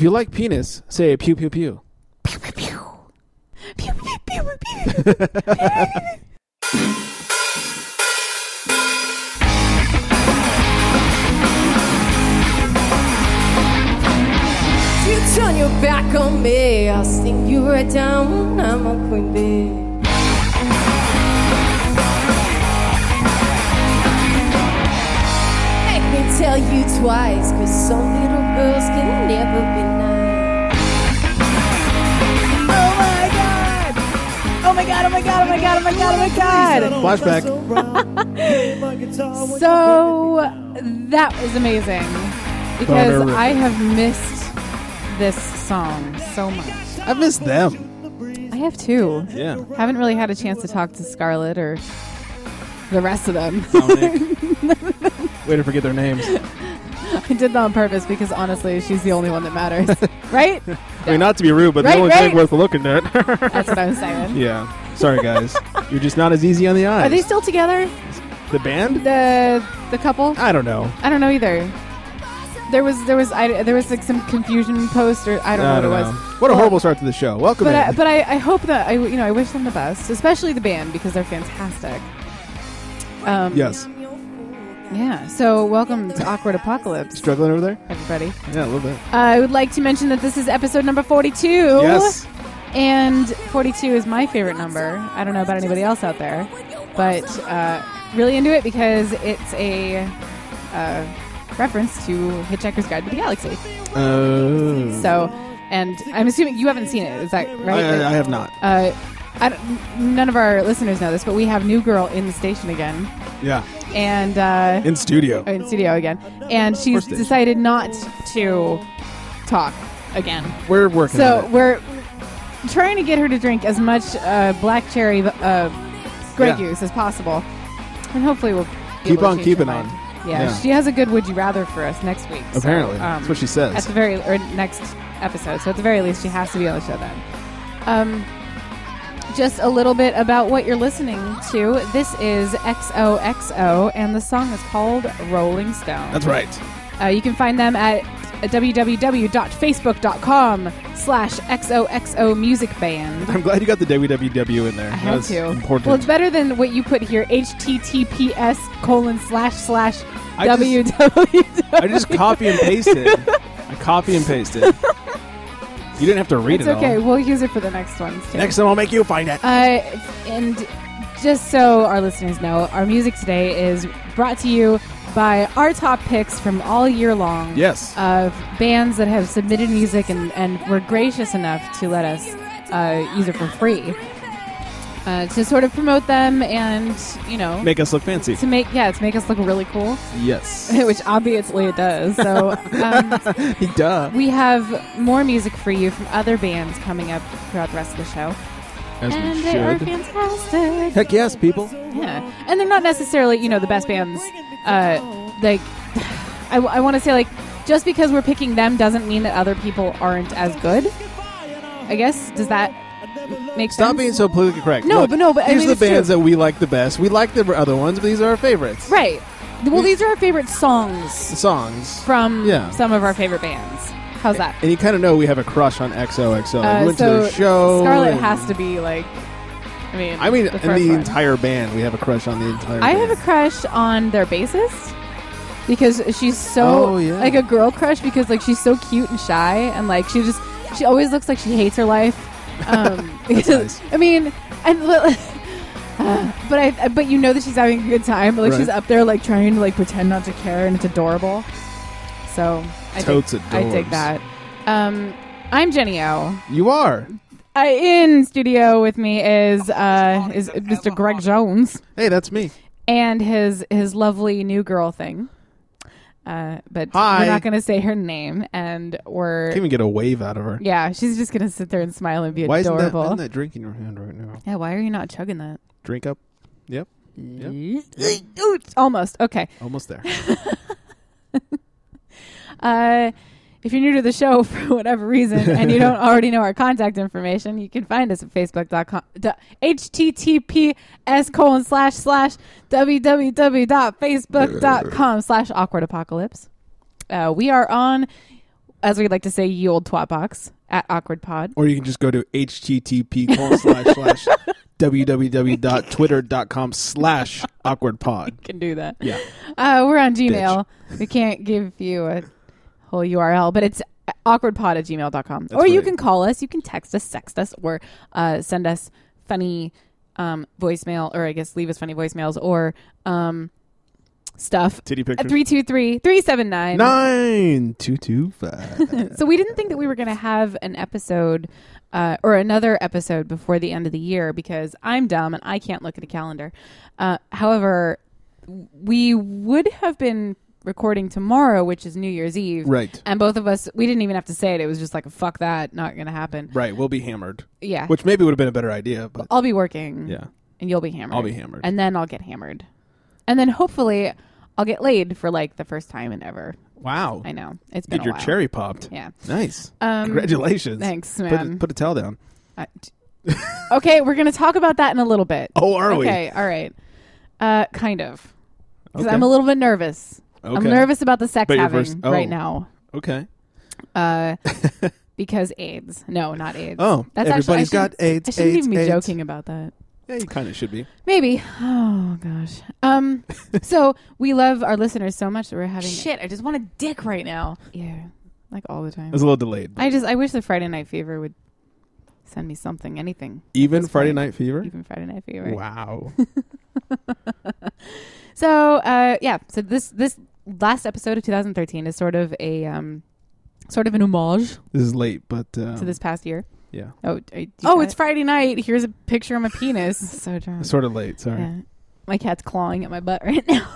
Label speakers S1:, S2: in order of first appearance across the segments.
S1: you like penis, say pew pew pew.
S2: Pew, pew, pew. Pew, pew, pew, pew, pew. You turn your back on me. I sting you right down. I'm a queen bee. Make me tell you twice, cause some little girls can never be nice.
S3: Oh my god! Oh my god! Oh my god! Oh my god! Oh my god! Oh my god!
S1: Flashback.
S3: So that was amazing because
S1: Bummer.
S3: I have missed this song so much.
S1: I miss them.
S3: I have too.
S1: Yeah.
S3: Haven't really had a chance to talk to Scarlett or the rest of them.
S1: Way to forget their names.
S3: I did that on purpose because honestly, she's the only one that matters, right?
S1: I mean, not to be rude, but
S3: Right,
S1: the only
S3: right.
S1: thing worth looking at.
S3: That's what I'm saying.
S1: yeah. Sorry, guys. You're just not as easy on the eyes.
S3: Are they still together?
S1: the band?
S3: The the couple?
S1: I don't know.
S3: I don't know either. There was there was I, there was like some confusion post or I don't
S1: I
S3: know
S1: don't
S3: what it
S1: know.
S3: was.
S1: What a
S3: But-
S1: horrible start to the show. Welcome
S3: But uh, I,
S1: in.
S3: but I, I hope that I you know I wish them the best, especially the band because they're fantastic. Um,
S1: yes.
S3: Yeah. So welcome to Awkward Apocalypse,
S1: Struggling over there?
S3: everybody. Uh,
S1: Yeah, a little bit.
S3: I would like to mention that this is episode number forty-two.
S1: Yes.
S3: And 42 is my favorite number. I don't know about anybody else out there, but uh, really into it because it's a uh, reference to Hitchhiker's Guide to the Galaxy.
S1: Oh.
S3: So, and I'm assuming you haven't seen it. Is that
S1: I,
S3: right?
S1: I, I have not.
S3: Uh, I don't- none of our listeners know this, but we have New Girl in the station again,
S1: Yeah.
S3: and uh,
S1: In studio.
S3: or in studio again, and she's
S1: First station.
S3: decided not to talk again.
S1: We're working
S3: So
S1: on it.
S3: we're trying to get her to drink as much uh, black cherry uh, grape
S1: Yeah.
S3: juice as possible, and hopefully we'll be
S1: Keep
S3: able to
S1: on
S3: change her
S1: keeping
S3: mind.
S1: on.
S3: Yeah,
S1: Yeah.
S3: she has a good "Would You Rather" for us next week. so,
S1: Apparently. That's what she says.
S3: um, At the very or next episode. So at the very least, she has to be on the show then. Um, just a little bit about what you're listening to. This is XOXO, and the song is called "Rolling Stone."
S1: That's right.
S3: Uh, you can find them at www.facebook.com slash xoxo music band.
S1: I'm glad you got the WWW in there.
S3: I had
S1: That's
S3: to.
S1: important.
S3: Uh, Well, it's better than what you put here. HTTPS colon slash slash
S1: I just-
S3: www.
S1: I just copy and paste it. I copy and paste it. You didn't have to read
S3: It's
S1: it
S3: okay.
S1: all.
S3: We'll use it for the next ones too.
S1: Next time I'll make you find it.
S3: Uh, and just so our listeners know, our music today is brought to you by our top picks from all year long.
S1: Yes.
S3: Of bands that have submitted music and, and were gracious enough to let us uh, use it for free uh, to sort of promote them and, you know.
S1: Make us look fancy.
S3: to make yeah, to make us look really cool,
S1: Yes.
S3: which obviously it does. So um,
S1: Duh.
S3: we have more music for you from other bands coming up throughout the rest of the show,
S1: As
S3: and
S1: we
S3: they are
S1: should.
S3: fantastic.
S1: Heck yes, people.
S3: Yeah, and they're not necessarily you know the best bands. Uh, like, I, want to say like just because we're picking them doesn't mean that other people aren't as good. I guess does that make
S1: Stop
S3: sense?
S1: being so politically correct.
S3: No,
S1: Look,
S3: but no, but I
S1: here's
S3: mean,
S1: the
S3: it's true.
S1: bands that we like the best. We like the other ones, but these are our favorites.
S3: right. Well, these are our favorite songs
S1: The songs.
S3: from
S1: Yeah.
S3: some of our favorite bands. How's that?
S1: And you kind of know we have a crush on XOXO. we went to
S3: Uh, so
S1: their show.
S3: Scarlett
S1: and-
S3: has to be like. I mean,
S1: I mean,
S3: the,
S1: and
S3: first
S1: the
S3: one.
S1: entire band, we have a crush on the entire.
S3: I
S1: band.
S3: have a crush on their bassist because she's so
S1: Oh, yeah.
S3: like a girl crush because like she's so cute and shy and like she just she always looks like she hates her life. Um,
S1: nice.
S3: I mean, and li- but I but you know that she's having a good time. But, like she's
S1: Right.
S3: up there like trying to like pretend not to care and it's adorable. So I
S1: Totes
S3: dig, I dig
S1: adorbs.
S3: that. Um, I'm Jenny O.
S1: You are.
S3: Uh, in studio with me is uh, is Mr. Greg Jones
S1: Hey, that's me.
S3: and his his lovely new girl thing. Uh, but
S1: Hi.
S3: we're not going to say her name, and we're
S1: Can't even get a wave out of her.
S3: yeah, she's just going to sit there and smile and be
S1: Why isn't that,
S3: adorable.
S1: isn't that drink in your hand right now?
S3: yeah, why are you not chugging that?
S1: Drink up. Yep. Yep.
S3: Oops, Almost okay.
S1: Almost there.
S3: Uh, if you're new to the show for whatever reason and you don't already know our contact information, you can find us at facebook.com d- https colon slash slash www.facebook.com slash awkward apocalypse. Uh, we are on as we'd like to say, ye old twat box at Awkward Pod.
S1: Or you can just go to http colon slash slash www.twitter.com slash awkward pod.
S3: Can do that.
S1: Yeah.
S3: Uh, we're on Gmail. We can't give you a whole URL, but it's awkwardpod at gmail.com. or you
S1: right.
S3: can call us, you can text us, sext us, or uh, send us funny um, voicemail, or I guess leave us funny voicemails or um, stuff.
S1: Titty picture.
S3: 323 379.
S1: Nine two two five.
S3: So we didn't think that we were going to have an episode uh, or another episode before the end of the year because I'm dumb and I can't look at a calendar. Uh, however, we would have been recording tomorrow, which is New Year's Eve.
S1: Right.
S3: And both of us, we didn't even have to say it. It was just like, fuck that, not going to happen.
S1: right, we'll be hammered.
S3: Yeah.
S1: Which maybe would have been a better idea, but
S3: I'll be working.
S1: yeah.
S3: And you'll be hammered.
S1: I'll be hammered.
S3: And then I'll get hammered. And then hopefully I'll get laid for like the first time in ever.
S1: Wow.
S3: I know. It's been
S1: Get
S3: a
S1: your
S3: while.
S1: cherry popped.
S3: Yeah.
S1: Nice.
S3: Um,
S1: Congratulations.
S3: thanks,
S1: Put a,
S3: man.
S1: put a towel down.
S3: I- t- okay, we're going to talk about that in a little bit.
S1: Oh, are we?
S3: Okay, all right. Uh, kind of. Because
S1: Okay.
S3: I'm a little bit nervous. I'm
S1: Okay.
S3: nervous about the sex
S1: But your
S3: having
S1: first- oh.
S3: right now.
S1: Okay.
S3: Uh, because AIDS. No, not AIDS.
S1: Oh, everybody's
S3: everybody's
S1: got AIDS,
S3: I shouldn't
S1: AIDS,
S3: even be
S1: AIDS.
S3: joking about that.
S1: Yeah, you kind of should be.
S3: Maybe. Oh gosh. Um. so we love our listeners so much that we're having
S2: Shit, I just want a dick right now.
S3: Yeah, like all the time.
S1: It was a little delayed.
S3: Mm. I just I wish the Friday Night Fever would send me something, anything,
S1: Even
S3: this
S1: Friday
S3: point.
S1: Night Fever?
S3: even Friday Night Fever.
S1: Wow.
S3: So uh, yeah, so this this last episode of 2013 is sort of a um, sort of an homage
S1: this is late, but uh,
S3: to this past year.
S1: yeah.
S3: Oh, I- do you
S2: Oh,
S3: got
S2: it's
S3: it? Friday night. Here's a picture of my penis. so drunk.
S1: Sort of late, sorry.
S3: Yeah. My cat's clawing at my butt right now.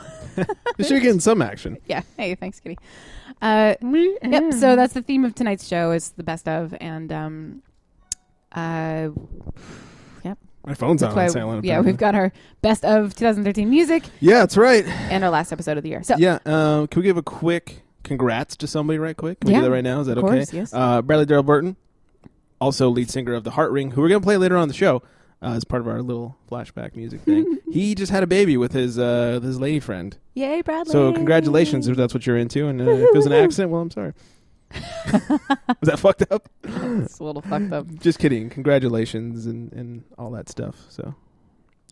S1: You should get in some action.
S3: yeah. Hey, thanks, kitty. Uh, yep. So that's the theme of tonight's show. Is the best of and um, uh,
S1: My phone's
S3: that's
S1: on
S3: why-
S1: silent.
S3: yeah,
S1: apparently.
S3: we've got our best of 2013 music
S1: Yeah, that's right.
S3: and our last episode of the year. So
S1: Yeah. Um, can we give a quick congrats to somebody right quick? Can we
S3: Yeah,
S1: do that right now? Is that
S3: of
S1: okay?
S3: course, yes.
S1: Uh, Bradley Darrell Burton, also lead singer of the Heart Ring, who we're going to play later on in the show uh, as part of our little flashback music thing. he just had a baby with his uh, with his lady friend.
S3: yay, Bradley!
S1: So congratulations if that's what you're into. And uh, if it was an accident, well, I'm sorry. was that fucked up?
S3: It's a little fucked up.
S1: Just kidding. Congratulations and, and all that stuff. So,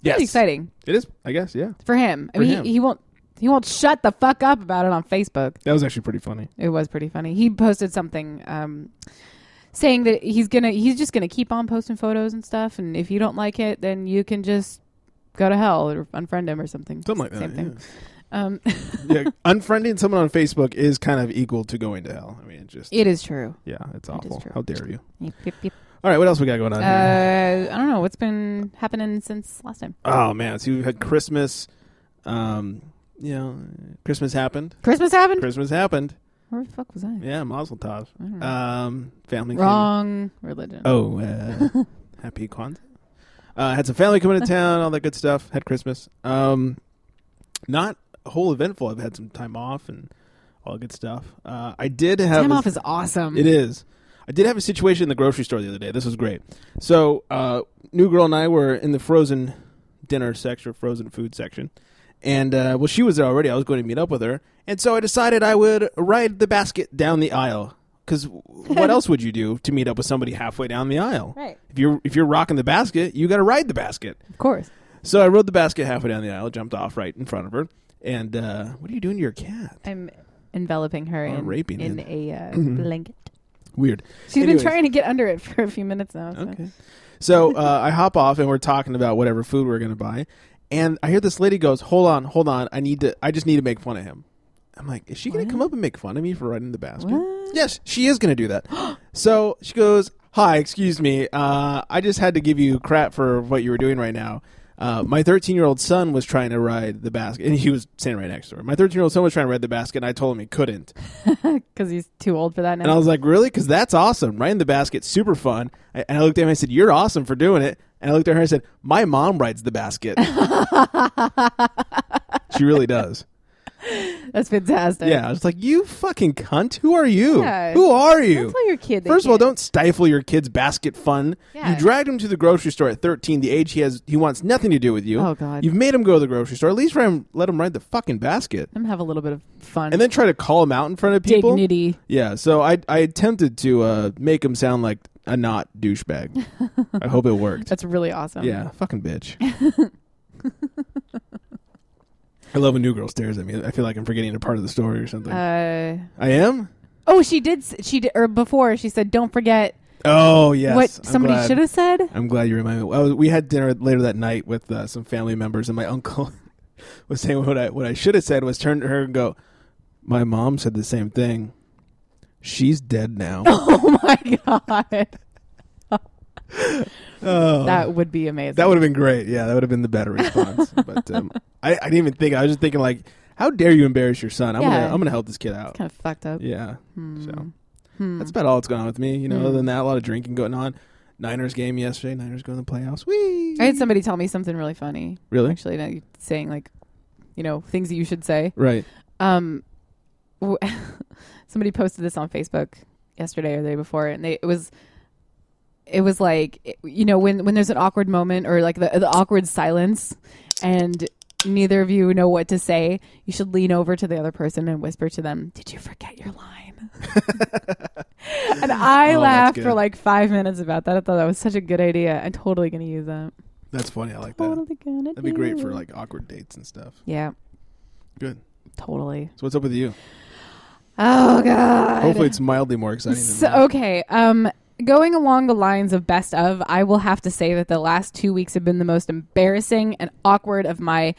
S1: yes,
S3: Pretty exciting
S1: It is, I guess. Yeah,
S3: for him. I
S1: For
S3: mean,
S1: him.
S3: He, he won't he won't shut the fuck up about it on Facebook.
S1: that was actually pretty funny.
S3: It was pretty funny. He posted something um, saying that he's gonna he's just gonna keep on posting photos and stuff, and if you don't like it, then you can just go to hell or unfriend him or something.
S1: Something like that.
S3: Same thing. Um,
S1: Yeah. yeah, unfriending someone on Facebook is kind of equal to going to hell. I mean, it just
S3: it is true.
S1: yeah, it's
S3: is
S1: awful.
S3: true.
S1: How dare you?
S3: Yep, yep, yep.
S1: All right, what else we got going on?
S3: Uh,
S1: here?
S3: I don't know what's been happening since last time.
S1: Oh man, so we had Christmas. Um, you know, Christmas happened.
S3: Christmas happened.
S1: Christmas happened.
S3: Where the fuck was I?
S1: Yeah, Mazel Tov.
S3: I don't know.
S1: Um, family. came-
S3: Mm. Wrong religion.
S1: Oh, uh, happy Kwanzaa. Uh, had some family coming to town, all that good stuff. Had Christmas. Um, not a whole eventful. I've had some time off and all that good stuff. Uh, I did have
S3: time
S1: a-
S3: off is awesome.
S1: It is. I did have a situation in the grocery store the other day. This was great. So, uh, new girl and I were in the frozen dinner section, or frozen food section, and uh, well, she was there already. I was going to meet up with her, and so I decided I would ride the basket down the aisle. Because what else would you do to meet up with somebody halfway down the aisle?
S3: Right.
S1: If you're if you're rocking the basket, you got to ride the basket.
S3: Of course.
S1: So I rode the basket halfway down the aisle, jumped off right in front of her, and uh, what are you doing to your cat?
S3: I'm enveloping her
S1: Or
S3: in,
S1: Oh, raping
S3: in a uh, blanket.
S1: Weird.
S3: She's
S1: Anyways.
S3: been trying to get under it for a few minutes now. So.
S1: Okay. So uh, I hop off and we're talking about whatever food we're gonna buy, and I hear this lady goes, "Hold on, hold on, I need to. I just need to make fun of him." I'm like, "Is she gonna come up and make fun of me for riding the basket?"
S3: What?
S1: Yes, she is gonna do that. so she goes, "Hi, excuse me. Uh, I just had to give you crap for what you were doing right now." Uh, my 13 year old son was trying to ride the basket, and he was standing right next to her. My 13 year old son was trying to ride the basket, and I told him he couldn't.
S3: Because he's too old for that
S1: And I
S3: now.
S1: was like, really? Because that's awesome. Right in the basket, super fun. I, and I looked at him and I said, you're awesome for doing it. And I looked at her and I said, my mom rides the basket. she really does.
S3: That's fantastic.
S1: Yeah, I was like, you fucking cunt. Who are you?
S3: Yeah.
S1: Who are you?
S3: Don't tell your kid. they
S1: First of all,
S3: can't.
S1: don't stifle your kid's basket fun. You
S3: Yeah.
S1: dragged him to the grocery store at 13, the age he has he wants nothing to do with you.
S3: Oh, God.
S1: You've made him go to the grocery store. At least let him, let him ride the fucking basket.
S3: Let them have a little bit of fun.
S1: And then try to call him out in front of people.
S3: dignity.
S1: Yeah, so I I attempted to uh, make him sound like a not douchebag. I hope it worked.
S3: That's really awesome.
S1: Yeah, fucking bitch. I love when new girl stares at me. I feel like I'm forgetting a part of the story or something.
S3: Uh,
S1: I am.
S3: oh, she did. s- She did, or before she said, "Don't forget
S1: Oh yes.
S3: what
S1: I'm
S3: somebody
S1: glad-
S3: should have said."
S1: I'm glad you remind me. I was, we had dinner later that night with uh, some family members, and my uncle was saying what I what I should have said was turn to her and go, "My mom said the same thing. She's dead now."
S3: Oh my god,
S1: Oh.
S3: that would be amazing.
S1: That would have been great. Yeah, that would have been the better response. but um, I, I didn't even think. I was just thinking like, how dare you embarrass your son? I'm
S3: Yeah.
S1: gonna I'm gonna help this kid out.
S3: kind of fucked up.
S1: Yeah.
S3: Hmm.
S1: So
S3: Hmm.
S1: that's about all that's going on with me. You know,
S3: Hmm.
S1: other than that, a lot of drinking going on. Niners game yesterday. Niners going to the playoffs. Wee.
S3: I had somebody tell me something really funny.
S1: really
S3: Actually, now you saying like, you know, things that you should say.
S1: right.
S3: Um, w- somebody posted this on Facebook yesterday or the day before, and they it was. It was like it- you know when when there's an awkward moment or like the the awkward silence, and neither of you know what to say. You should lean over to the other person and whisper to them, "Did you forget your line?" and I
S1: Oh, that's
S3: laughed
S1: good.
S3: for like five minutes about that. I thought that was such a good idea. I'm totally gonna use that.
S1: That's funny. I like that.
S3: Totally gonna.
S1: That'd be great for
S3: do it.
S1: like awkward dates and stuff.
S3: Yeah,
S1: Good.
S3: totally.
S1: So what's up with you?
S3: Oh god.
S1: Hopefully it's mildly more exciting. Than
S3: So,
S1: mine.
S3: okay. Um, going along the lines of best of, I will have to say that the last two weeks have been the most embarrassing and awkward of my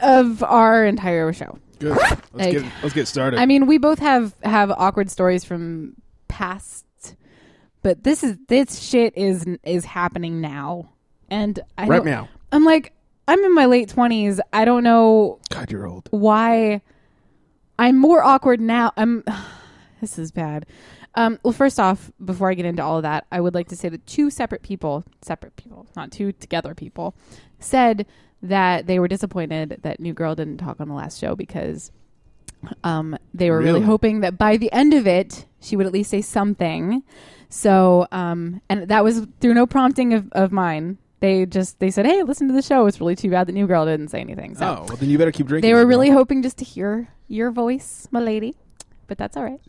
S3: of our entire show.
S1: Good. Let's
S3: Like-
S1: get let's get started.
S3: I mean, we both have have awkward stories from past, but this is this shit is is happening now, and I
S1: right
S3: don't-
S1: now.
S3: I'm like I'm in my late twenties. I don't know
S1: God, you're old.
S3: why I'm more awkward now. I'm this is bad. Um, well, first off, before I get into all of that, I would like to say that two separate people, separate people, not two together people, said that they were disappointed that New Girl didn't talk on the last show because um, they were really?
S1: Really?
S3: hoping that by the end of it, she would at least say something. So, um, and that was through no prompting of, of mine. They just they said, "Hey, listen to the show. It's really too bad that New Girl didn't say anything." So
S1: Oh well, then you better keep drinking.
S3: they were
S1: girl.
S3: really hoping just to hear your voice, my lady, but that's all right.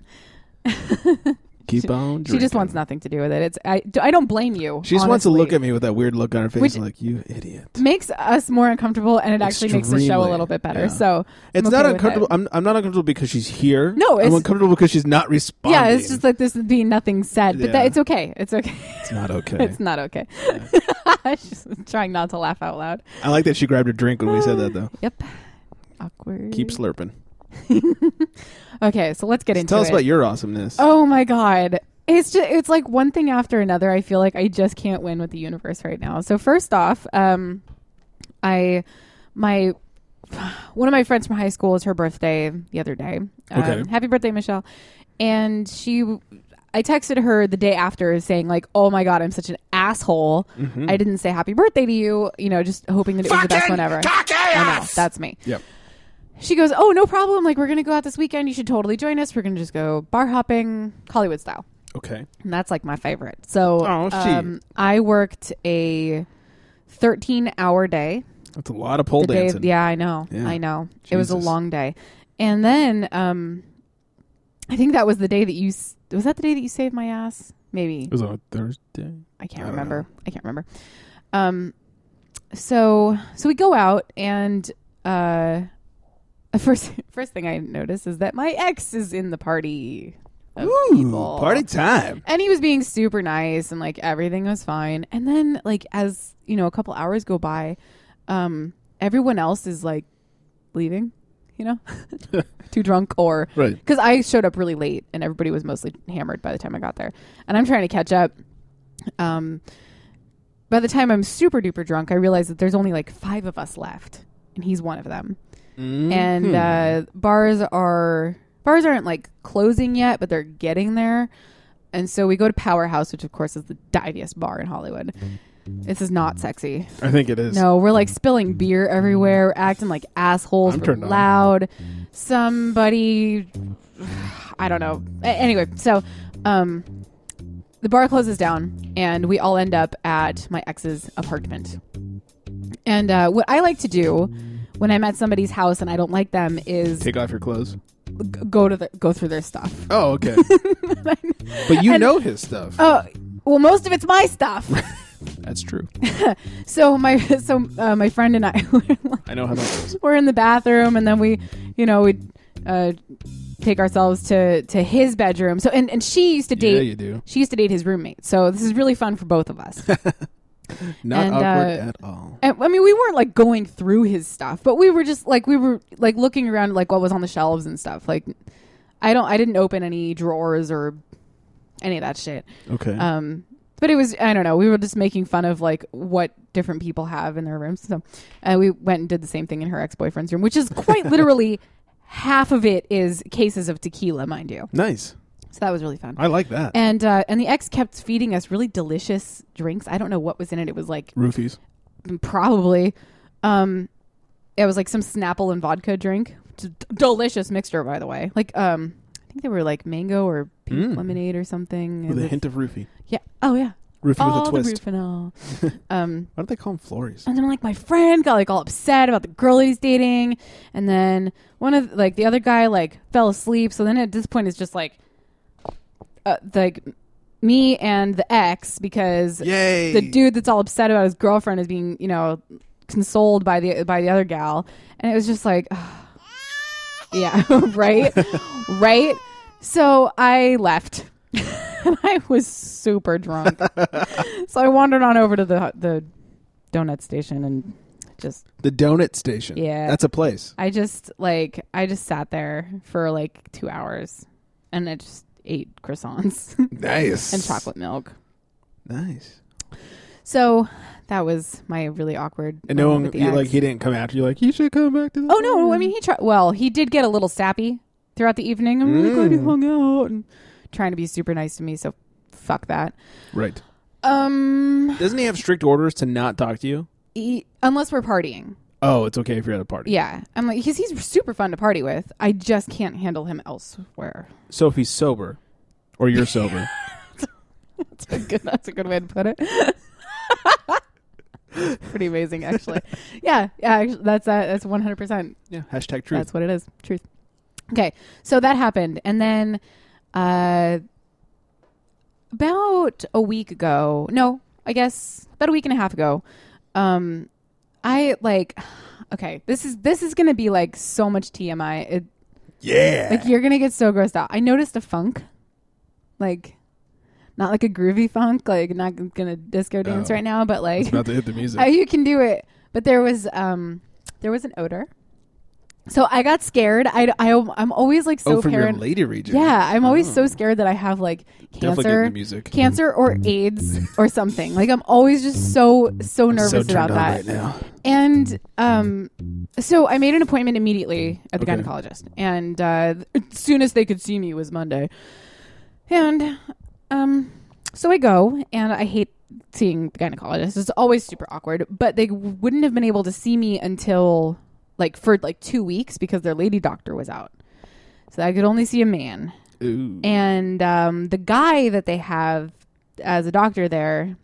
S1: keep on.
S3: She just
S1: drinking.
S3: wants nothing to do with it. It's I, d- I don't blame you.
S1: She just wants to
S3: honestly.
S1: look at me with that weird look on her face,
S3: Which-
S1: like you idiot.
S3: Makes us more uncomfortable, and it actually makes the show
S1: Extremely,
S3: a little bit better.
S1: yeah.
S3: So
S1: It's
S3: I'm
S1: not
S3: okay with
S1: uncomfortable.
S3: it.
S1: I'm, I'm not uncomfortable because she's here.
S3: No,
S1: I'm
S3: it's-
S1: uncomfortable because she's not responding.
S3: yeah, it's just like this is being nothing said, but
S1: Yeah.
S3: that, it's okay. It's okay.
S1: it's not okay.
S3: it's not okay. She's trying not to laugh out loud.
S1: I like that she grabbed her drink when we said that, though.
S3: Yep. Awkward.
S1: Keep slurping.
S3: okay, so let's get
S1: Just
S3: into
S1: tell us
S3: it.
S1: about your awesomeness.
S3: Oh my god. It's just it's like one thing after another. I feel like I just can't win with the universe right now. So first off, um I my one of my friends from high school is her birthday the other day.
S1: Okay.
S3: Um, happy birthday, Michelle. And she I texted her the day after saying like, "Oh my god, I'm such an asshole. I didn't say happy birthday to you." You know, just hoping that it was the best one ever. I know. That's me.
S1: Yep.
S3: She goes, "Oh, no problem. Like we're going to go out this weekend. You should totally join us. We're going to just go bar hopping Hollywood style."
S1: Okay.
S3: And that's like my favorite. So
S1: Oh, shit.
S3: um, I worked a 13 hour day.
S1: That's a lot of pole
S3: The day-
S1: dancing.
S3: yeah, I know.
S1: Yeah.
S3: I know. It was a
S1: Jesus.
S3: long day. And then um, I think that was the day that you s- was that the day that you saved my ass? Maybe.
S1: It was on a Thursday.
S3: I
S1: I
S3: can't
S1: don't
S3: remember. I can't remember. Um, so so we go out and uh, first first thing I notice is that my ex is in the party. of people.
S1: party time.
S3: And he was being super nice and like everything was fine. And then like as, you know, a couple hours go by, um everyone else is like leaving, you know? Too drunk or
S1: Right.
S3: cuz I showed up really late and everybody was mostly hammered by the time I got there. And I'm trying to catch up. Um by the time I'm super duper drunk, I realize that there's only like 5 of us left and he's one of them
S1: Mm-hmm.
S3: and uh, bars are bars aren't like closing yet, but they're getting there. And so we go to Powerhouse, which of course is the diviest bar in Hollywood. This is not sexy.
S1: I think it is.
S3: No, we're like spilling beer everywhere, acting like
S1: Mm.
S3: assholes,
S1: I'm
S3: we're
S1: turned on. Mm.
S3: loud. Somebody, I don't know. A- anyway, so um, the bar closes down, and we all end up at my ex's apartment. And uh, what I like to do when I'm at somebody's house and I don't like them is
S1: Take off your clothes.
S3: g- go to the, go through their stuff.
S1: Oh, okay. but you know his stuff.
S3: Oh, well, most of it's my stuff.
S1: That's true.
S3: so my so uh, my friend and I were like.
S1: I know how that goes.
S3: we're in the bathroom and then we you know we uh take ourselves to to his bedroom so and and she used to date
S1: Yeah, you do.
S3: she used to date his roommate so this is really fun for both of us
S1: Not
S3: And,
S1: awkward
S3: uh,
S1: at all.
S3: and, i mean we weren't like going through his stuff but we were just like we were like looking around at, like what was on the shelves and stuff like i don't i didn't open any drawers or any of that shit
S1: Okay.
S3: um but it was i don't know we were just making fun of like what different people have in their rooms so uh, we went and did the same thing in her ex-boyfriend's room which is quite literally half of it is cases of tequila mind you
S1: nice.
S3: so that was really fun
S1: I like that.
S3: and uh, and the ex kept feeding us really delicious drinks i don't know what was in it it was like
S1: Roofies.
S3: probably um it was like some snapple and vodka drink D- delicious mixture by the way like um i think they were like mango or pink
S1: Mm.
S3: lemonade or something
S1: With
S3: And
S1: a
S3: it-
S1: hint of roofie.
S3: yeah oh yeah
S1: Roofie
S3: all
S1: with a
S3: the
S1: twist.
S3: roof and all. um,
S1: Why don't they call them florries?
S3: and then like my friend got like all upset about the girl he's dating, and then one of like the other guy like fell asleep. So then at this point it's just like, uh, like me and the ex because
S1: Yay.
S3: the dude that's all upset about his girlfriend is being you know consoled by the by the other gal, and it was just like, yeah, right, right. So I left. and I was super drunk. so I wandered on over to the the donut station and just
S1: The donut station.
S3: Yeah.
S1: That's a place.
S3: I just like I just sat there for like 2 hours and I just ate croissants
S1: Nice.
S3: and chocolate milk.
S1: Nice.
S3: So that was my really awkward
S1: And no one
S3: moment with the
S1: you, like
S3: ex.
S1: he didn't come after you like you should come back to the
S3: Oh no, I mean he tried well, he did get a little sappy throughout the evening. I'm really glad you
S1: Mm.
S3: hung out and trying to be super nice to me, so fuck that.
S1: Right.
S3: Um
S1: Doesn't he have strict orders to not talk to you?
S3: e- unless we're partying.
S1: Oh, it's okay if you're at a party.
S3: Yeah, I'm like he's he's super fun to party with. I just can't handle him elsewhere.
S1: So if he's sober or you're sober.
S3: That's a good that's a good way to put it. Pretty amazing, actually. Yeah, yeah, actually, that's uh, that's one hundred percent.
S1: yeah. Hashtag truth.
S3: That's what it is. Truth. Okay, so that happened, and then uh, about a week ago, no, I guess about a week and a half ago, um, I like. Okay, this is this is gonna be like so much TMI. It,
S1: yeah.
S3: Like you're gonna get so grossed out. I noticed a funk, like not like a groovy funk, like not gonna disco dance
S1: Oh.
S3: right now,
S1: it's
S3: but like
S1: about to hit the music.
S3: how Oh, you can do it. But there was um there was an odor, so I got scared. I I am always like so
S1: oh, from your
S3: paranoid.
S1: lady region.
S3: Yeah, I'm always so scared that I have like
S1: Definitely getting the
S3: cancer,
S1: music.
S3: cancer or AIDS or something. Like I'm always just so so
S1: I'm
S3: nervous
S1: so turned
S3: about
S1: on
S3: that.
S1: right now.
S3: And um, so I made an appointment immediately at the
S1: Okay.
S3: gynecologist, and uh, as soon as they could see me was Monday. And um, so I go, and I hate seeing the gynecologist. It's always super awkward, but they wouldn't have been able to see me until like for like two weeks because their lady doctor was out. So I could only see a man,
S1: Ooh.
S3: and um, the guy that they have as a doctor there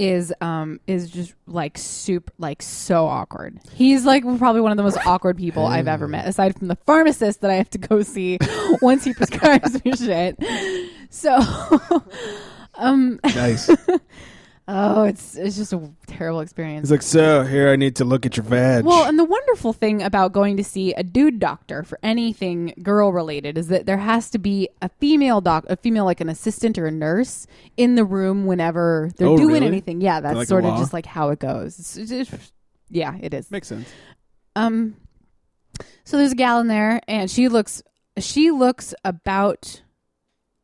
S3: is um is just like super like so awkward. He's like probably one of the most awkward people I've ever met, aside from the pharmacist that I have to go see once he prescribes me shit. So, um,
S1: nice.
S3: oh, it's it's just a terrible experience.
S1: He's like, so here I need to look at your vag.
S3: Well, and the wonderful thing about going to see a dude doctor for anything girl related is that there has to be a female doc, a female like an assistant or a nurse in the room whenever they're
S1: Oh,
S3: doing
S1: really?
S3: anything. Yeah, that's
S1: Like a
S3: sort of
S1: law?
S3: just like how it goes. It's, it's, it's- yeah, it is.
S1: Makes sense.
S3: Um, so there's a gal in there, and she looks she looks about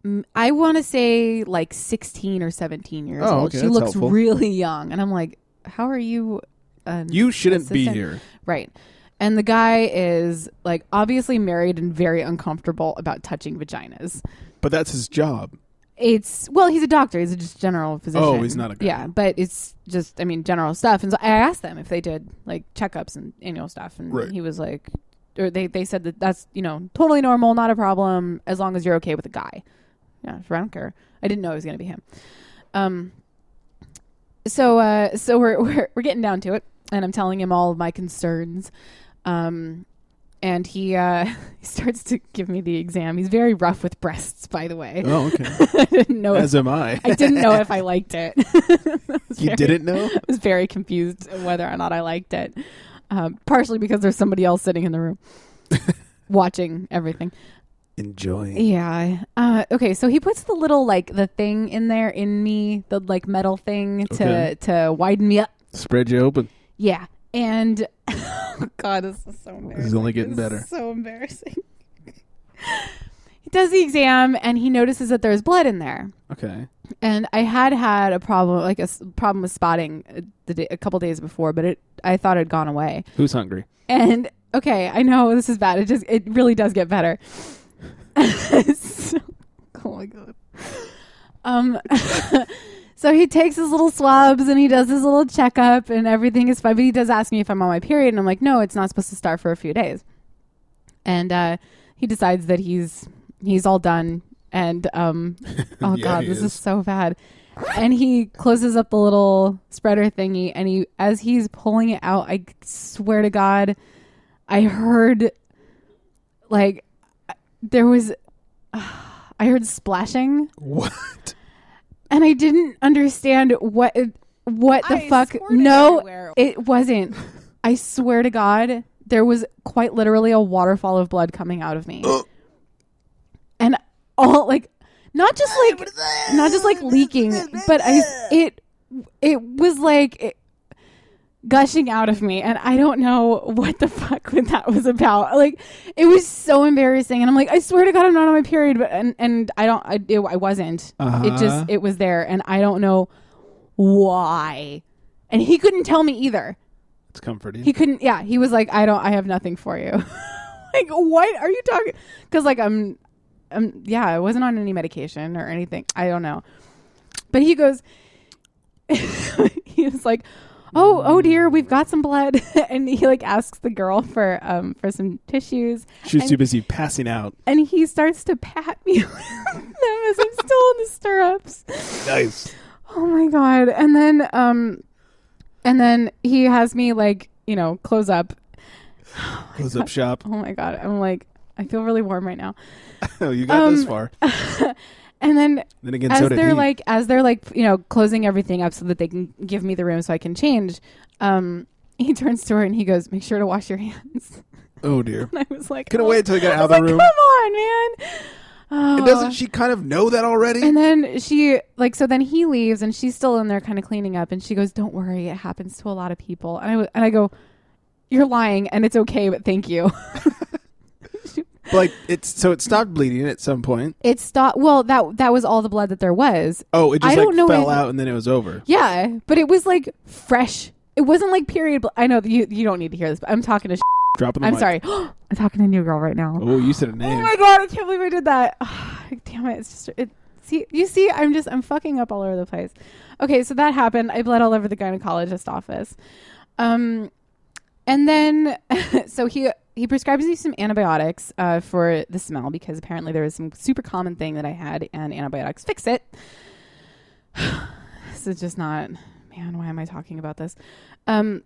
S3: mm, I want to say like 16 or 17 years
S1: Oh,
S3: old.
S1: okay,
S3: she
S1: that's
S3: looks
S1: helpful.
S3: really young, and I'm like, how are you? An
S1: You shouldn't be
S3: assistant?
S1: here.
S3: Right. And the guy is like obviously married and very uncomfortable about touching vaginas.
S1: But that's his job.
S3: It's well, he's a doctor. He's a just general physician.
S1: Oh, he's not a guy.
S3: Yeah, but it's just I mean general stuff. And so I asked them if they did like checkups and annual stuff, and
S1: Right.
S3: he was like, or they they said that that's you know totally normal, not a problem as long as you're okay with a guy. Yeah, sure, I don't care. I didn't know it was gonna be him. Um. So uh, so we're we're we're getting down to it, and I'm telling him all of my concerns. Um, and he uh, he starts to give me the exam. He's very rough with breasts, by the way.
S1: Oh, okay.
S3: I didn't know. If,
S1: As am I.
S3: Oh. I didn't know if I liked it. I was
S1: you
S3: very-
S1: didn't know?
S3: I was very confused whether or not I liked it, um, partially because there's somebody else sitting in the room watching everything.
S1: Enjoying.
S3: Yeah. Uh, okay. So he puts the little like the thing in there in me, the like metal thing to
S1: Okay.
S3: to widen me up.
S1: Spread you open.
S3: Yeah. And oh God, this is so embarrassing.
S1: This is only getting
S3: This is
S1: better.
S3: so embarrassing. he does the exam and he notices that there's blood in there.
S1: Okay.
S3: And I had had a problem, like a s- problem with spotting uh, the day, a couple days before, but it I thought it had gone away.
S1: Who's hungry?
S3: And okay, I know this is bad. It just it really does get better. So- oh my god. Um so he takes his little swabs and he does his little checkup and everything is fine. But he does ask me if I'm on my period and I'm like, no, it's not supposed to start for a few days. And uh he decides that he's he's all done and um oh
S1: Yeah,
S3: god,
S1: he
S3: this is.
S1: is.
S3: so bad. And he closes up the little spreader thingy and he as he's pulling it out, I swear to god, I heard like there was I heard splashing
S1: What?
S3: and I didn't understand what what the
S4: I
S3: fuck.
S4: squirted
S3: No,
S4: everywhere.
S3: it wasn't. I swear to God, there was quite literally a waterfall of blood coming out of me, and all like not just like not just like leaking, but I it it was like. It, gushing out of me and I don't know what the fuck that was about. Like it was so embarrassing and I'm like I swear to god I'm not on my period but and and I don't I it, I wasn't. It
S1: Uh-huh.
S3: just it was there and I don't know why. And he couldn't tell me either.
S1: It's comforting.
S3: He couldn't yeah, he was like I don't I have nothing for you. like what are you talking cuz like I'm um yeah, I wasn't on any medication or anything. I don't know. But he goes he was like Oh, oh dear, we've got some blood. and he like asks the girl for um for some tissues
S1: She was
S3: and-
S1: too busy passing out.
S3: and he starts to pat me with them as I'm still in the stirrups.
S1: Nice.
S3: Oh my god. And then um and then he has me like, you know, close up.
S1: Close up shop.
S3: Oh my god. I'm like I feel really warm right now.
S1: Oh, you got this
S3: Um,
S1: far.
S3: And then
S1: Then again,
S3: as
S1: so did
S3: they're
S1: he.
S3: like as they're like, you know, closing everything up so that they can give me the room so I can change, um he turns to her and he goes, "Make sure to wash your hands."
S1: oh dear.
S3: And I was like,
S1: Couldn't
S3: oh.
S1: wait till he got
S3: I
S1: out of
S3: was
S1: the
S3: like,
S1: room.
S3: Come on, man. Oh.
S1: And doesn't she kind of know that already?
S3: And then she like so then he leaves and she's still in there kind of cleaning up and she goes, "Don't worry, it happens to a lot of people." And I w- and I go, "You're lying and it's okay, but thank you."
S1: But, like it's so it stopped bleeding at some point.
S3: it stopped. Well, that that was all the blood that there was.
S1: Oh, it just like
S3: I don't know
S1: fell
S3: if-
S1: out and then it was over.
S3: Yeah, but it was like fresh. It wasn't like period. Bl- I know that you you don't need to hear this, but I'm talking to. Sh-
S1: Dropping the
S3: I'm
S1: mic.
S3: sorry. I'm talking to new girl right now.
S1: Oh, you said a
S3: Oh
S1: name.
S3: my god, I can't believe I did that. Damn it. It's just it see you see I'm just I'm fucking up all over the place. Okay, so that happened. I bled all over the gynecologist office. Um and then so he he prescribes me some antibiotics uh, for the smell because apparently there was some super common thing that I had and antibiotics fix it. this is just not man, why am I talking about this? Um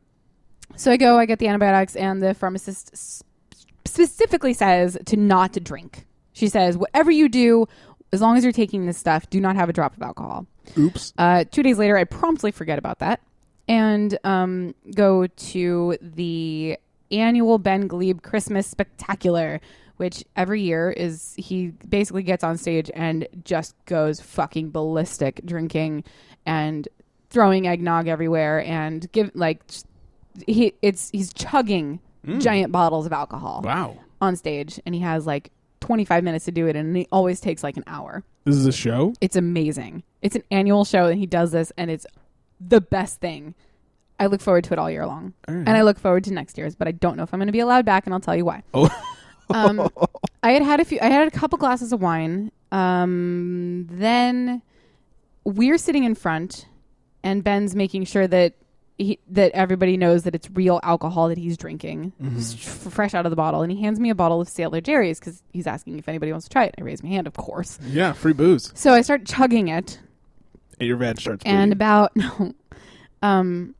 S3: so I go, I get the antibiotics and the pharmacist s- specifically says to not to drink. She says, whatever you do, as long as you're taking this stuff, do not have a drop of alcohol.
S1: Oops.
S3: Uh, two days later, I promptly forget about that and um, go to the annual Ben Glebe Christmas Spectacular, which every year is he basically gets on stage and just goes fucking ballistic, drinking and throwing eggnog everywhere and give like he it's he's chugging giant bottles of alcohol
S1: Wow.
S3: on stage and he has like 25 minutes to do it and it always takes like an hour.
S1: This is a show.
S3: It's amazing. It's an annual show and he does this and it's the best thing. I look forward to it all year long. And I look forward to next year's, but I don't know if I'm going to be allowed back and I'll tell you why.
S1: Oh,
S3: Um, I had had a few I had a couple glasses of wine Um, then we're sitting in front, and Ben's making sure that he, that everybody knows that it's real alcohol that he's drinking, s- f- fresh out of the bottle. And he hands me a bottle of Sailor Jerry's because he's asking if anybody wants to try it. I raise my hand, of course.
S1: Yeah, free booze.
S3: So I start chugging it,
S1: And your van starts
S3: and
S1: bleeding.
S3: about no, um,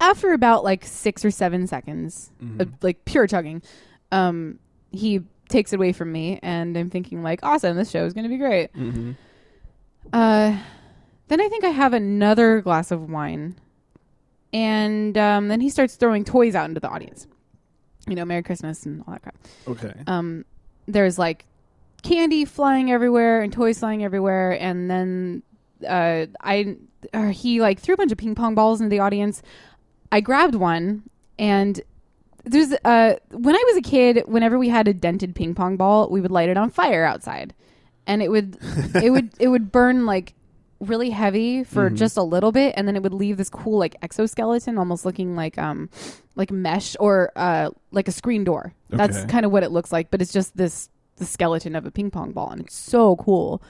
S3: after about like six or seven seconds, of, like pure chugging, um, he takes it away from me, and I'm thinking like, awesome, this show is going to be great.
S1: Mhm.
S3: Uh, then I think I have another glass of wine, and um, then he starts throwing toys out into the audience. You know, Merry Christmas and all that crap.
S1: Okay.
S3: Um, there's like candy flying everywhere and toys flying everywhere, and then uh, I or he like threw a bunch of ping pong balls into the audience. I grabbed one, and there's uh, when I was a kid, whenever we had a dented ping pong ball, we would light it on fire outside, and it would it would it would burn like really heavy for just a little bit and then it would leave this cool like exoskeleton almost looking like um like mesh or uh like a screen door that's
S1: Okay.
S3: kind of what it looks like but it's just this the skeleton of a ping pong ball and it's so cool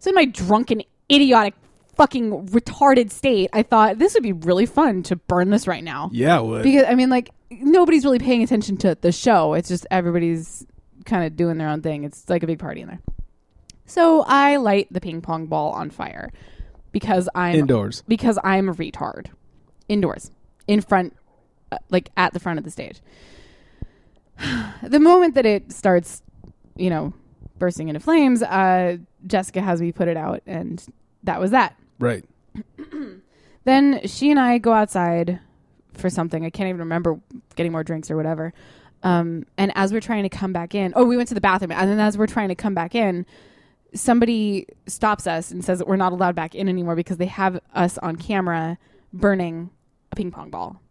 S3: so in my drunken idiotic fucking retarded state i thought this would be really fun to burn this right now
S1: yeah, it would.
S3: because i mean like nobody's really paying attention to the show it's just everybody's kind of doing their own thing it's like a big party in there so i light the ping pong ball on fire because i'm
S1: Indoors.
S3: because i'm a retard indoors in front uh, like at the front of the stage the moment that it starts you know bursting into flames uh, jessica has me put it out and that was that
S1: Right.
S3: then she and I go outside for something. I can't even remember getting more drinks or whatever. Um, and as we're trying to come back in, oh, we went to the bathroom. And then as we're trying to come back in, somebody stops us and says that we're not allowed back in anymore because they have us on camera burning a ping pong ball.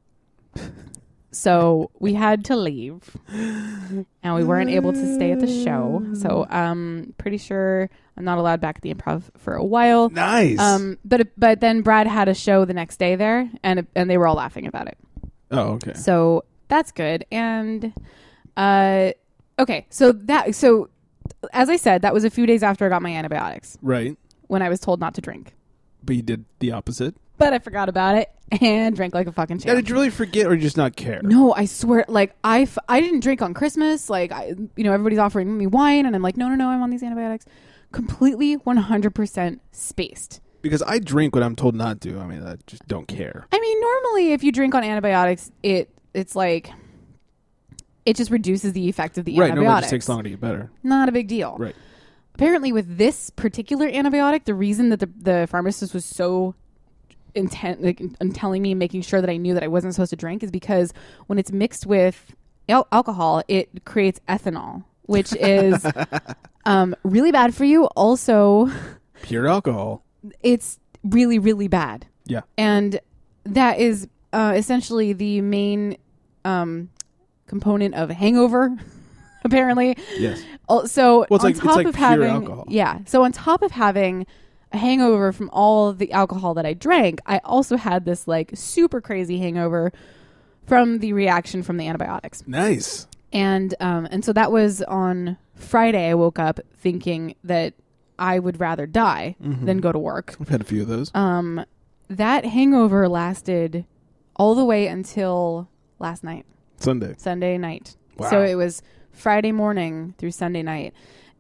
S3: so we had to leave, and we weren't able to stay at the show. So um, pretty sure I'm not allowed back at the improv for a while.
S1: Nice.
S3: Um, but but then Brad had a show the next day there, and and they were all laughing about it.
S1: oh, okay.
S3: So that's good. And uh, okay, so that so as I said, that was a few days after I got my antibiotics
S1: Right.
S3: when I was told not to drink,
S1: But you did the opposite.
S3: but I forgot about it and drank like a fucking
S1: Now,
S3: champ.
S1: did you really forget or just not care?
S3: No, I swear, like I, f- I didn't drink on Christmas. Like I, you know, everybody's offering me wine, and I'm like, no, no, no, I'm on these antibiotics. Completely 100% spaced.
S1: Because I drink when I'm told not to. I mean, I just don't care.
S3: I mean, normally if you drink on antibiotics, it it's like it just reduces the effect of the
S1: Right. Normally it
S3: antibiotics.
S1: just takes longer to get better.
S3: Not a big deal.
S1: Right.
S3: Apparently, with this particular antibiotic, the reason that the, the pharmacist was so intent like, in telling me, and making sure that I knew that I wasn't supposed to drink, is because when it's mixed with al- alcohol, it creates ethanol, which is um, really bad for you. Also,
S1: Pure alcohol.
S3: it's really, really bad
S1: Yeah.
S3: and that is uh, essentially the main um, component of hangover. apparently,
S1: Yes.
S3: Oh, so
S1: it's
S3: on
S1: like- it's
S3: top
S1: like
S3: of
S1: pure
S3: having
S1: alcohol.
S3: yeah, so on top of having a hangover from all the alcohol that I drank, I also had this like super crazy hangover from the reaction from the antibiotics
S1: Nice.
S3: and um, and so that was on Friday. I woke up thinking that I would rather die
S1: Mm-hmm.
S3: than go to work.
S1: I've had a few of those.
S3: Um, that hangover lasted all the way until last night,
S1: Sunday.
S3: Sunday night.
S1: Wow.
S3: So it was Friday morning through Sunday night,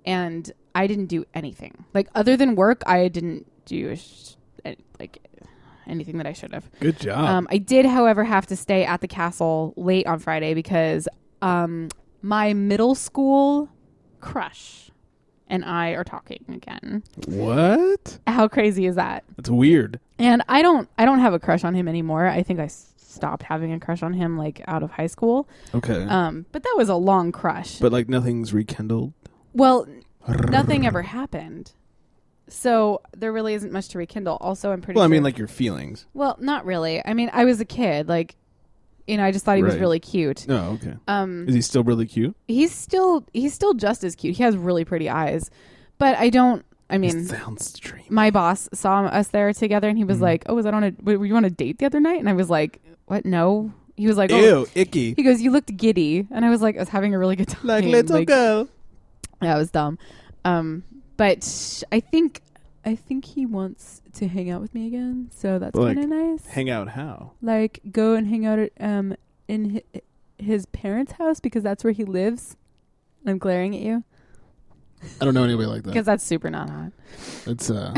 S3: and I didn't do anything like other than work. I didn't do a sh- a- like anything that I should have.
S1: Good job.
S3: Um, I did, however, have to stay at the castle late on Friday because um, my middle school crush and I are talking again.
S1: what?
S3: How crazy is that?
S1: That's weird.
S3: and i don't i don't have a crush on him anymore i think i s- stopped having a crush on him like out of high school
S1: Okay.
S3: um but that was a long crush
S1: but like nothing's rekindled.
S3: well nothing ever happened so there really isn't much to rekindle also i'm pretty
S1: Well, I
S3: sure-
S1: mean, like your feelings.
S3: well not really i mean i was a kid like you know i just thought he was
S1: Right.
S3: really cute
S1: Oh, okay.
S3: um
S1: Is he still really cute?
S3: he's still he's still just as cute he has really pretty eyes but i don't i mean
S1: Sounds dream.
S3: my boss saw us there together and he
S1: Mm-hmm.
S3: was like, "Oh, was that on a w- were you on a date the other night?" And I was like, "What? No." He was like, "Oh."
S1: Ew, icky.
S3: He goes, "You looked giddy," and I was like, "I was having a really good time."
S1: Like little girl.
S3: yeah, it was dumb. Um, But I think I think he wants to hang out with me again, so that's
S1: Like,
S3: kind of nice.
S1: Hang out how?
S3: like go and hang out at um in hi- his parents' house because that's where he lives. I'm glaring at you
S4: I don't know anybody like that.
S3: because that's super not hot.
S4: That's uh,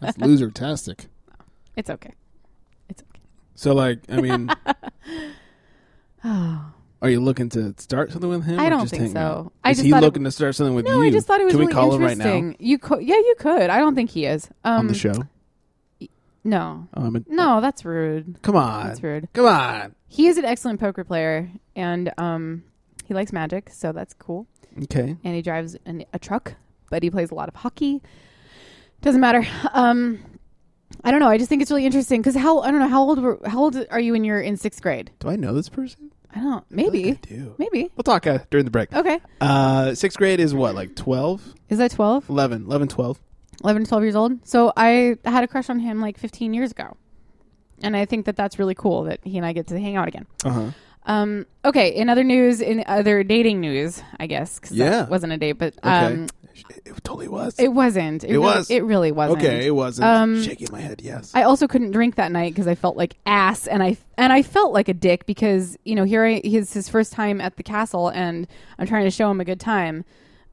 S4: that's loser tastic.
S3: It's okay.
S1: So like, I mean,
S3: Oh,
S1: are you looking to start something with him?
S3: I
S1: or
S3: don't
S1: just
S3: think
S1: hang out?
S3: so. I
S1: is
S3: just
S1: he
S3: thought it-
S1: looking to start something with
S3: no,
S1: you?
S3: I just thought it was
S1: Can
S3: really
S1: we call him right
S3: interesting.
S1: now
S3: You co- yeah, you could. I don't think he is. Um,
S1: on the show?
S3: No,
S1: Oh, I'm a,
S3: no, that's rude.
S1: Come on,
S3: That's rude.
S1: come on.
S3: He is an excellent poker player, and um, he likes magic, so that's cool.
S1: Okay.
S3: And he drives an, a truck, but he plays a lot of hockey. Doesn't matter. Um, I don't know. I just think it's really interesting because how I don't know how old were, how old are you when you're in sixth grade?
S1: Do I know this person?
S3: I
S1: I
S3: don't.
S1: feel like
S3: Maybe.
S1: I do.
S3: Maybe.
S1: We'll talk uh, during the break.
S3: Okay.
S1: Uh, sixth grade is what, like 12?
S3: Is that 12?
S1: 11, 11, 12.
S3: 11 12 years old so i had a crush on him like 15 years ago and i think that that's really cool that he and i get to hang out again
S1: Uh huh.
S3: um, okay in other news in other dating news i guess 'cause
S1: Yeah.
S3: that wasn't a date but
S1: Okay.
S3: um,
S1: It, it totally was.
S3: it wasn't it, really-
S1: was.
S3: it really wasn't
S1: okay, it wasn't.
S3: Um,
S1: Shaking my head, yes.
S3: I also couldn't drink that night because I felt like ass, and I and I felt like a dick because you know here I, his his first time at the castle, and I'm trying to show him a good time,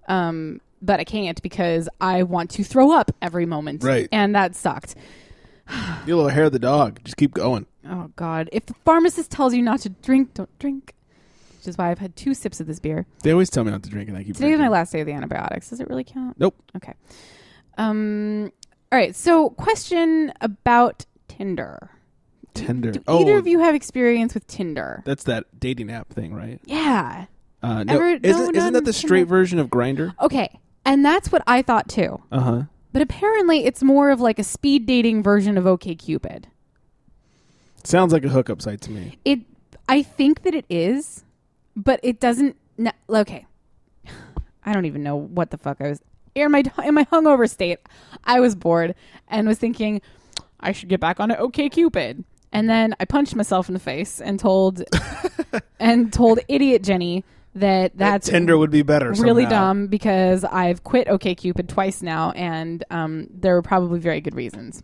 S3: um, but I can't because I want to throw up every moment,
S1: Right.
S3: And that sucked.
S1: Your little hair of the dog. Just keep going.
S3: Oh God! If the pharmacist tells you not to drink, don't drink. Which is why I've had two sips of this beer.
S1: They always tell me not to drink, and I keep
S3: Today's
S1: drinking.
S3: my last day of the antibiotics. Does it really count?
S1: Nope.
S3: Okay. Um. All right. So, question about Tinder.
S1: Tinder.
S3: Do
S1: oh,
S3: either of you have experience with Tinder?
S1: that's that dating app thing, right?
S3: Yeah.
S1: Uh, no,
S3: Ever-
S1: isn't
S3: no,
S1: isn't
S3: none
S1: that the
S3: of
S1: straight
S3: Tinder.
S1: version of Grinder?
S3: Okay. And that's what I thought too.
S1: Uh huh.
S3: But apparently, it's more of like a speed dating version of OKCupid.
S1: Sounds like a hookup site to me.
S3: It. I think that it is, but it doesn't. No, okay. I don't even know what the fuck I was in my in my hungover state. I was bored and was thinking I should get back on OKCupid. And then I punched myself in the face and told and told idiot Jenny that that's
S1: Tinder would be better.
S3: really
S1: somehow.
S3: dumb because I've quit OKCupid twice now, and um, there were probably very good reasons.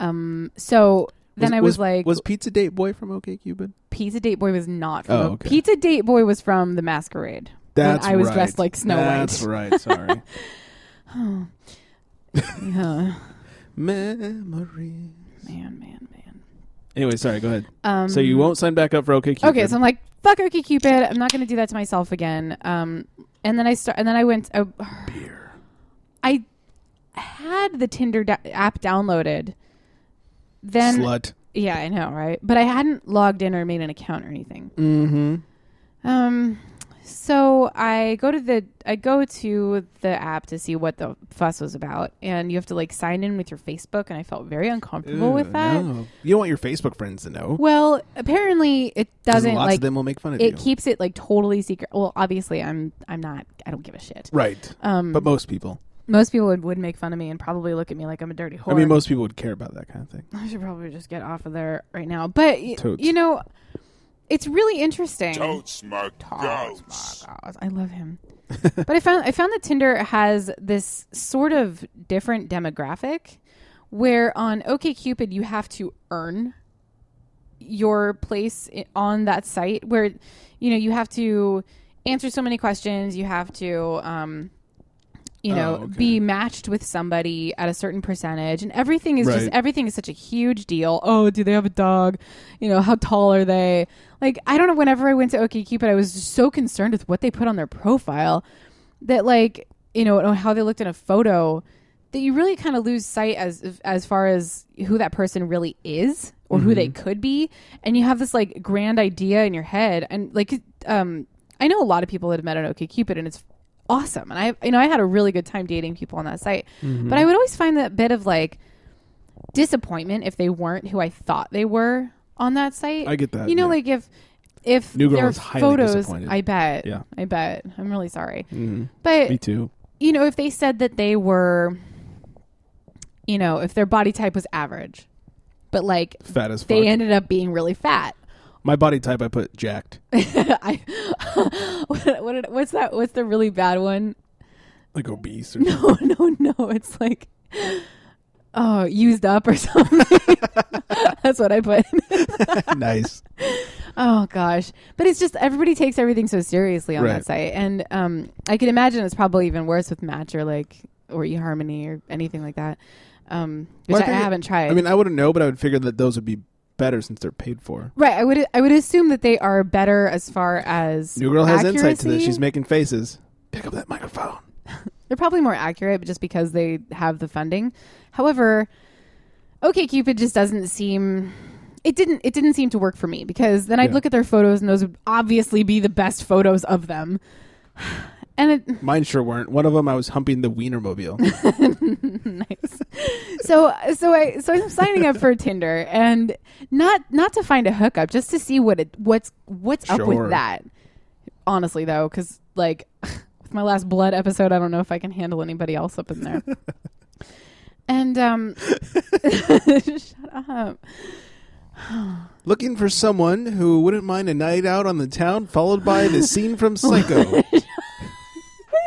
S3: Um, so then I was, like,
S1: was Pizza Date Boy from OKCupid?
S3: Pizza Date Boy was not from
S1: Oh,
S3: O-
S1: okay.
S3: Pizza Date Boy was from The Masquerade.
S1: That's
S3: when I was
S1: right.
S3: dressed like Snow
S1: That's
S3: White.
S1: right. Sorry.
S3: Yeah.
S1: Memory.
S3: man, man, man.
S1: Anyway, sorry. Go ahead.
S3: Um,
S1: so you won't sign back up for OKCupid.
S3: Okay, so I'm like, fuck OkCupid. I'm not going to do that to myself again. Um, and then I start, and then I went. I,
S1: Beer.
S3: I had the Tinder da- app downloaded. Then
S1: slut.
S3: Yeah, I know, right? But I hadn't logged in or made an account or anything.
S1: Mm-hmm.
S3: Um, so I go to the I go to the app to see what the fuss was about, and you have to like sign in with your Facebook, and I felt very uncomfortable with that.
S1: Uh, You don't want your Facebook friends to know.
S3: Well, apparently it
S1: 'cause
S3: doesn't
S1: Lots
S3: like
S1: of them will make fun of
S3: it
S1: you.
S3: keeps it like totally secret. Well, obviously I'm I'm not I don't give a shit.
S1: right.
S3: Um,
S1: but most people.
S3: most people would, would make fun of me and probably look at me like I'm a dirty whore.
S1: I mean, most people would care about that kind of thing.
S3: I should probably just get off of there right now. But y-
S1: Totes.
S3: you know, it's really interesting.
S5: Totes my
S3: Goats.
S5: goats.
S3: Goats. Oh, I love him. but I found I found that Tinder has this sort of different demographic where on OkCupid you have to earn your place i- on that site where you know you have to answer so many questions, you have to um you know,
S1: Oh, okay.
S3: be matched with somebody at a certain percentage, and everything is just
S1: Right.
S3: everything is such a huge deal. Oh, do they have a dog? You know, how tall are they? Like, I don't know. Whenever I went to OkCupid, I was just so concerned with what they put on their profile that, like, you know, and how they looked in a photo that you really kind of lose sight as as far as who that person really is or who they could be, and you have this like grand idea in your head, and like, um, I know a lot of people that have met on OkCupid, and it's awesome. And I, you know, I had a really good time dating people on that site, but I would always find that bit of like disappointment if they weren't who I thought they were on that site.
S1: I get that,
S3: You know,
S1: yeah.
S3: like if if
S1: New Girl
S3: their
S1: is highly
S3: photos,
S1: disappointed.
S3: I bet.
S1: Yeah.
S3: I bet. I'm really sorry,
S1: Mm-hmm. Me
S3: but
S1: too.
S3: you know, if they said that they were, you know, if their body type was average, but like
S1: Fat as fuck.
S3: they ended up being really fat.
S1: My body type, I put jacked.
S3: I what, what did- what's that? What's the really bad one?
S1: like obese. Or
S3: No, no, no. It's like, oh, used up or something. That's what I put.
S1: nice.
S3: Oh gosh, but it's just everybody takes everything so seriously on
S1: Right.
S3: that site, and um, I can imagine it's probably even worse with Match or like or eHarmony or anything like that, um, which
S1: Well, I
S3: I,
S1: think it-
S3: haven't tried.
S1: I mean, I wouldn't know, but I would figure that those would be better since they're paid for.
S3: right? I would I would assume that they are better as far as
S1: New girl has insight to this.
S3: accuracy.
S1: She's making faces. Pick up that microphone.
S3: They're probably more accurate just because they have the funding. However, OK Cupid just doesn't seem it didn't it didn't seem to work for me because then I'd
S1: Yeah.
S3: look at their photos and those would obviously be the best photos of them. And it,
S1: Mine sure weren't. One of them, I was humping the Wienermobile.
S3: nice. So so I so I'm signing up for Tinder and not not to find a hookup, just to see what it what's what's up
S1: Sure.
S3: with that. Honestly though, because like with my last blood episode, I don't know if I can handle anybody else up in there. and um, shut up.
S1: Looking for someone who wouldn't mind a night out on the town, followed by the scene from Psycho.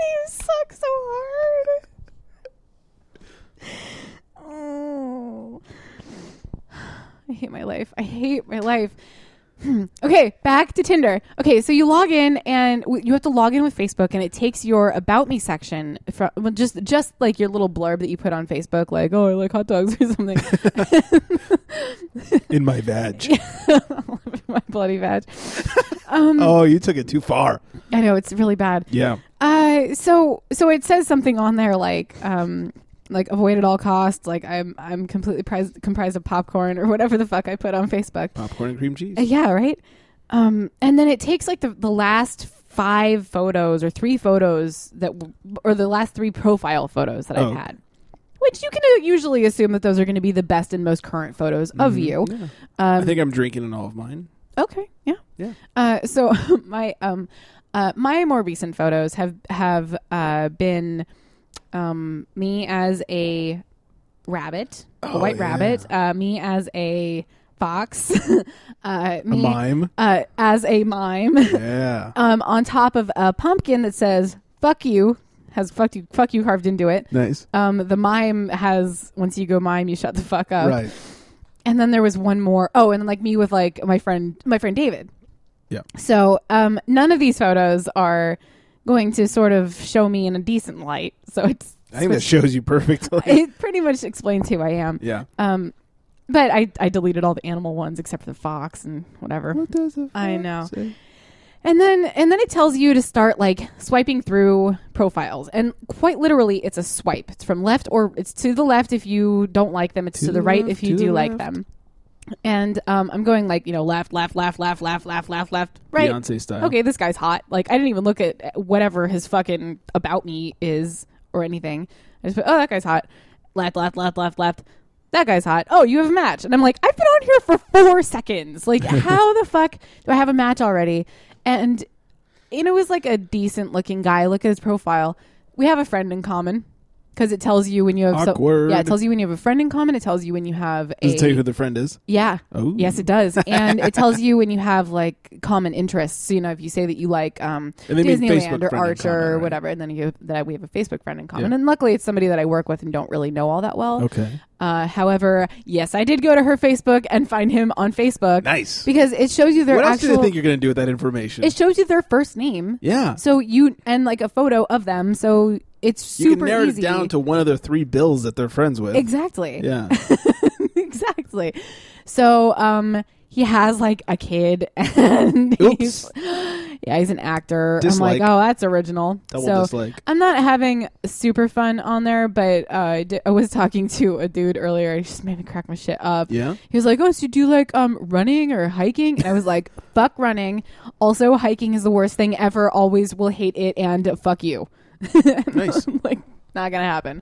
S3: you suck so hard. Oh. I hate my life. I hate my life. Hmm. Okay, back to Tinder. Okay, so you log in and w- you have to log in with Facebook, and it takes your about me section from well, just just like your little blurb that you put on Facebook, like oh I like hot dogs or something.
S1: In my vag.
S3: my bloody badge. Um,
S1: Oh, you took it too far.
S3: I know it's really bad.
S1: Yeah.
S3: Uh, so so it says something on there like um like avoid at all costs like i'm i'm completely pris- comprised of popcorn or whatever the fuck i put on facebook
S1: Popcorn and cream cheese.
S3: Uh, yeah right um and then it takes like the, the last five photos or three photos that w- or the last three profile photos that
S1: Oh.
S3: i've had which you can uh, usually assume that those are going to be the best and most current photos of you
S1: I think I'm drinking in all of mine.
S3: Okay. Yeah.
S1: Yeah.
S3: Uh, so my um, uh, my more recent photos have have uh, been um, me as a rabbit, a
S1: Oh,
S3: white
S1: yeah.
S3: rabbit. Uh, me as a fox. uh, me,
S1: mime.
S3: Uh, as a mime.
S1: Yeah.
S3: um, on top of a pumpkin that says "fuck you." Has fuck you, fuck you carved into it.
S1: nice.
S3: Um, the mime has once you go mime, you shut the fuck up.
S1: right.
S3: And then there was one more. Oh, and like me with like my friend, my friend David.
S1: Yeah.
S3: So um, none of these photos are going to sort of show me in a decent light. So it's
S1: I think that shows you perfectly.
S3: it pretty much explains who I am.
S1: yeah.
S3: Um, but I I deleted all the animal ones except for the fox and whatever. I know. And then and then it tells you to start like swiping through profiles. And quite literally it's a swipe. It's from left or it's to the left if you don't like them, it's to, the,
S1: the
S3: right
S1: left,
S3: if
S1: to
S3: you do
S1: the
S3: like
S1: left.
S3: them. And um, I'm going like, you know, left, left, left, left, left, left, left, left, right.
S1: Beyonce style.
S3: Okay, this guy's hot. Like I didn't even look at whatever his fucking about me is or anything. I just put, oh that guy's hot. Left, left, left, left, left. That guy's hot. Oh, you have a match. And I'm like, I've been on here for four seconds. Like, how the fuck do I have a match already? And and it was like a decent looking guy. Look at his profile. We have a friend in common because it tells you when you have so-
S1: Awkward.
S3: yeah, it tells you when you have a friend in common. It tells you when you have a
S1: Does it tell you who the friend is?
S3: yeah.
S1: Ooh.
S3: Yes, it does, and it tells you when you have like common interests. So, you know, if you say that you like um,
S1: And they mean Facebook
S3: Disneyland
S1: friend
S3: or
S1: in
S3: Archer
S1: common,
S3: or
S1: right?
S3: whatever, and then you that we have a Facebook friend in common.
S1: Yeah.
S3: And luckily, it's somebody that I work with and don't really know all that well.
S1: Okay.
S3: Uh, however, yes, I did go to her Facebook and find him on Facebook.
S1: Nice.
S3: because it shows you their
S1: what else do
S3: actual.
S1: they think you're going to do with that information?
S3: it shows you their first name.
S1: yeah.
S3: So you and like a photo of them. So it's
S1: you can
S3: super
S1: narrow
S3: easy.
S1: it down to one of their three bills that they're friends with.
S3: exactly.
S1: Yeah.
S3: exactly. So um he has like a kid and he's
S1: Oops.
S3: yeah, he's an actor.
S1: Dislike.
S3: I'm like, oh, that's original.
S1: Double
S3: so
S1: dislike.
S3: I'm not having super fun on there, but uh, I, di- I was talking to a dude earlier. He just made me crack my shit up.
S1: Yeah.
S3: He was like, oh, so you do like um running or hiking? And I was like, fuck running. Also, hiking is the worst thing ever. Always will hate it and fuck you.
S1: Nice.
S3: like, not gonna happen.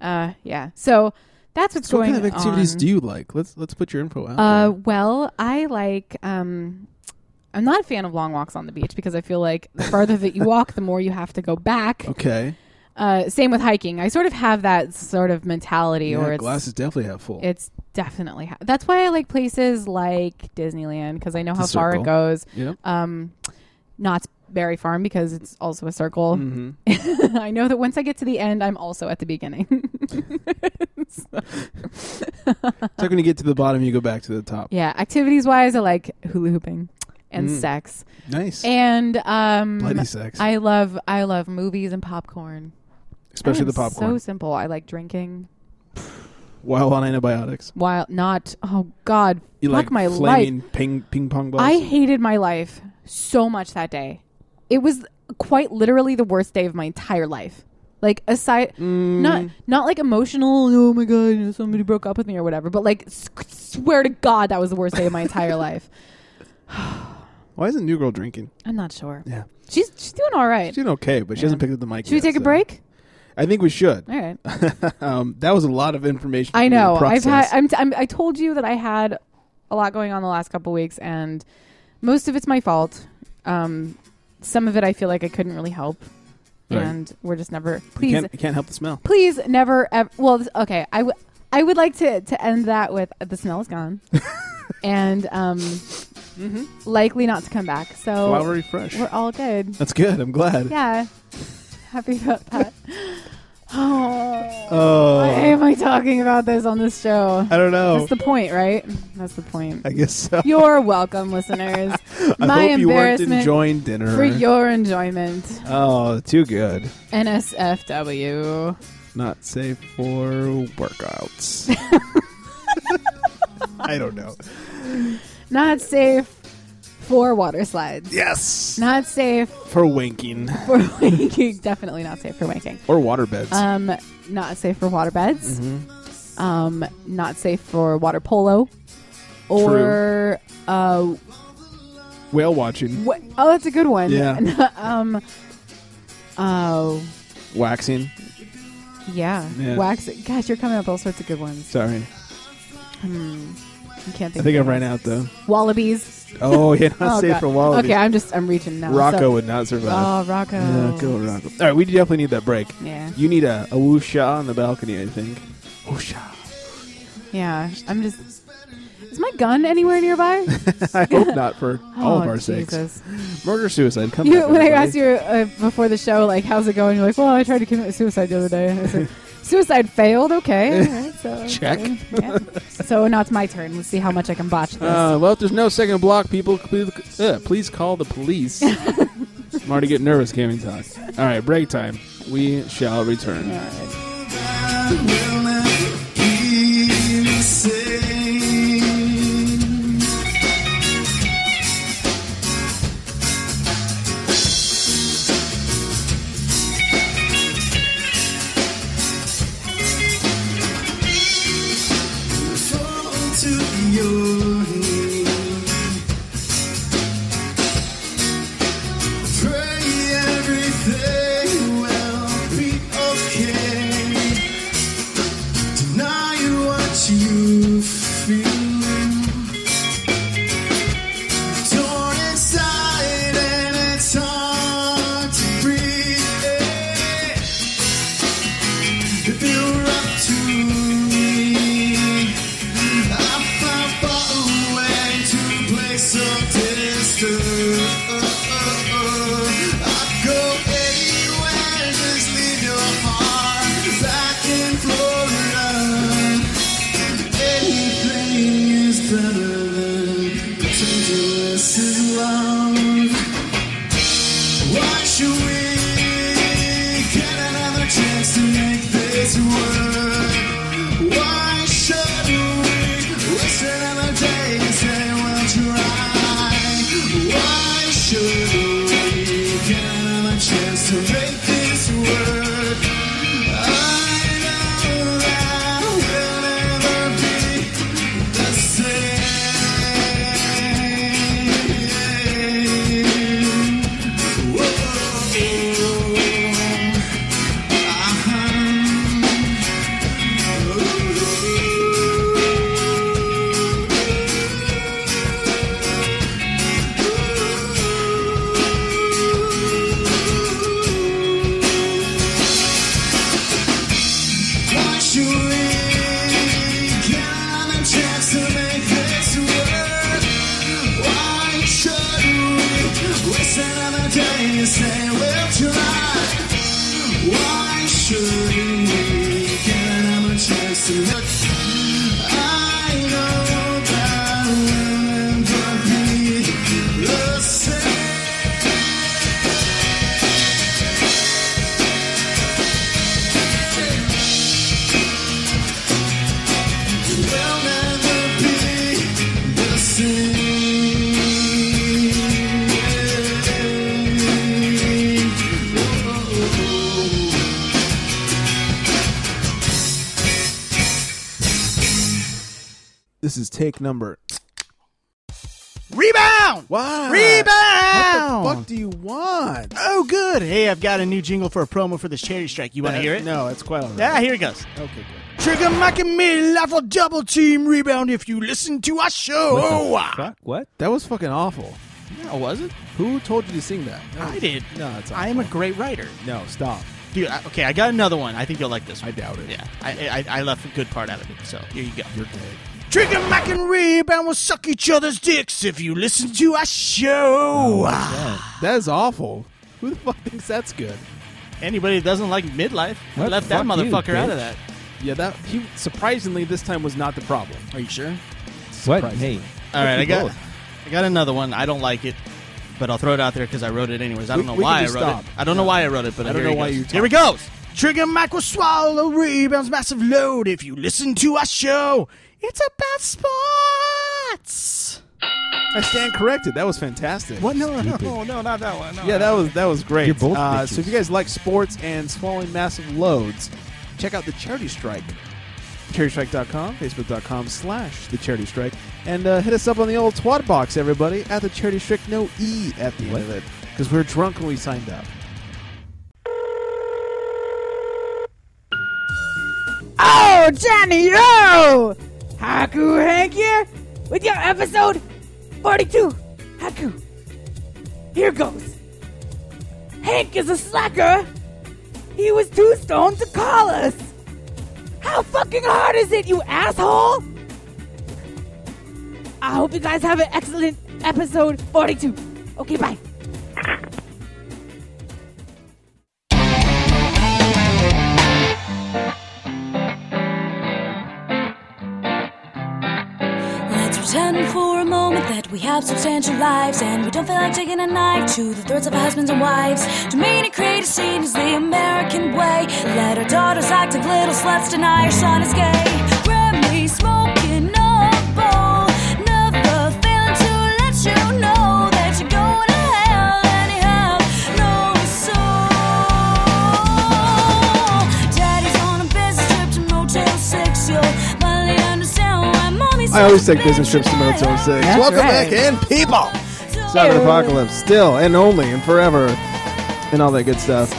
S3: Uh, yeah. So that's what's
S1: So what
S3: going on.
S1: kind of activities do you like? Let's let's put your info out.
S3: Uh,
S1: there.
S3: well, I like. Um, I'm not a fan of long walks on the beach because I feel like the farther that you walk, the more you have to go back.
S1: Okay.
S3: Uh, same with hiking. I sort of have that sort of mentality,
S1: Yeah,
S3: or it's
S1: glasses definitely have full.
S3: it's definitely ha- that's why I like places like Disneyland because I know how
S1: The
S3: far it
S1: circle.
S3: goes.
S1: Yep.
S3: Um, Knott's Berry Farm because it's also a circle.
S1: Mm-hmm.
S3: I know that once I get to the end, I'm also at the beginning. So-
S1: It's like when you get to the bottom, you go back to the top.
S3: yeah, activities wise, I like hula hooping and
S1: Mm.
S3: sex,
S4: Nice.
S3: and um,
S1: Bloody sex,
S3: I love I love movies and popcorn, I
S1: especially
S3: am
S1: the popcorn,
S3: So simple. I like drinking
S1: while on antibiotics.
S3: while not. Oh God,
S1: You
S3: fuck
S1: like
S3: my life.
S1: flaming ping ping pong balls.
S3: I hated my life so much that day. It was quite literally the worst day of my entire life. Like aside,
S1: Mm,
S3: not not like emotional. Oh my god, you know, somebody broke up with me or whatever. But like, s- swear to God, that was the worst day of my entire life.
S1: Why isn't New Girl drinking?
S3: I'm not sure.
S1: Yeah,
S3: She's she's doing all right.
S1: she's doing okay, but she hasn't picked up the mic.
S3: Should we
S1: yet,
S3: take a
S1: so-
S3: break?
S1: I think we should.
S3: All right.
S1: um, that was a lot of information. for me
S3: I
S1: to
S3: know. I've had.
S1: process.
S3: I'm, t- I'm. I told you that I had a lot going on the last couple weeks, and most of it's my fault. Um, some of it I feel like I couldn't really help,
S1: Right.
S3: and we're just never.
S1: you
S3: Please,
S1: can't, you can't help the smell.
S3: please never. Ever, well, this- okay. I w- I would like to to end that with the smell is gone, and um,
S1: Mm-hmm.
S3: likely not to come back. So
S1: Flowery fresh.
S3: we're all good.
S1: That's good. I'm glad.
S3: Oh, Yeah, happy about that. oh,
S1: Oh,
S3: why am I talking about this on this show?
S1: I don't know.
S3: That's the point, right? That's the point.
S1: Oh. I guess so.
S3: You're welcome, listeners.
S1: I
S3: My
S1: hope you weren't
S3: embarrassment
S1: enjoying dinner.
S3: for your enjoyment.
S1: oh, too good.
S3: NSFW.
S1: Not safe for workouts. I don't know.
S3: Not safe for water slides.
S1: Yes.
S3: Not safe
S1: for winking
S3: for wanking. Definitely not safe for wanking.
S1: or water beds.
S3: Um, not safe for water beds.
S1: Mm-hmm.
S3: Um, not safe for water polo. Or uh,
S1: Whale watching,
S3: what? Oh, that's a good one.
S1: Yeah.
S3: um. Oh,
S1: waxing.
S3: yeah.
S1: Yeah.
S3: Wax. Gosh, you're coming up with all sorts of good ones.
S1: Sorry,
S3: You
S1: I
S3: can't think.
S1: think
S3: of
S1: I've
S3: one.
S1: ran out though.
S3: Wallabies.
S1: Oh, yeah, not
S3: Oh,
S1: safe
S3: God.
S1: for wallabies.
S3: Okay, I'm just I'm reaching now.
S1: Rocco
S3: So.
S1: would not survive.
S3: Oh, Rocco.
S1: yeah, go Rocco. All right, we definitely need that break.
S3: Yeah.
S1: You need a, a woosha on the balcony, I think. Woosha.
S3: Yeah. I'm just. Is my gun anywhere nearby?
S1: I hope not for all of
S3: Oh,
S1: our sakes.
S3: Jesus.
S1: Murder suicide. Come
S3: You,
S1: back,
S3: when I
S1: everybody.
S3: asked you uh, before the show, like, how's it going? You're like, well, I tried to commit suicide the other day. And I said, suicide failed. Okay. All right, so,
S1: Check.
S3: Yeah. So now it's my turn. Let's see how much I can botch this.
S1: Uh, well, if there's no second block, people, please, uh, please call the police. I'm already getting nervous, can't even talk. All right, break time. We shall return.
S3: All right.
S5: If you're up to me, I found far away to a place so distant. I'd go anywhere, just leave your heart back in Florida. Anything is better than pretending this is love. Why should we get another chance to make this work? Why should we waste another day and say we'll try? Why should we get another chance to make this work? I know that we'll never be the same. Watch you get another chance to make this work. Why should we waste another day and
S6: you say we'll try. Why shouldn't we get him a chance to look? I know that we'll never be the same. We'll never be the same.
S1: This is take number.
S5: Rebound!
S1: Wow.
S5: Rebound!
S1: What the fuck do you want?
S5: Oh, good. Hey, I've got a new jingle for a promo for this charity strike. You want to hear it?
S1: No, it's quite all right.
S5: Yeah, here it goes.
S1: Okay, good.
S5: Trigger Mike and me live for double team rebound if you listen to our show.
S7: Fuck, what?
S1: That was fucking awful.
S7: No, was it?
S1: Who told you to sing that?
S5: I did.
S1: No, it's
S5: I am a great writer.
S1: No, stop.
S5: Dude, I, okay, I got another one. I think you'll like this one.
S1: I doubt it.
S5: Yeah, I, I, I left a good part out of it, so here you go. You're dead. Trigger Mike and Rebound will suck each other's dicks if you listen to our
S7: Oh,
S5: show.
S1: That is awful. Who the fuck thinks that's good?
S5: Anybody that doesn't like midlife, I
S7: What?
S5: left that
S7: Fuck you,
S5: motherfucker out of
S7: bitch.
S5: that.
S1: Yeah, that he surprisingly this time was not the problem.
S5: Are you sure?
S7: What? Hey,
S5: All right, I
S7: you
S5: got,
S7: both.
S5: I got another one. I don't like it, but I'll throw it out there because I wrote it anyways. I
S1: We-
S5: don't know
S1: we can
S5: why I wrote
S1: just stop.
S5: it. I don't know why I wrote it, but
S1: I don't
S5: here
S1: know
S5: it
S1: why
S5: goes.
S1: you
S5: Here it goes. Trigger Mike will swallow rebounds, massive load. If you listen to our show, it's about sports.
S1: I stand corrected. That was fantastic.
S5: What? No, no,
S7: Stupid.
S5: no, not that one. No,
S1: Yeah, that was that was great.
S7: You're both
S1: uh,
S7: bitches.
S1: so if you guys like sports and swallowing massive loads, check out the Charity Strike. CharityStrike.com, Facebook.com slash the Charity Strike, and uh, hit us up on the old twat box, everybody, at the Charity Strike. No E at the
S7: What?
S1: end of it because we were drunk when we signed up.
S8: Oh, Johnny, yo! Haku Hank here with your episode 42. Haku, here goes. Hank is a slacker. He was too stoned to call us. How fucking hard is it, you asshole? I hope you guys have an excellent episode 42. Okay, bye.
S9: Let's pretend for a moment that we have substantial lives and we don't feel like taking a knife to the throats of our husbands and wives. To mean and create a scene is the American way. Let our daughters act like little sluts, deny our son is gay. Grammy smoking a bowl, never failing to let you know that you're going to hell and you have no soul. Daddy's on a business trip to Motel 6, you'll finally understand why mommy's
S1: I always take business trips to Motel 6. Welcome
S3: right.
S1: back in, people! Cyber Apocalypse, still and only and forever, and all that good stuff.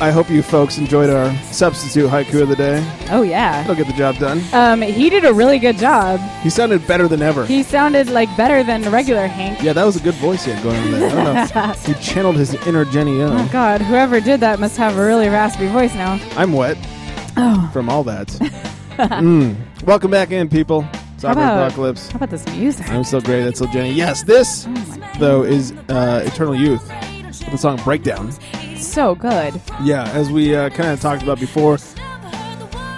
S1: I, I hope you folks enjoyed our substitute haiku of the day.
S3: Oh yeah.
S1: It'll get the job done.
S3: Um, he did a really good job.
S1: He sounded better than ever.
S3: He sounded like better than regular Hank.
S1: Yeah, that was a good voice he had going on there. I don't know. He channeled his inner Jenny
S3: Oh
S1: O.
S3: God, whoever did that must have a really raspy voice now.
S1: I'm wet
S3: Oh.
S1: from all that. mm. Welcome back in, people. Cyber
S3: about-
S1: Apocalypse.
S3: How about this music?
S1: I'm so great. That's so Jenny. Yes,
S3: Oh,
S1: this, though, is uh, Eternal Youth. with The song Breakdown.
S3: So good.
S1: Yeah, as we uh, kind of talked about before,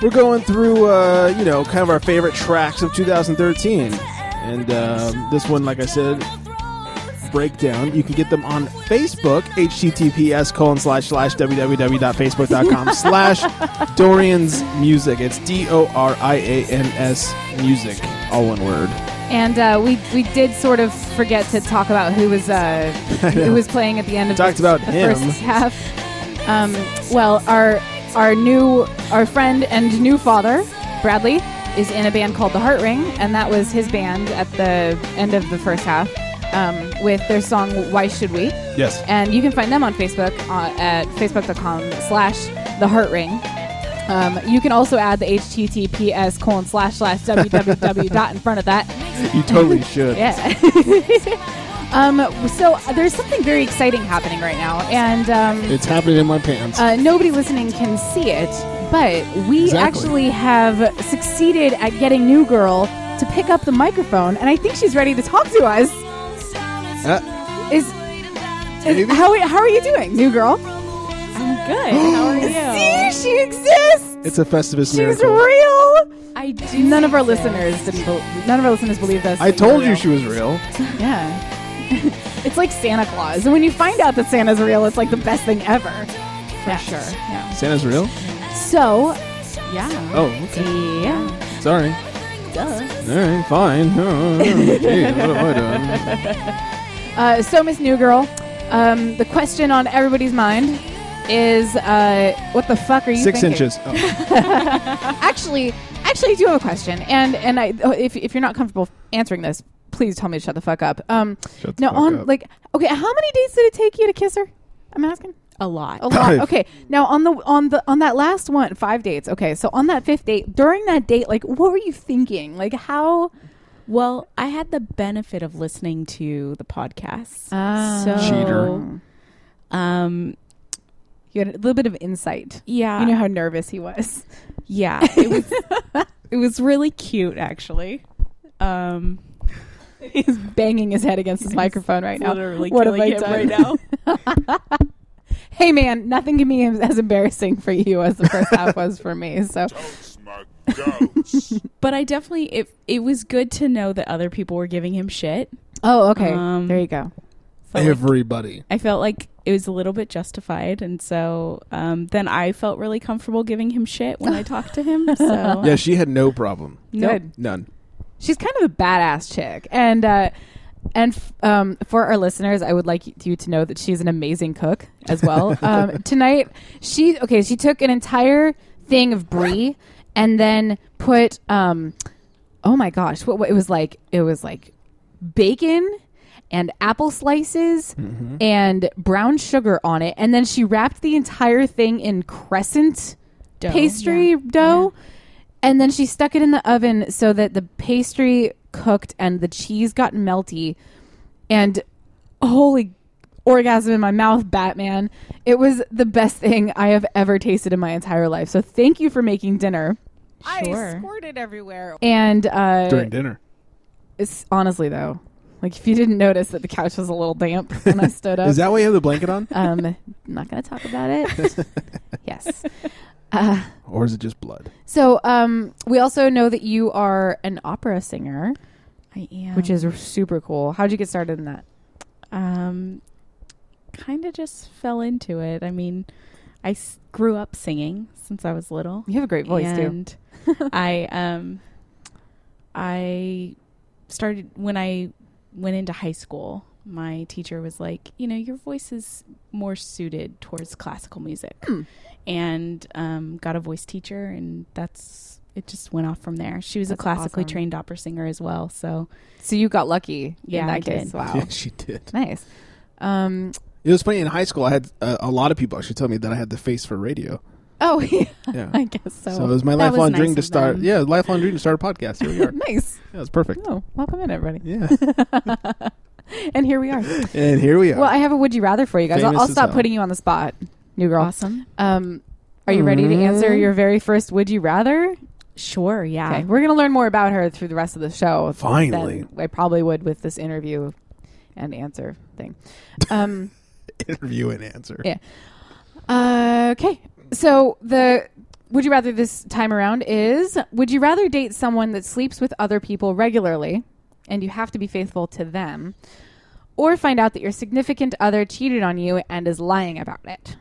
S1: we're going through, uh, you know, kind of our favorite tracks of 2013. And um, this one, like I said, Breakdown. You can get them on Facebook, https colon slash slash www.facebook.com slash Dorian's Music. It's D-O-R-I-A-N-S Music, all one word.
S3: And uh, we we did sort of forget to talk about who was uh, who was playing at the end of
S1: Talked
S3: the,
S1: about
S3: the
S1: him.
S3: first half. Um, well, our our new our friend and new father Bradley is in a band called the Heart Ring, and that was his band at the end of the first half um, with their song "Why Should We."
S1: Yes.
S3: and you can find them on Facebook uh, at facebook.com slash the heart ring um, you can also add the https colon slash slash www dot in front of that
S1: You totally should.
S3: yeah um, so there's something very exciting happening right now and um,
S10: It's happening in my pants.
S3: uh, nobody listening can see it but we
S10: Exactly.
S3: actually have succeeded at getting new girl to pick up the microphone and i think she's ready to talk to us
S1: Uh,
S3: is Is- How, how are you doing, new girl? I'm
S9: good. How are you?
S3: See, she exists.
S1: It's a Festivus
S3: She's
S1: miracle.
S3: real.
S9: I do.
S3: None of our listeners didn't. bel none of our listeners believed us.
S1: I told you she was real.
S3: Yeah. it's like Santa Claus, and when you find out that Santa's real, it's like the best thing ever. For sure. Yeah.
S1: Santa's real?
S3: So, yeah.
S1: Oh, okay.
S3: Yeah.
S1: Sorry.
S3: Duh.
S1: All right, fine. Oh, gee, what have I done?
S3: Uh, so, Miss New Girl, um, the question on everybody's mind is, uh, what the fuck are you?
S1: Six
S3: thinking?
S1: inches. Oh.
S3: actually, actually, I do have a question, and and I, oh, if if you're not comfortable answering this, please tell me to shut the fuck up. Um,
S1: Shut the
S3: now
S1: fuck
S3: on
S1: up.
S3: like, okay, how many dates did it take you to kiss her? I'm asking.
S9: A lot.
S3: A lot.
S1: Five.
S3: Okay. Now on the on the on that last one, five dates. Okay. So on that fifth date, during that date, like, what were you thinking? Like, how?
S9: Well, I had the benefit of listening to the podcast.
S3: Ah.
S9: so,
S1: Cheater.
S9: Um,
S3: You had a little bit of insight.
S9: yeah.
S3: You know how nervous he was.
S9: yeah. It was, it was really cute, actually. Um,
S3: He's banging his head against his microphone right now.
S9: literally
S3: what have
S9: killing
S3: I
S9: him
S3: done?
S9: right now.
S3: hey man, nothing can be as embarrassing for you as the first half was for me. So
S9: but I definitely it it was good to know that other people were giving him shit.
S3: Oh, okay.
S9: Um,
S3: there you go.
S9: Felt like-
S4: Everybody.
S9: I felt like it was a little bit justified, and so um, then I felt really comfortable giving him shit when I talked to him. So
S1: Yeah, she had no problem.
S9: Nope.
S3: Good.
S1: None.
S3: She's kind of a badass chick, and uh, and f- um, for our listeners, I would like you to know that she's an amazing cook as well. um, tonight, she okay, she took an entire thing of brie and then put um, oh my gosh, what, what it was like? It was like bacon. And apple slices and brown sugar on it. And then she wrapped the entire thing in crescent
S9: Dough,
S3: pastry dough. And then she stuck it in the oven so that the pastry cooked and the cheese got melty. And holy orgasm in my mouth, Batman. It was the best thing I have ever tasted in my entire life. So thank you for making dinner.
S9: sure.
S3: And uh,
S1: During dinner.
S3: it's, honestly, though, like if you didn't notice that the couch was a little damp when I stood up,
S1: Is that why you have the blanket on?
S3: um, I'm not going to talk about it. yes. Uh,
S1: Or is it just blood?
S3: so um, we also know that you are an opera singer.
S9: I am,
S3: which is r- super cool. How'd you get started in that?
S9: um, kind of just fell into it. I mean, I s- grew up singing since I was little.
S3: You have a great voice too.
S9: and I um I started when I went into high school. My teacher was like, you know, your voice is more suited towards classical music,
S3: Hmm.
S9: and um, got a voice teacher, and that's it. Just went off from there. She was
S3: That's
S9: a classically
S3: awesome.
S9: trained opera singer as well, so
S3: So you got lucky
S9: Yeah,
S3: in that
S9: I
S3: case.
S9: did.
S3: Wow,
S1: Yeah, she did.
S3: nice. Um,
S1: It was funny. In high school, I had uh, a lot of people actually tell me that I had the face for radio.
S3: oh yeah,
S1: Yeah.
S3: I guess so.
S1: So it was my
S9: That was
S1: lifelong
S9: nice
S1: dream to
S9: of
S1: start.
S9: them.
S1: Yeah, lifelong dream to start a podcast. Here we are.
S3: nice.
S1: That was perfect.
S3: Oh, welcome in everybody.
S1: Yeah,
S3: and here we are.
S1: and here we are.
S3: Well, I have a would you rather for you guys. I'll,
S1: Famous
S3: I'll
S1: as
S3: stop
S1: hell.
S3: putting you on the spot, new girl.
S9: awesome.
S3: Um, are you ready to
S1: Mm-hmm.
S3: answer your very first would you rather?
S9: Sure, yeah.
S3: Okay, we're gonna learn more about her through the rest of the show.
S1: Finally.
S3: than I probably would with this interview and answer thing. Um.
S1: Interview and answer.
S3: Yeah. Uh, okay. So the would you rather this time around is would you rather date someone that sleeps with other people regularly and you have to be faithful to them or find out that your significant other cheated on you and is lying about it?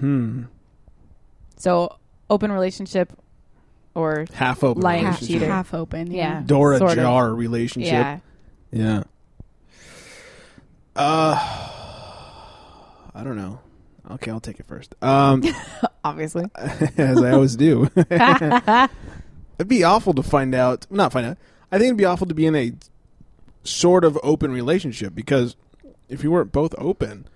S1: Hmm.
S3: So open relationship or
S1: Half open.
S3: Like
S9: half,
S1: relationship.
S3: cheater.
S9: half open,
S3: Yeah.
S9: yeah.
S1: Door
S3: sort of.
S1: ajar relationship.
S3: yeah.
S1: Yeah. Uh, I don't know. Okay, I'll take it first. Um,
S3: Obviously.
S1: as I always do. it'd be awful to find out. Not find out. I think it'd be awful to be in a sort of open relationship because if you weren't both open,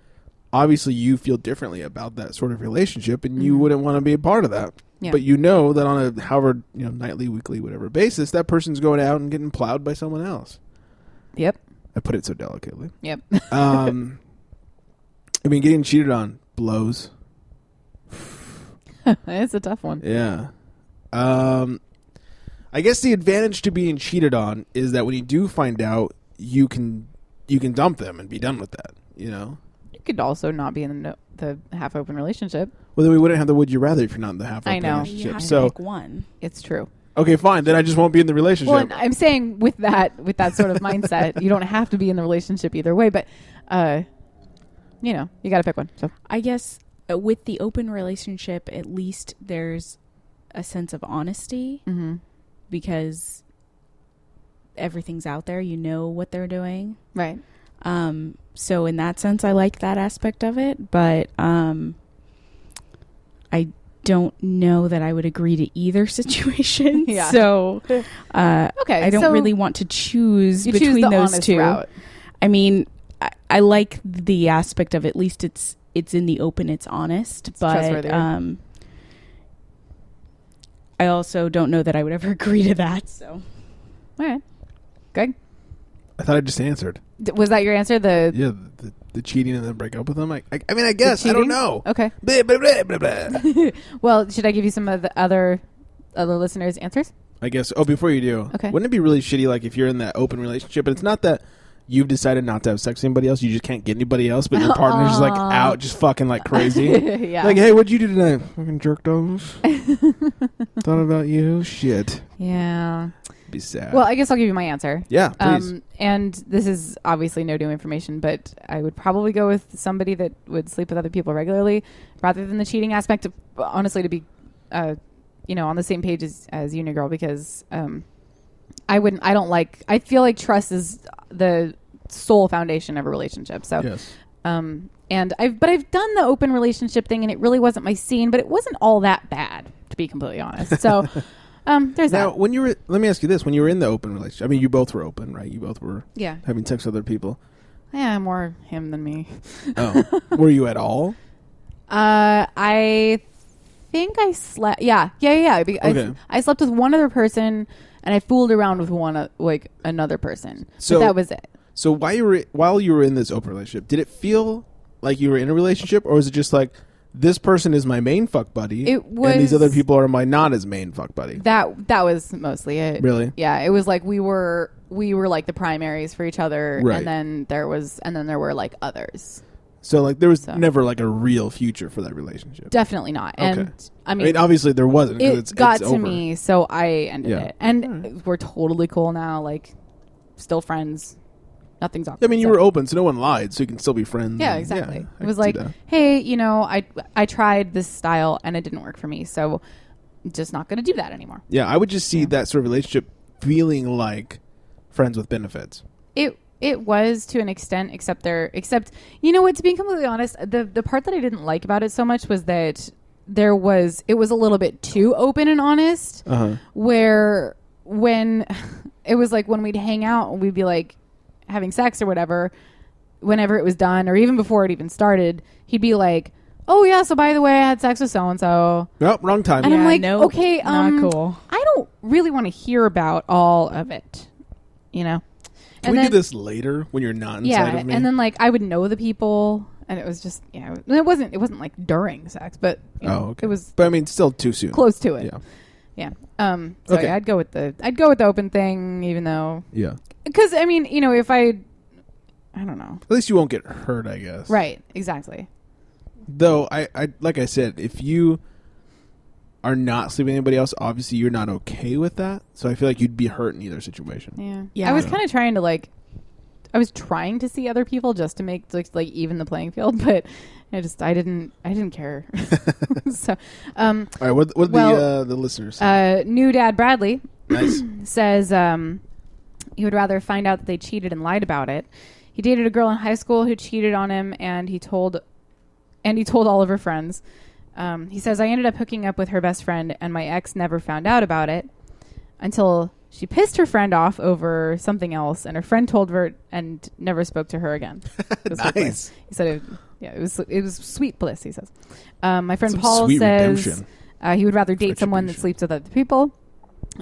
S1: obviously you feel differently about that sort of relationship, and you wouldn't want to be a part of that.
S3: Yeah.
S1: But you know that on a however you know nightly, weekly, whatever basis, that person's going out and getting plowed by someone else.
S3: Yep.
S1: I put it so delicately.
S3: Yep.
S1: Um, I mean, getting cheated on blows.
S3: it's a tough one.
S1: Yeah. Um, I guess the advantage to being cheated on is that when you do find out, you can you can dump them and be done with that. You know,
S3: You could also not be in the, the half open relationship.
S1: Well, then we wouldn't have the would you rather if you're not in the half.
S3: I know.
S1: Relationship. so
S9: one.
S3: It's true.
S1: okay, fine. Then I just won't be in the relationship.
S3: Well, and I'm saying with that with that sort of mindset, you don't have to be in the relationship either way, but uh, you know, you got to pick one. So
S9: I guess uh, with the open relationship, at least there's a sense of honesty
S3: Mhm.
S9: because everything's out there. You know what they're doing,
S3: right?
S9: Um, so in that sense, I like that aspect of it, but um, I don't know that I would agree to either situation.
S3: Yeah.
S9: So uh,
S3: Okay,
S9: I don't
S3: so
S9: really want to choose
S3: you choose
S9: between
S3: the
S9: those
S3: honest
S9: two.
S3: route.
S9: I mean, I, I like the aspect of at least it's it's in the open, it's honest, but
S3: trustworthy.
S9: um, I also don't know that I would ever agree to that. So
S3: All right. Good.
S1: I thought I just answered.
S3: D- was that your answer? The
S1: Yeah, the, the, the cheating and then break up with them. I, I, I mean, I guess I
S3: cheating?
S1: don't know.
S3: Oh. Okay.
S1: Blah, blah, blah, blah, blah.
S3: well, should I give you some of the other other listeners' answers?
S1: I guess. Oh, before you do,
S3: Okay.
S1: Wouldn't it be really shitty like if you're in that open relationship and it's not that you've decided not to have sex with anybody else, you just can't get anybody else, but your partner's just like
S3: Aw.
S1: out, just fucking like crazy.
S3: yeah.
S1: Like, hey, what'd you do tonight? Fucking jerked off. Thought about you. Shit.
S3: yeah.
S1: Be sad.
S3: Well, I guess I'll give you my answer.
S1: uh, yeah, please.
S3: Um, and this is obviously no new information, but I would probably go with somebody that would sleep with other people regularly, rather than the cheating aspect. Of, honestly, to be, uh, you know, on the same page as as you, new girl, because um, I wouldn't. I don't like. I feel like trust is the sole foundation of a relationship. So
S1: yes.
S3: um, and I've but I've done the open relationship thing, and it really wasn't my scene, but it wasn't all that bad to be completely honest. So um, there's
S1: Now,
S3: that.
S1: when you were, let me ask you this: When you were in the open relationship, I mean, you both were open, right? You both were
S3: Yeah,
S1: having sex with other people.
S3: yeah, more him than me.
S1: Oh, were you at all?
S3: Uh, I think I slept. Yeah, yeah, yeah. yeah. Be- I,
S1: Okay.
S3: I slept with one other person, and I fooled around with one o- like another person.
S1: So-
S3: but that was it.
S1: So while you were while you were in this open relationship, did it feel like you were in a relationship, or was it just like this person is my main fuck buddy,
S3: It
S1: and these
S3: was-
S1: other people are my not as main fuck buddy?
S3: That that was mostly it.
S1: Really?
S3: Yeah, it was like we were we were like the primaries for each other,
S1: Right.
S3: and then there was and then there were like others.
S1: So like there was
S3: So-
S1: never like a real future for that relationship.
S3: Definitely not.
S1: Okay.
S3: And I
S1: I
S3: mean,
S1: mean, obviously there wasn't. 'cause
S3: it
S1: it's,
S3: got
S1: it's
S3: to
S1: over.
S3: me, so I ended
S1: Yeah.
S3: it. And we're totally cool now, like still friends. Nothing's awkward.
S1: I mean, you
S3: so.
S1: were open, so no one lied, so you can still be friends.
S3: Yeah,
S1: and-
S3: exactly.
S1: I
S3: it
S1: can
S3: was
S1: see
S3: like,
S1: that.
S3: hey, you know, I I tried this style and it didn't work for me, so I'm just not going to do that anymore.
S1: yeah, I would just see that sort of relationship feeling like friends with benefits.
S3: It it was to an extent, except there, except you know what? To be completely honest, the the part that I didn't like about it so much was that there was it was a little bit too open and honest,
S1: Uh-huh.
S3: where when it was like when we'd hang out and we'd be like having sex or whatever, whenever it was done or even before it even started, he'd be like. Oh yeah, so by the way, I had sex with so and so.
S1: Nope, Oh, wrong time.
S3: And I'm
S9: Yeah,
S3: like,
S9: nope,
S3: okay,
S9: not
S3: um,
S9: cool.
S3: I don't really want to hear about all of it, you know.
S1: can
S3: and
S1: we
S3: then,
S1: do this later when you're not inside
S3: Yeah,
S1: of me?
S3: and then like I would know the people, and it was just yeah, it, it wasn't it wasn't like during sex, but you know,
S1: oh, okay.
S3: it was
S1: But I mean, still too soon.
S3: close to it.
S1: Yeah.
S3: Yeah. Um. So
S1: Okay.
S3: yeah, I'd go with the I'd go with the open thing, even though
S1: Yeah.
S3: because I mean you know if I I don't know
S1: At least you won't get hurt, I guess.
S3: right exactly
S1: Though I, I like I said, if you are not sleeping with anybody else, obviously you're not okay with that. So I feel like you'd be hurt in either situation.
S3: yeah
S9: Yeah.
S3: I was
S1: Yeah.
S3: kind of trying to like I was trying to see other people just to make like, like even the playing field, but I just I didn't I didn't care. so, um,
S1: All right, what what did the
S3: Well,
S1: uh, the listeners? say?
S3: uh, new dad Bradley
S1: nice.
S3: says um, he would rather find out that they cheated and lied about it. He dated a girl in high school who cheated on him, and he told and he told all of her friends. Um, he says I ended up hooking up with her best friend, and my ex never found out about it until she pissed her friend off over something else, and her friend told her and never spoke to her again. It
S1: uh,
S3: was sweet bliss. He said, it, "Yeah, it was it was sweet bliss." He says, um, "My friend
S1: Some
S3: Paul
S1: sweet
S3: says
S1: redemption.
S3: uh, he would rather date someone that
S1: Retribution.
S3: sleeps with other people."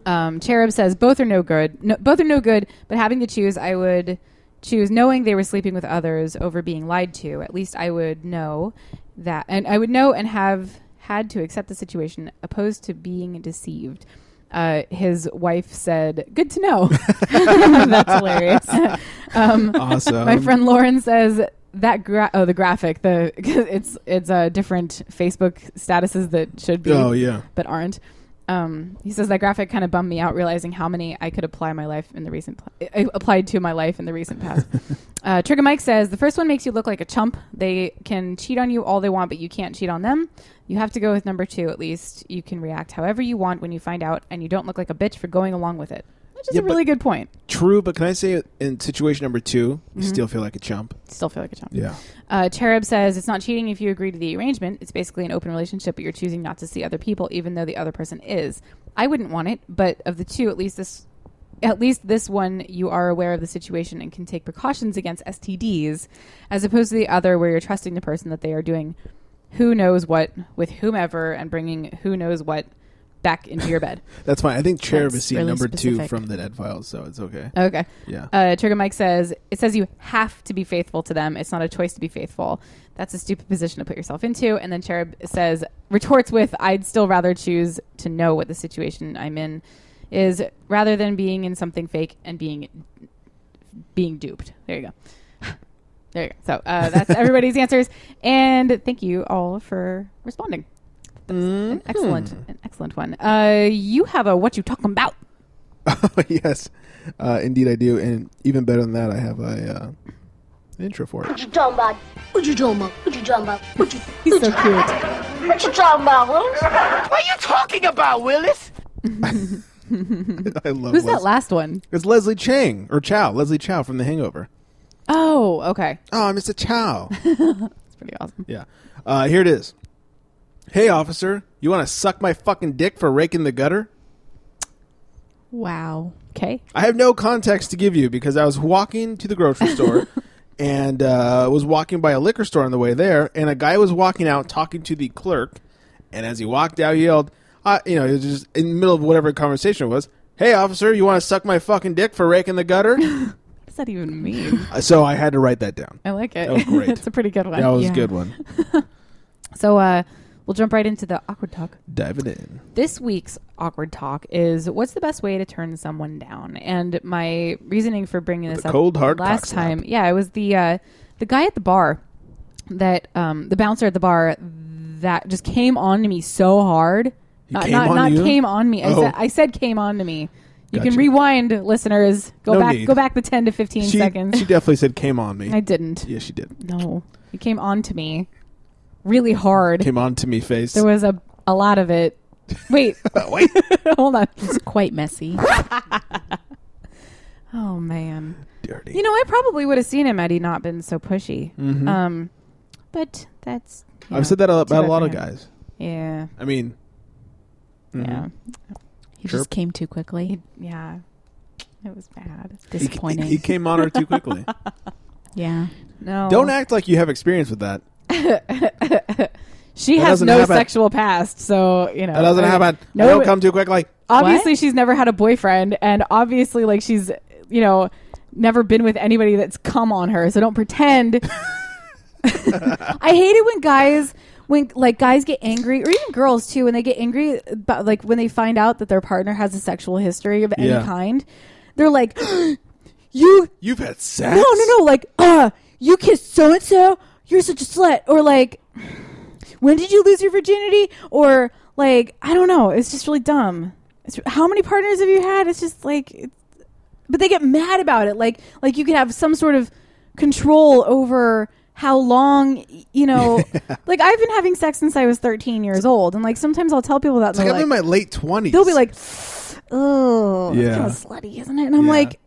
S3: Um, Cherub says both are no good. No, both are no good, but having to choose, I would choose knowing they were sleeping with others over being lied to. At least I would know that, and I would know and have had to accept the situation, opposed to being deceived. Uh, his wife said, "Good to know." That's hilarious. um,
S1: Awesome.
S3: my friend Lauren says that gra- oh the graphic the 'cause it's it's uh, different Facebook statuses that should be
S1: Oh, yeah.
S3: but aren't. Um, he says that graphic kind of bummed me out, realizing how many I could apply my life in the recent pl- I- I applied to my life in the recent past. uh, Trigger Mike says the first one makes you look like a chump. They can cheat on you all they want, but you can't cheat on them. You have to go with number two at least. You can react however you want when you find out, and you don't look like a bitch for going along with it. Which is
S1: Yeah,
S3: a
S1: but-
S3: really good point.
S1: True, but can I say in situation number 2 you
S3: Mhm.
S1: still feel like a chump?
S3: Still feel like a chump.
S1: Mm-hmm. Yeah.
S3: Uh, Cherub says it's not cheating if you agree to the arrangement. It's basically an open relationship, but you're choosing not to see other people, even though the other person is. I wouldn't want it, but of the two, at least this, at least this one, you are aware of the situation and can take precautions against STDs, as opposed to the other, where you're trusting the person that they are doing who knows what with whomever and bringing who knows what back into your bed.
S1: That's fine. I think cherub
S3: That's
S1: is seen
S3: really
S1: number two
S3: specific.
S1: from the Dead Files, so it's okay.
S3: Okay.
S1: Yeah.
S3: Uh, Trigger Mike says it says you have to be faithful to them. It's not a choice to be faithful. That's a stupid position to put yourself into. And then Cherub says retorts with, "I'd still rather choose to know what the situation I'm in is rather than being in something fake and being being duped." There you go. there you go. So uh, that's everybody's answers. And thank you all for responding. That's an excellent, an excellent one. Uh, you have a what you talking about?
S1: Oh, yes, uh, indeed I do. And even better than that, I have a uh, intro for it.
S11: What you talking about? What you talking about? What you talking about? What you, He's so cute. What you talking about, Willis? What are you talking about, Willis?
S1: I love
S3: Who's
S1: Les-
S3: that last one?
S1: It's Leslie Chang or Chow, Leslie Chow from The Hangover.
S3: Oh, okay.
S1: Oh, Mr. Chow.
S3: That's pretty awesome.
S1: Yeah. Uh, here it is. Hey, officer, you want to suck my fucking dick for raking the gutter?
S9: Wow.
S3: Okay.
S1: I have no context to give you because I was walking to the grocery store and uh, was walking by a liquor store on the way there, and a guy was walking out talking to the clerk, and as he walked out, he yelled, uh, you know, he was just in the middle of whatever conversation it was. Hey, officer, you want to suck my fucking dick for raking the gutter?
S3: What does that even mean?
S1: Uh, so I had to write that down.
S3: I like it.
S1: That was great.
S3: it's a pretty good one.
S1: That was a good one.
S3: So uh, we'll jump right into the awkward talk.
S1: Diving in.
S3: This week's awkward talk is what's the best way to turn someone down? And my reasoning for bringing this
S1: The
S3: up
S1: cold hard cock
S3: last
S1: slap.
S3: time, yeah, it was the uh, the guy at the bar that um, the bouncer at the bar that just came on to me so hard. Not,
S1: came
S3: not,
S1: on
S3: not
S1: you?
S3: came on me. I,
S1: Oh.
S3: said, I said came on to me. You can
S1: Gotcha.
S3: rewind, listeners. Go
S1: No
S3: back.
S1: need.
S3: Go back the ten to fifteen
S1: She,
S3: seconds.
S1: she definitely said, came on me.
S3: I didn't.
S1: Yeah, she did.
S3: No, it came on to me really hard.
S1: Came on to me face.
S3: There was a a lot of it. Wait,
S1: wait,
S3: hold on.
S9: It's quite messy.
S3: Oh man,
S1: Dirty.
S3: You know, I probably would have seen him had he not been so pushy.
S1: Mhm.
S3: Um, but that's. you know,
S1: I've said that
S3: too
S1: about
S3: bad
S1: a lot
S3: for
S1: of
S3: him.
S1: guys.
S3: Yeah.
S1: I mean, mhm.
S9: He
S1: Chirp.
S9: just came too quickly.
S3: Yeah. It was bad.
S1: He-
S9: Disappointing.
S1: He, came on her too quickly.
S9: yeah.
S3: No.
S1: Don't act like you have experience with that.
S3: She
S1: That
S3: has
S1: doesn't
S3: no
S1: happen.
S3: sexual past, so you know
S1: That doesn't
S3: I-
S1: happen.
S3: No,
S1: I don't
S3: it-
S1: come too quickly.
S3: obviously she's never had a boyfriend and obviously like she's you know never been with anybody that's come on her so don't pretend i hate it when guys when like guys get angry or even girls too when they get angry about like when they find out that their partner has a sexual history of any
S1: Yeah.
S3: kind they're like you
S1: You've had
S3: no
S1: sex.
S3: no no like uh you kissed so and so you're such a slut or like when did you lose your virginity or like i don't know it's just really dumb it's, how many partners have you had it's just like it's, but they get mad about it like like you can have some sort of control over how long y- you know like i've been having sex since i was 13 years old and like sometimes i'll tell people that
S1: It's
S3: and
S1: like
S3: they're
S1: I'm in
S3: like,
S1: my late twenties.
S3: they'll be like oh
S1: Yeah.
S3: kind of slutty isn't it and i'm
S1: Yeah.
S3: like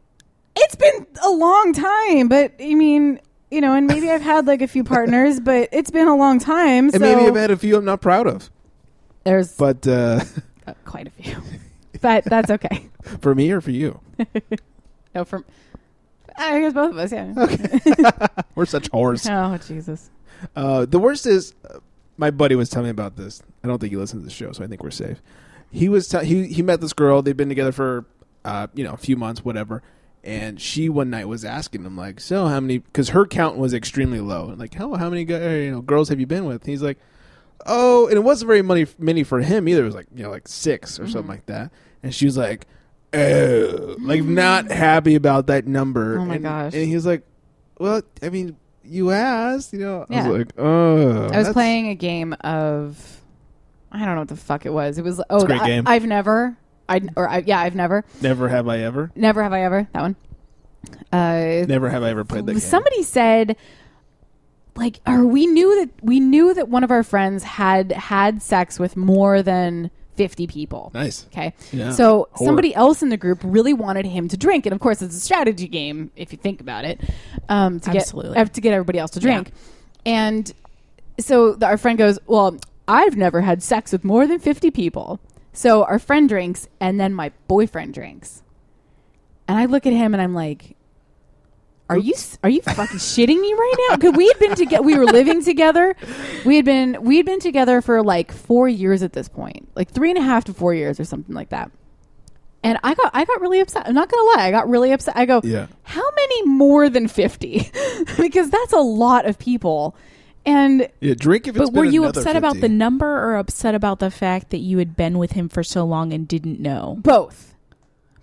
S3: it's been a long time but i mean you know and maybe i've had like a few partners but it's been a long time so
S1: and maybe I've had a few I'm not proud of.
S3: There's
S1: but uh,
S3: uh, quite a few, but that's okay.
S1: for me or for you,
S3: No, from I guess both of us. Yeah.
S1: we're such whores.
S3: oh Jesus.
S1: Uh, the worst is, uh, my buddy was telling me about this. I don't think he listens to the show, so I think we're safe. He was tell he he met this girl. They've been together for uh, you know a few months, whatever. And she one night was asking him like, "So how many?" Because her count was extremely low. And like, how how many guy, you know girls have you been with? And he's like, "Oh," and it wasn't very many many for him either. It was like you know like six or
S3: Mm-hmm.
S1: something like that. And she was like, "Oh," like not happy about that number.
S3: Oh my
S1: And-
S3: gosh.
S1: And he was like, "Well, I mean,
S4: you asked, you know.
S3: Yeah.
S4: I was like, oh.
S3: I was
S4: that's-
S3: playing a game of I don't know what the fuck it was. It was oh,
S1: a great
S3: I,
S1: game.
S3: I've never I or I, yeah, I've never
S1: Never have I ever.
S3: never have I ever that one. Uh,
S1: Never have I ever played that game.
S3: somebody said like or we knew that we knew that one of our friends had had sex with more than 50 people
S1: Nice.
S3: okay
S1: Yeah.
S3: so
S1: Whore.
S3: somebody else in the group really wanted him to drink and of course it's a strategy game if you think about it um, to
S9: Absolutely.
S3: get uh, to get everybody else to drink and so the, our friend goes well i've never had sex with more than 50 people so our friend drinks and then my boyfriend drinks and i look at him and i'm like are you s- are you fucking shitting me right now? Because we had been together, we were living together. We had been we had been together for like four years at this point, like three and a half to four years or something like that. And I got I got really upset. I'm not gonna lie, I got really upset. I go,
S5: Yeah.
S3: how many more than fifty? because that's a lot of people. And
S1: Yeah, drink if it's
S9: but were
S1: been
S9: you
S1: another
S9: upset about
S1: 50.
S9: the number or upset about the fact that you had been with him for so long and didn't know?
S3: both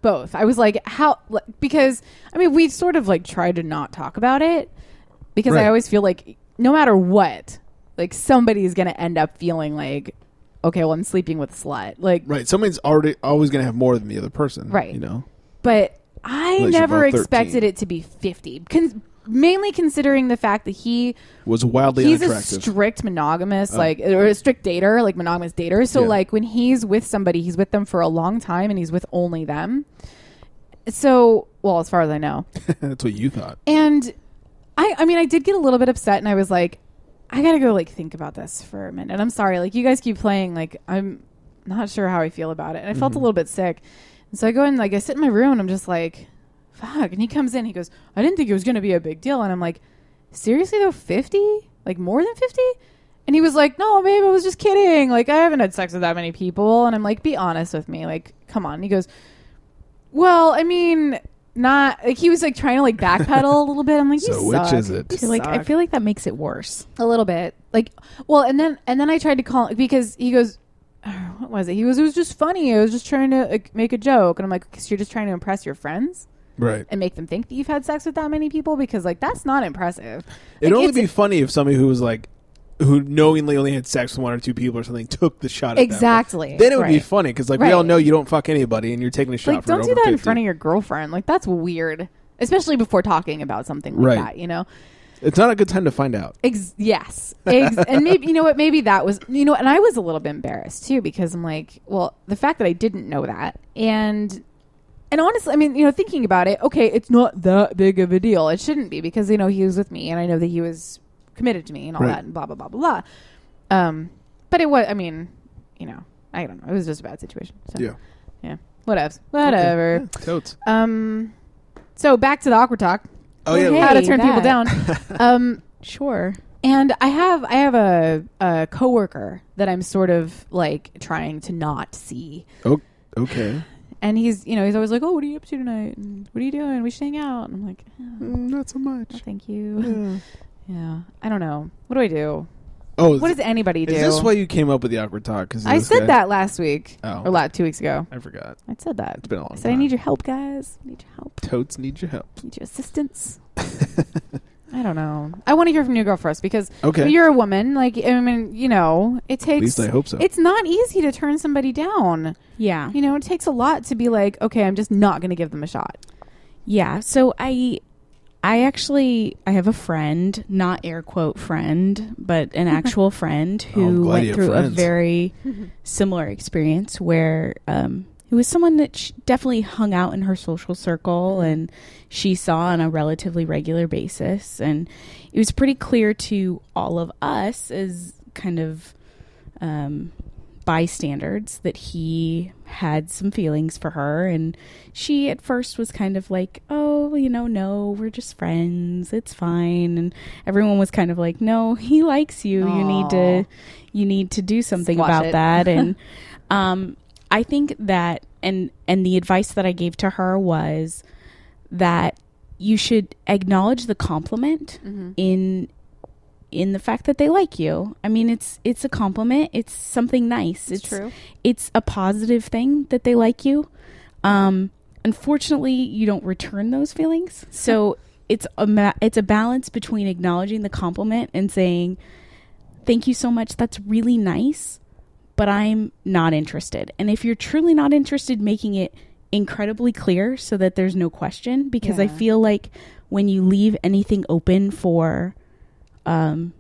S3: both i was like how like, because i mean we sort of like tried to not talk about it because
S9: Right.
S3: i always feel like no matter what like somebody's gonna end up feeling like okay well i'm sleeping with a slut like
S1: Right. Somebody's already always going to have more than the other person.
S3: Right.
S1: You know?
S3: but i
S1: Unless you're
S3: never
S1: both 13.
S3: expected it to be 50 Con- mainly considering the fact that he
S1: Was wildly
S3: he's a
S1: unattractive.
S3: strict monogamous
S1: Oh.
S3: like or a strict dater like monogamous dater so
S1: Yeah.
S3: like when he's with somebody he's with them for a long time and he's with only them so well as far as i know
S1: That's what you thought.
S3: and i i mean i did get a little bit upset and i was like i gotta go like think about this for a minute i'm sorry like you guys keep playing like i'm not sure how i feel about it and i felt a
S9: Mhm.
S3: little bit sick and so i go in like i sit in my room and i'm just like fuck and he comes in he goes i didn't think it was gonna be a big deal and i'm like seriously though 50 like more than 50 and he was like no babe i was just kidding like i haven't had sex with that many people and i'm like be honest with me like come on and he goes well i mean not like he was like trying to like backpedal a little bit i'm like you
S9: So which
S3: suck.
S9: is it?
S3: You
S9: I feel like- I
S3: suck."
S9: feel like that makes it worse
S3: a little bit like well and then and then i tried to call because he goes "Oh, what was it he was it was just funny i was just trying to like, make a joke and i'm like so you're just trying to impress your friends
S1: Right.
S3: and make them think that you've had sex with that many people because like that's not impressive
S1: It'd
S3: Like,
S1: only
S3: it's-
S1: be funny if somebody who was like, who knowingly only had sex with one or two people or something took the shot at them.
S3: Exactly.
S1: Then it would be
S3: Right.
S1: funny because, like, we all
S3: Right.
S1: know you don't fuck anybody and you're taking a shot
S3: like
S1: for
S3: don't
S1: over
S3: do that
S1: 50.
S3: in front of your girlfriend like that's weird especially before talking about something
S1: Right.
S3: like that you know
S1: It's not a good time to find out.
S3: Ex- yes Ex- and maybe you know what maybe that was you know and i was a little bit embarrassed too because i'm like well the fact that i didn't know that and and honestly i mean you know thinking about it okay it's not that big of a deal it shouldn't be because you know he was with me and i know that he was committed to me and all
S9: Right.
S3: that and blah blah blah blah blah um but it was i mean you know i don't know it was just a bad situation so
S1: Yeah.
S3: yeah whatevs whatever
S1: Yeah, totes.
S3: um so back to the awkward talk
S1: Oh, yeah,
S3: how to
S9: Hey,
S3: turn people
S9: that.
S3: down um sure and i have i have a, a coworker that i'm sort of like trying to not see
S1: Oh, okay.
S3: and he's you know he's always like oh what are you up to tonight and what are you doing we should hang out and i'm like "Oh,
S1: Mm, not so much
S3: thank you yeah. i don't know what do i do
S1: Oh,
S3: what does anybody do
S1: Is this why you came up with the awkward talk? Because
S3: i said that last week
S1: Oh.
S3: or la two weeks ago
S1: I forgot.
S3: i said that
S1: It's been a long
S3: i said i need your help guys I need your help
S1: Totes need your help.
S3: need your assistance I don't know. I want to hear from you, girl, first because
S1: Okay.
S3: you're a woman. Like, I mean, you know, it takes.
S1: least I hope so.
S3: It's not easy to turn somebody down.
S9: Yeah.
S3: You know, it takes a lot to be like, okay, I'm just not going to give them a shot.
S9: Yeah. So I I actually I have a friend, not air quote friend, but an actual friend
S5: Oh, I'm
S9: who
S5: glad you
S9: went
S5: have
S9: through a
S5: friends.
S9: very similar experience where um it was someone that she definitely hung out in her social circle
S5: Mm-hmm.
S9: and she saw on a relatively regular basis and it was pretty clear to all of us as kind of um bystanders that he had some feelings for her and she at first was kind of like oh you know no we're just friends it's fine and everyone was kind of like no he likes you you need
S3: Aw.
S9: to you need to do something
S3: Squash
S9: about
S3: it.
S9: that and um i think that and and the advice that i gave to her was that you should acknowledge the compliment
S3: Mm-hmm.
S9: in in the fact that they like you. I mean, it's it's a compliment. It's something nice. It's,
S3: true.
S9: It's a positive thing that they like you. Um, unfortunately, you don't return those feelings. So it's a ma- it's a balance between acknowledging the compliment and saying thank you so much that's really nice but i'm not interested and if you're truly not interested making it incredibly clear so that there's no question because i
S3: Yeah.
S9: feel like when you leave anything open for um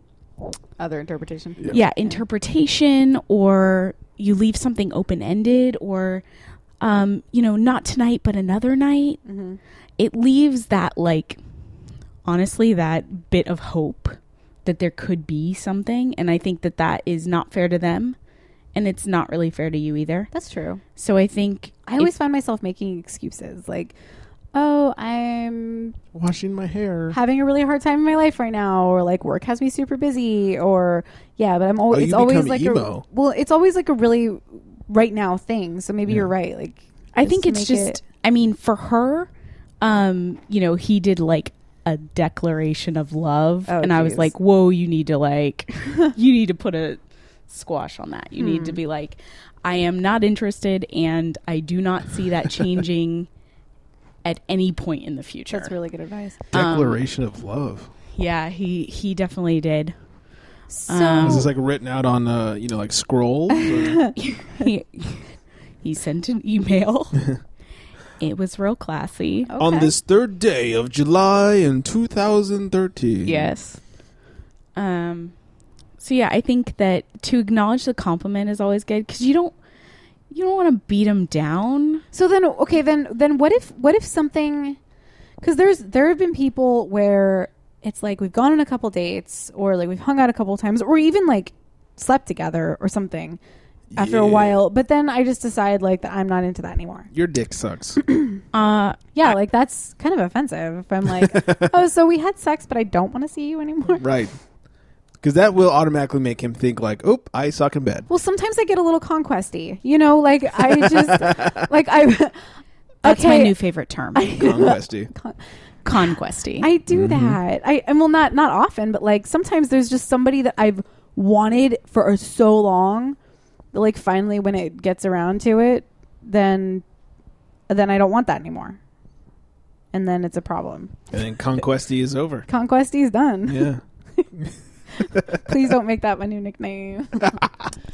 S3: Other interpretation.
S9: yeah, interpretation or you leave something open ended or um you know not tonight but another night
S3: Mhm.
S9: it leaves that like honestly that bit of hope that there could be something and i think that that is not fair to them and it's not really fair to you either
S3: that's true
S9: so i think
S3: I always find myself making excuses like, oh, I'm
S1: washing my hair,
S3: having a really hard time in my life right now, or like work has me super busy, or yeah, but I'm
S1: Oh,
S3: always
S1: you
S3: it's always
S1: become
S3: like a
S1: emo.
S3: well, it's always like a really right now thing. So maybe you're right. Like
S9: I think it's
S3: make
S9: just.
S3: it-
S9: I mean, for her, um, you know, he did like a declaration of love,
S3: Oh,
S9: and I was
S3: geez.
S9: like, "Whoa, you need to like, you need to put a squash on that. You need to
S3: Hmm.
S9: be like, I am not interested, and I do not see that changing at any point in the future."
S3: That's really good advice.
S1: Declaration of love.
S9: Yeah, he he definitely did.
S3: um,
S1: Is this like written out on uh, you know like scrolls? or-
S9: he, he sent an email. it was real classy.
S3: Oh,
S1: On this third day of July in 2013.
S9: Yes. Um. So yeah, I think that to acknowledge the compliment is always good because you don't you don't want to beat him down.
S3: So then, okay, then then what if what if something? Because there's there have been people where it's like we've gone on a couple dates, or like we've hung out a couple times, or even like slept together or something after a
S1: Yeah.
S3: while. But then I just decide like that I'm not into that anymore.
S1: Your dick sucks.
S9: Uh.
S3: Yeah, like that's kind of offensive. If I'm like, oh, so we had sex, but I don't want to see you anymore.
S1: right. Because that will automatically make him think like, oop, I suck in bed.
S3: Well, sometimes I get a little conquesty. You know, like I just like I.
S9: That's my
S3: Okay.
S9: new favorite term.
S1: Conquesty.
S9: Conquesty.
S3: I do that. I and well, not not often, but like sometimes there's just somebody that I've wanted for so long. that, Like finally, when it gets around to it, then then I don't want that anymore, and then it's a problem.
S1: And then conquesty is over.
S3: Conquest is done.
S1: Yeah.
S3: Please don't make that my new nickname.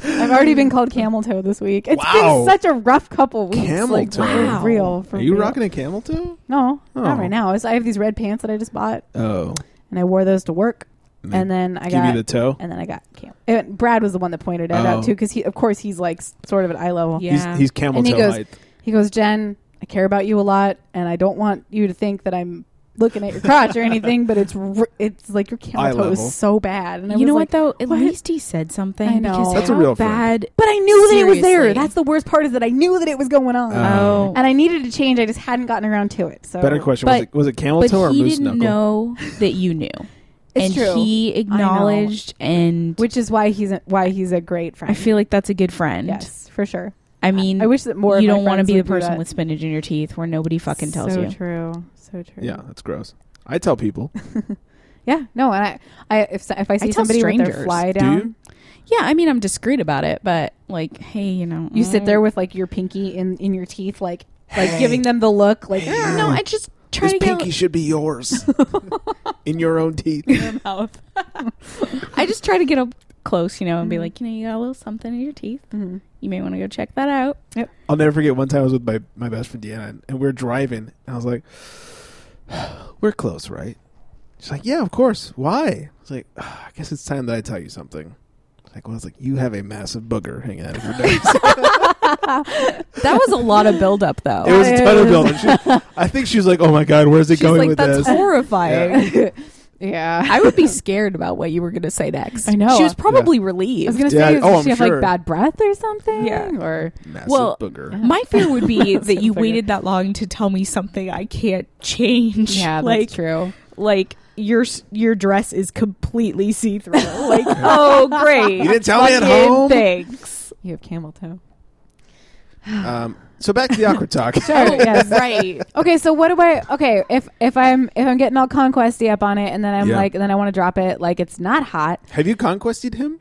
S3: I've already been called Camel Toe this week. It's
S1: Wow.
S3: been such a rough couple weeks.
S1: Camel
S3: like,
S1: toe.
S3: For real. For
S1: Are you
S3: real.
S1: rocking a camel toe?
S3: No,
S1: Oh.
S3: not right now. It's, I have these red pants that I just bought,
S1: Oh.
S3: and I wore those to work.
S1: And they
S3: And then I
S1: give you
S3: got
S1: the toe?
S3: and then I got camel. And Brad was the one that pointed it
S1: Oh.
S3: out too, because he, of course, he's like s- sort of at eye level.
S1: He's- Yeah. he's camel
S3: and he
S1: toe
S3: goes,
S1: height.
S3: He goes, Jen, I care about you a lot, and I don't want you to think that I'm looking at your crotch or anything, but it's r- it's like your camel
S9: Eye
S3: toe
S9: level.
S3: is so bad. And I
S9: you
S3: was
S9: know
S3: like,
S9: what though? At least he said something.
S3: I know.
S9: Because
S3: That's a
S9: how
S3: real
S9: bad.
S3: But I knew that it was there.
S9: Seriously.
S3: That's the worst part is that I knew that it was going on.
S9: Oh.
S3: And I needed to change. I just hadn't gotten around to it. So
S1: Uh, Better question. was,
S9: But-
S1: it, was it camel
S9: but
S1: toe or
S9: he
S1: moose knuckle?
S9: didn't know that you knew.
S3: It's
S9: and
S3: true.
S9: he
S3: I know.
S9: acknowledged and
S3: which is why he's a, why he's a great friend.
S9: I feel like that's a good friend.
S3: Yes, for sure.
S9: I mean,
S3: I wish that more of
S9: You
S3: my
S9: don't want to
S3: friends
S9: be the
S3: would do
S9: person
S3: that.
S9: with spinach in your teeth where nobody fucking tells
S3: so
S9: you.
S3: true. So true.
S1: Yeah, that's gross. I tell people.
S3: Yeah, no, and I, I if, if I see
S9: tell
S3: somebody with their
S9: strangers.
S3: fly
S9: Do
S3: down,
S9: Yeah, I mean, I'm discreet about it, but like, hey, you know,
S3: you sit
S9: mm.
S3: there with like your pinky in in your teeth, like like
S1: Hey.
S3: giving them the look, like
S1: you.
S3: no, I just try
S1: this
S3: to
S1: pinky
S3: get
S1: should be yours. in your own teeth.
S9: mouth. I just try to get up close, you know, and be
S3: Mm-hmm.
S9: like, you know, you got a little something in your teeth. You may want to go check that out.
S3: Yep.
S1: I'll never forget one time I was with my, my best friend Deanna and- and we are driving and I was like, We're close, right? She's like, Yeah, of course. Why? I was like, "Ah, I guess it's time that I tell you something. It's Like, well, it's like you have a massive booger hanging out of your nose.
S9: That was a lot of buildup, though.
S1: it was a ton of building. She, I think she was like, "Oh my god, where's it
S9: She's
S1: going
S9: like,
S1: with
S9: that's
S1: this?"
S9: horrifying.
S3: Yeah. yeah.
S9: I would be scared about what you were going to say next.
S3: I know.
S9: She was probably
S3: I
S9: relieved.
S3: was gonna
S1: Yeah,
S3: say, does
S1: oh, I'm
S3: she have like
S1: sure.
S3: bad breath or something?
S9: Yeah.
S3: or
S1: Massive
S9: Well, uh,
S1: booger.
S9: My fear would be that you
S3: Booger.
S9: waited that long to tell me something I can't change.
S3: yeah, that's
S9: like,
S3: true.
S9: Like your s- your dress is completely see through. Like, oh great,
S1: You didn't tell me at
S9: Fucking
S1: home?
S9: Thanks.
S3: You have camel toe.
S1: Um, so back to the awkward talk.
S3: Sure, Oh, yes.
S9: right.
S3: Okay, so what do I? Okay, if if I'm if I'm getting all conquesty up on it, and then I'm
S1: Yeah.
S3: like, then I want to drop it, like it's not hot.
S1: Have you conquested him?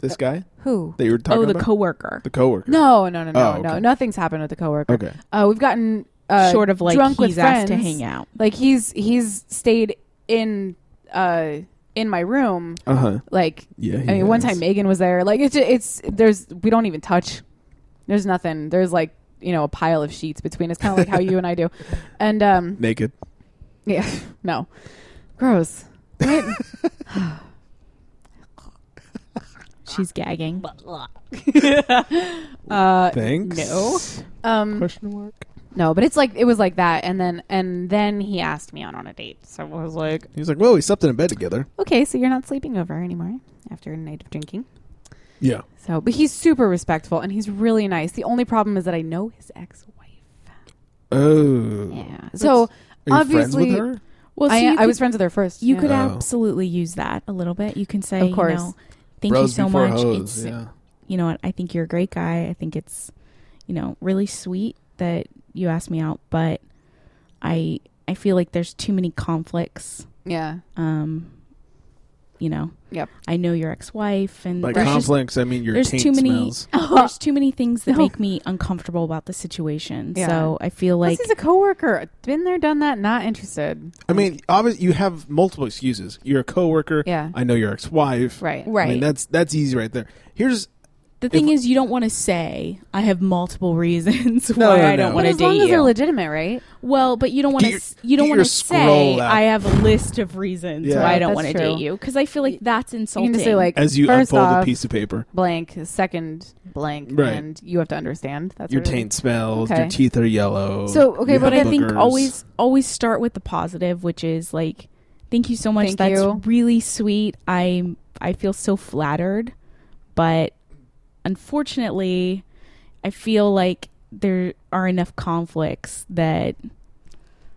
S1: This guy
S3: Who?
S1: that you were talking
S9: oh, the
S1: about,
S9: coworker.
S1: the coworker.
S3: No, no, no, no,
S1: Oh,
S3: no.
S1: okay.
S3: Nothing's happened with the coworker.
S1: Okay.
S3: Uh, we've gotten uh,
S9: Short of, like,
S3: drunk with
S9: he's asked to
S3: friends.
S9: hang out.
S3: Like he's he's stayed in uh in my room.
S1: Uh-huh.
S3: Like
S1: Yeah,
S3: I
S1: he
S3: mean, one
S1: has.
S3: time Megan was there. Like it's ju- it's there's we don't even touch. There's nothing. There's like you know a pile of sheets between us, kind of like how you and I do. And um
S1: Naked.
S3: yeah, no, gross. Right?
S9: She's gagging.
S3: uh,
S9: Thanks.
S3: No. Um, Question mark. No, but it's like it was like that, and then and then he asked me out on a date. So I was like,
S1: He's like, well, we slept in a bed together.
S3: okay, so you're not sleeping over anymore after a night of drinking.
S1: Yeah.
S3: So, but he's super respectful and he's really nice. The only problem is that I know his ex.
S1: Oh.
S3: Yeah. so obviously,
S9: Well, so
S3: I,
S9: you
S3: I
S9: could-
S3: was friends with her first.
S9: You
S3: yeah.
S9: could absolutely use that a little bit. You can say,
S3: Of
S9: you
S3: course.
S9: know, thank
S3: Bros
S9: you so
S3: before
S9: much.
S3: hoes,
S9: it's,
S3: yeah.
S9: you know what? I think you're a great guy. I think it's, you know, really sweet that you asked me out, but I I feel like there's too many conflicts.
S3: Yeah.
S9: Um. You know.
S3: Yep.
S9: I know your ex-wife, and
S1: By
S9: there's just-
S1: conflicts, I mean your
S9: there's
S1: taint
S9: too many.
S1: smells.
S9: there's too many things that make me uncomfortable about the situation.
S3: Yeah.
S9: So I feel
S3: Plus,
S9: like
S3: he's a coworker. Been there, done that. Not interested.
S1: I mean, obviously, you have multiple excuses. You're a coworker.
S3: Yeah.
S1: I know your ex-wife.
S3: Right.
S1: I mean,
S9: Right.
S1: that's that's easy right there. Here's
S9: The thing is, you don't want to say I have multiple reasons
S1: No,
S9: why
S1: no,
S9: I don't
S1: no.
S9: want
S1: But
S9: to
S1: as
S9: date
S1: long as
S9: you.
S1: they're
S3: legitimate, right?
S9: Well, but you don't want
S1: Get
S9: to.
S1: your-
S9: You don't
S1: get
S9: want
S1: your
S9: to say
S1: scroll out.
S9: I have a list of reasons
S1: Yeah.
S9: why I don't
S3: That's
S9: want to
S3: true.
S9: date you because I feel like that's
S3: You
S9: insulting.
S3: can just say like,
S1: As you
S3: first
S1: unfold a
S3: off,
S1: piece of paper.
S3: blank, second blank,
S1: Right.
S3: and you have to understand. That's
S1: your
S3: what it is.
S1: taint smells.
S3: Okay.
S1: Your teeth are yellow. you
S9: but I
S1: have
S9: think
S1: boogers.
S9: always always start with the positive, which is like, thank you so much.
S3: Thank
S9: that's
S3: you.
S9: really sweet. I I feel so flattered, but unfortunately, I feel like there are enough conflicts that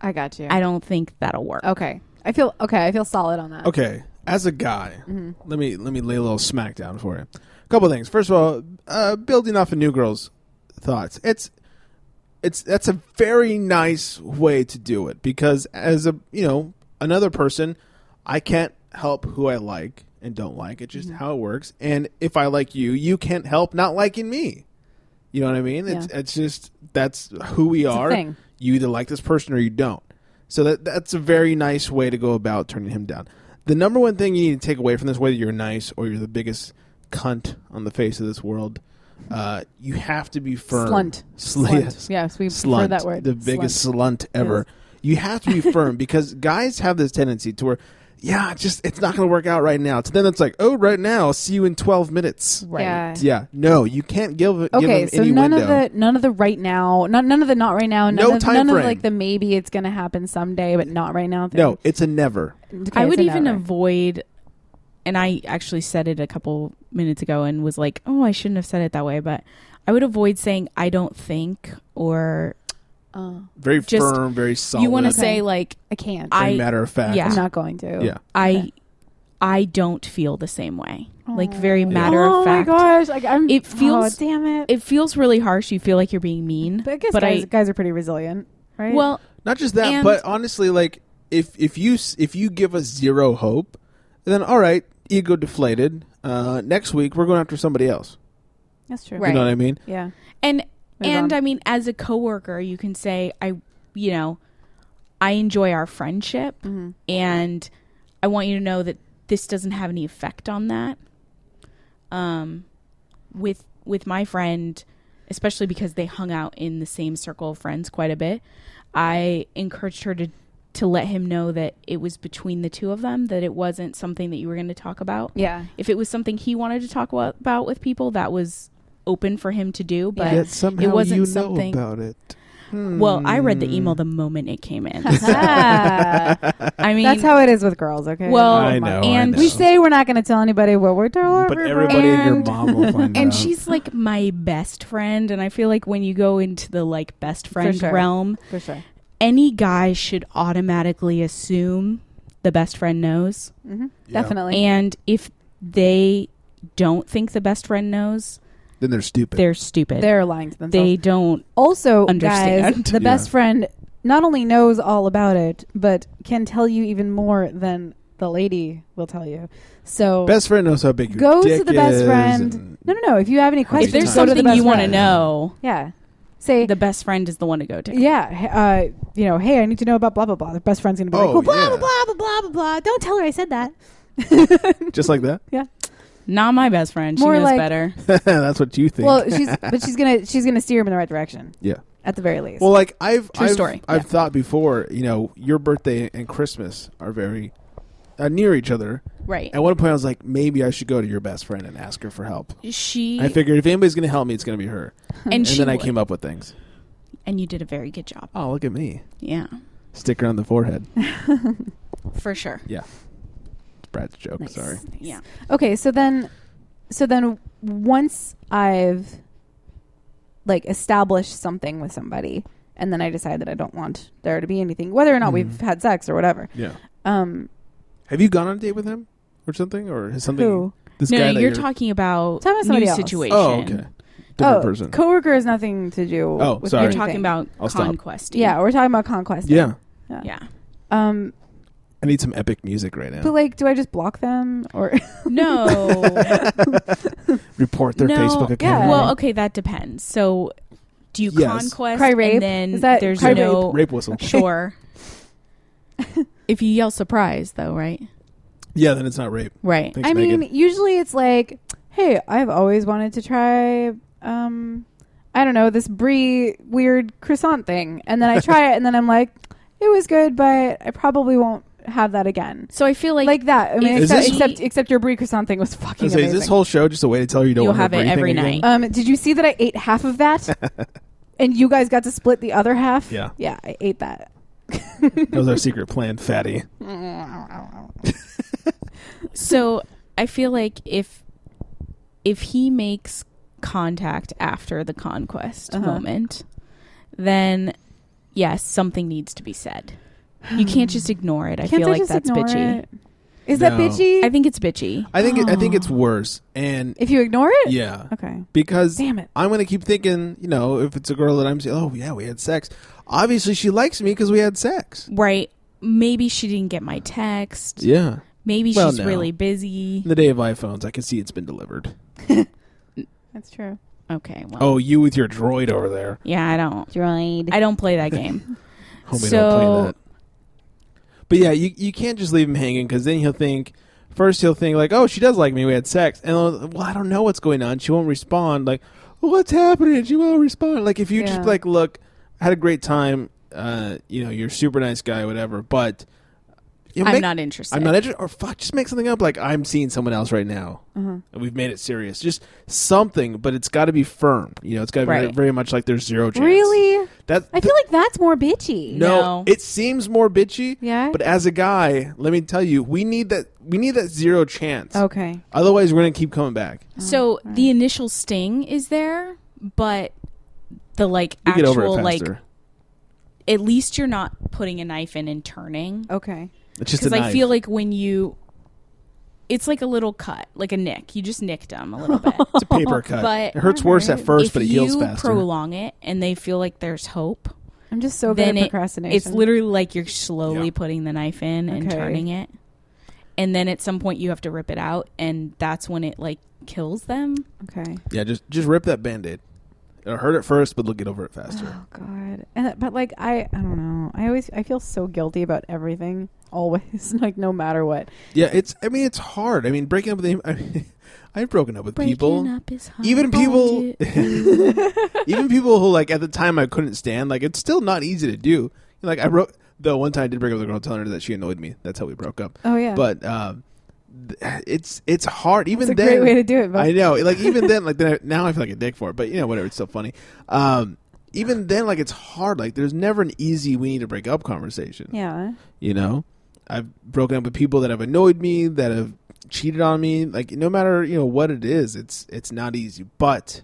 S3: I got you.
S9: I don't think that'll work.
S3: Okay, I feel okay. I feel solid on that.
S1: Okay, as a guy,
S3: Mhm.
S1: let me let me lay a little smack down for you. A couple things. First of all, uh, building off of New Girl's thoughts, it's it's that's a very nice way to do it because as a you know another person, I can't help who I like and don't like. It's just
S4: Mhm.
S1: how it works. And if I like you, you can't help not liking me. You know what I mean? It's
S4: Yeah.
S1: it's just that's who we
S4: It's a
S1: are.
S4: thing.
S1: You either like this person or you don't. So that that's a very nice way to go about turning him down. The number one thing you need to take away from this, whether you're nice or you're the biggest cunt on the face of this world, uh, you have to be firm.
S3: Slunt.
S1: Sl-
S3: Slunt.
S1: yes.
S3: Yes, we prefer
S1: Slunt.
S3: that word.
S1: The biggest slunt, ever. You have to be firm because guys have this tendency to where, yeah, it's just it's not going to work out right now. To them, it's like, oh, right now, I'll see you in twelve minutes.
S3: Right. Yeah.
S1: Yeah. No, you can't give. give
S3: Okay,
S1: them
S3: so
S1: any
S3: none
S1: window.
S3: of the none of the right now, none none of the not right now, none,
S1: No
S3: of,
S1: time
S3: none of
S1: frame.
S3: like the maybe it's gonna happen someday, but not right now. thing.
S1: No, it's a never.
S3: Okay,
S9: I would
S3: so
S9: even
S3: never.
S9: avoid, and I actually said it a couple minutes ago and was like, oh, I shouldn't have said it that way, but I would avoid saying, I don't think, or.
S1: Very
S9: just-
S1: firm, very
S9: You want to
S1: solid.
S9: say, like,
S3: I can't.
S1: Very matter of fact.
S9: Yeah.
S1: I'm
S3: not going to.
S1: Yeah.
S9: I. I don't feel the same way. Like very
S3: Aw.
S9: matter
S3: Oh
S9: of
S3: my
S9: fact.
S3: gosh, like, I'm-
S9: It
S3: oh,
S9: feels.
S3: damn it.
S9: It feels really harsh. You feel like you're being mean.
S3: But I guess
S9: but
S3: guys,
S9: I,
S3: guys are pretty resilient, right?
S9: Well,
S1: not just that,
S9: and-
S1: but honestly, like if if you s- if you give us zero hope, then all right, ego deflated. Uh, next week we're going after somebody else.
S3: that's true.
S1: You know what I mean?
S3: Yeah.
S9: And and
S3: on.
S9: I mean, as a coworker, you can say, I, you know, I enjoy our friendship,
S3: Mm-hmm.
S9: and I want you to know that this doesn't have any effect on that. Um, with with my friend, especially because they hung out in the same circle of friends quite a bit, I encouraged her to to let him know that it was between the two of them that it wasn't something that you were going to talk about.
S3: Yeah.
S9: If it was something he wanted to talk wa- about with people, that was open for him to do, but
S1: Yet somehow
S9: it wasn't
S1: you know
S9: something
S1: about it.
S9: Well, I read the
S1: Hmm.
S9: email the moment it came in.
S3: I
S9: I mean,
S3: that's how it is with girls. Okay.
S9: Well,
S1: I know, Oh, I
S9: and
S3: we say we're not going to tell anybody what we're doing,
S1: But everybody and your mom will find
S9: and
S1: out.
S9: she's like my best friend, and I feel like when you go into the like best friend
S3: sure.
S9: realm,
S3: For sure.
S9: any guy should automatically assume the best friend knows.
S3: Mhm. Yeah. Definitely.
S9: And if they don't think the best friend knows,
S1: Then they're stupid.
S9: They're stupid.
S3: They're lying to themselves.
S9: They don't
S3: also
S9: understand.
S3: guys the best friend not only knows all about it but can tell you even more than the lady will tell you so
S1: Best friend knows how big your
S3: go
S1: dick
S3: to the best
S1: is
S3: friend no no no if you have any
S1: How many times
S3: questions go to the
S1: you
S3: best
S1: wanna
S3: friend.
S9: know
S3: yeah say
S9: the best friend is the one to go to.
S3: Yeah, uh, you know, hey, I need to know about blah blah blah. The best friend's gonna be like,
S9: Oh,
S3: well, blah
S9: yeah.
S3: blah blah blah blah blah blah. Don't tell her I said that.
S1: Just like that.
S3: Yeah.
S9: Not my best friend. She
S3: More
S9: knows
S3: like-
S9: better.
S1: That's what you think.
S3: Well, she's but she's gonna she's gonna steer him in the right direction.
S1: Yeah.
S3: at the very least.
S1: Well, like I've
S3: True
S1: I've,
S3: story.
S1: I've thought before, you know, your birthday and Christmas are very uh, near each other.
S9: Right.
S1: At one point, I was like, maybe I should go to your best friend and ask her for help.
S9: She
S1: I figured if anybody's going to help me, it's going to be her.
S9: And she
S1: then I
S9: would.
S1: came up with things.
S9: and you did a very good job.
S1: Oh, look at me.
S9: Yeah,
S1: Sticker on the forehead.
S9: for sure.
S1: yeah. Brad's joke. Sorry.
S9: Yeah.
S3: Okay, so then, so then once I've like established something with somebody, and then I decide that I don't want there to be anything, whether or not we've
S1: Mm-hmm.
S3: had sex or whatever.
S1: Yeah.
S3: Um.
S1: Have you gone on a date with him or something, or has something?
S3: Who?
S1: This
S9: no,
S1: guy
S9: no,
S1: that
S9: you're, talking about
S3: Talking about
S9: new
S3: somebody else.
S9: situation.
S1: Oh, okay. Different person.
S3: Coworker has nothing to do.
S1: Oh,
S3: with
S1: sorry.
S9: You're talking
S3: anything.
S9: about
S1: I'll stop.
S9: conquest.
S3: Yeah, we're talking about conquest.
S1: Yeah.
S3: Yeah.
S9: Yeah.
S3: Um.
S1: I need some epic music right now.
S3: But like, do I just block them or
S9: No.
S1: Report their
S9: no,
S1: Facebook account.
S9: Well, okay, that depends. So, do you
S1: Yes.
S9: conquest
S3: Cry rape?
S9: and then
S3: Is that
S9: there's
S3: cry
S9: no
S1: rape? Rape whistle.
S9: Sure. if you yell surprise, though, right?
S1: Yeah, then it's not rape.
S9: Right.
S1: Thanks,
S3: I mean,
S1: Megan.
S3: usually it's like, hey, I've always wanted to try, um, I don't know, this brie weird croissant thing, and then I try it, and then I'm like, it was good, but I probably won't have that again.
S9: So I feel like
S3: like that. I mean,
S1: Is
S3: except,
S1: this-
S3: except except your brie croissant thing was
S1: I
S3: fucking
S1: was gonna say,
S3: amazing.
S1: is this whole show just a way to tell her you don't
S9: You'll
S1: want her
S9: have it
S1: breathing
S9: every
S1: again?
S3: um, did you see that I ate half of that, and you guys got to split the other half?
S1: Yeah.
S3: yeah, I ate that.
S1: that was our secret plan, fatty.
S9: so I feel like if if he makes contact after the conquest
S3: Uh-huh.
S9: moment, then yes, something needs to be said. You can't just ignore it. I
S3: Can't
S9: feel
S3: I
S9: like
S3: just
S9: that's
S3: ignore
S9: bitchy.
S3: it? Is that
S1: No.
S3: bitchy?
S9: I think it's bitchy.
S1: I think it, I think it's worse. And
S3: if you ignore it,
S1: yeah,
S3: Okay.
S1: because
S3: Damn it.
S1: I'm gonna keep thinking. You know, if it's a girl that I'm saying, oh yeah, we had sex. Obviously, she likes me because we had sex.
S9: Right. Maybe she didn't get my text.
S1: Yeah.
S9: Maybe
S1: Well,
S9: she's
S1: no.
S9: really busy.
S1: In the day of iPhones, I can see it's been delivered.
S3: That's true.
S9: Okay. Well,
S1: Oh, you with your droid over there.
S9: yeah, I don't. I don't play that game.
S1: Homie,
S9: So-
S1: don't play that. But yeah, you you can't just leave him hanging because then he'll think. First, he'll think like, "Oh, she does like me. We had sex." And I'll- well, I don't know what's going on. She won't respond. Like, what's happening? She won't respond. Like, if you
S3: Yeah.
S1: just like, look, I had a great time. Uh, you know, you're a super nice guy, whatever. But you know,
S9: I'm
S1: make-
S9: not interested.
S1: I'm not interested. Or fuck, just make something up. Like, I'm seeing someone else right now.
S3: Uh-huh.
S1: And we've made it serious. Just something, but it's got to be firm. You know, it's got to be very,
S3: Right.
S1: very much like there's zero chance.
S3: Really?
S1: That
S3: I feel like that's more bitchy.
S1: no, it seems more bitchy.
S3: Yeah?
S1: But as a guy, let me tell you, we need that. We need that zero chance.
S3: Okay.
S1: Otherwise, we're gonna keep coming back.
S9: So the initial sting is there, but the like
S1: We get over it
S9: actual like
S1: faster.
S9: at least you're not putting a knife in and turning.
S3: Okay.
S1: It's just a
S9: I
S1: knife.
S9: feel like when you it's like a little cut, like a nick. You just nicked them a little bit.
S1: It's a paper cut.
S9: But
S1: it hurts worse at first, but it heals
S9: you
S1: faster.
S9: prolong it and they feel like there's hope,
S3: I'm just so
S9: then
S3: good at
S9: it,
S3: procrastination.
S9: it's literally like you're slowly putting the knife in and
S3: Okay.
S9: turning it. And then at some point you have to rip it out and that's when it like kills them.
S3: okay.
S1: yeah, just just rip that band-aid. It'll hurt at first, but they'll get over it faster.
S3: Oh God. And that- but like I, I don't know. I always I feel so guilty about everything. Always, like no matter what.
S1: yeah, it's. I mean, it's hard. I mean, breaking up with. I mean, I've broken up with people.
S9: is
S1: Even people, even people who like at the time I couldn't stand. Like it's still not easy to do. Like I wrote though one time I did break up with a girl, telling her that she annoyed me. That's how we broke up.
S3: Oh, yeah.
S1: But um, th- it's it's hard. Even
S3: It's a
S1: then,
S3: great way to do it. But
S1: I know. Like even then, like then I, now I feel like a dick for it. But you know, whatever. It's still funny. Um, even then, like it's hard. Like there's never an easy we need to break up conversation.
S3: Yeah.
S1: You know, I've broken up with people that have annoyed me, that have cheated on me. Like no matter you know what it is, it's it's not easy. But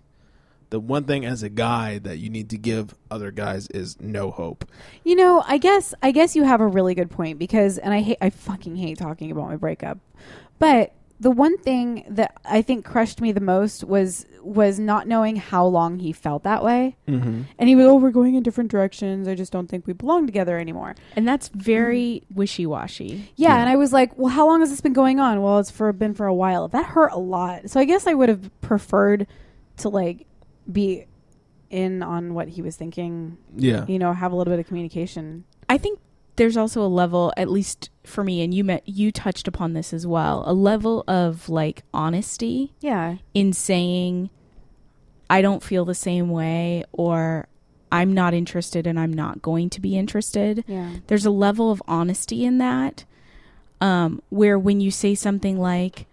S1: the one thing as a guy that you need to give other guys is no hope.
S3: You know, I guess I guess you have a really good point because, and I hate I fucking hate talking about my breakup, but the one thing that I think crushed me the most was was not knowing how long he felt that way,
S9: Mhm.
S3: and he was oh we're going in different directions. I just don't think we belong together anymore.
S9: And that's very wishy washy.
S3: Yeah, and I was like, well, how long has this been going on? Well, it's for been for a while. That hurt a lot. So I guess I would have preferred to like be in on what he was thinking.
S1: Yeah.
S3: You know, have a little bit of communication.
S9: I think there's also a level, at least for me, and you met you touched upon this as well, a level of like honesty.
S3: Yeah.
S9: In saying, I don't feel the same way, or I'm not interested, and I'm not going to be interested.
S3: Yeah.
S9: There's a level of honesty in that, um, where when you say something like,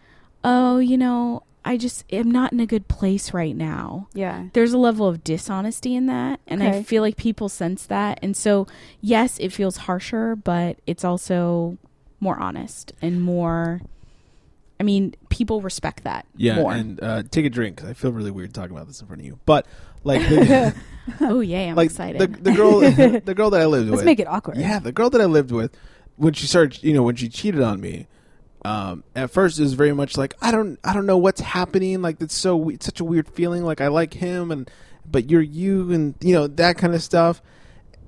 S9: "Oh, you know, I just am not in a good place right now."
S3: Yeah.
S9: There's a level of dishonesty in that, and I
S3: Okay.
S9: feel like people sense that. And so, yes, it feels harsher, but it's also more honest and more. I mean, people respect that
S1: Yeah,
S9: more.
S1: and uh, take a drink. 'cause I feel really weird talking about this in front of you, but like, the,
S9: oh yeah, I'm
S1: like
S9: excited.
S1: the the girl, the girl that I lived
S3: Let's
S1: with.
S3: make it awkward.
S1: Yeah, the girl that I lived with, when she started, you know, when she cheated on me, um, at first it was very much like I don't, I don't know what's happening. Like it's so, we- it's such a weird feeling. Like I like him, and but you're you, and you know that kind of stuff.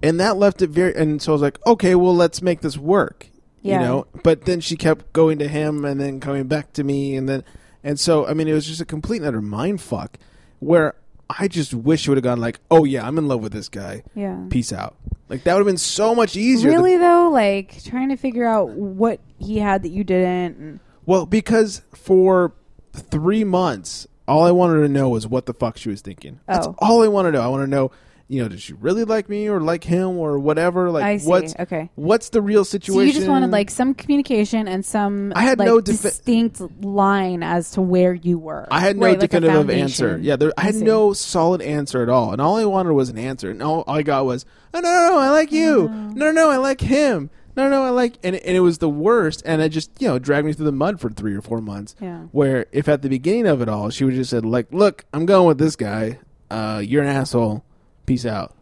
S1: And that left it very. And so I was like, okay, well, let's make this work.
S3: Yeah.
S1: You know, but then she kept going to him and then coming back to me and then and so I mean it was just a complete and utter mind fuck where I just wish it would have gone like, Oh yeah, I'm in love with this guy.
S3: Yeah.
S1: Peace out. Like that would have been so much easier. than-
S3: Really though, like trying to figure out what he had that you didn't. And
S1: well, because for three months all I wanted to know was what the fuck she was thinking. That's
S3: Oh.
S1: all I want to know. I want to know, you know, did she really like me or like him or whatever? Like
S3: I see.
S1: what's
S3: Okay.
S1: what's the real situation?
S3: So you just wanted like some communication and some
S1: I had
S3: like,
S1: no defi-
S3: distinct line as to where you were.
S1: I had no
S3: Right, like a
S1: definitive
S3: foundation.
S1: answer. Yeah, there, I had
S3: see.
S1: no solid answer at all, and all I wanted was an answer, and all I got was, "Oh no, no, no I like
S3: Oh,
S1: you. No, no, no, I like him. No, no, I like." And and it was the worst, and it just you know dragged me through the mud for three or four months.
S3: Yeah.
S1: Where if at the beginning of it all she would just said like, "Look, I'm going with this guy. Uh, you're an asshole. Peace out."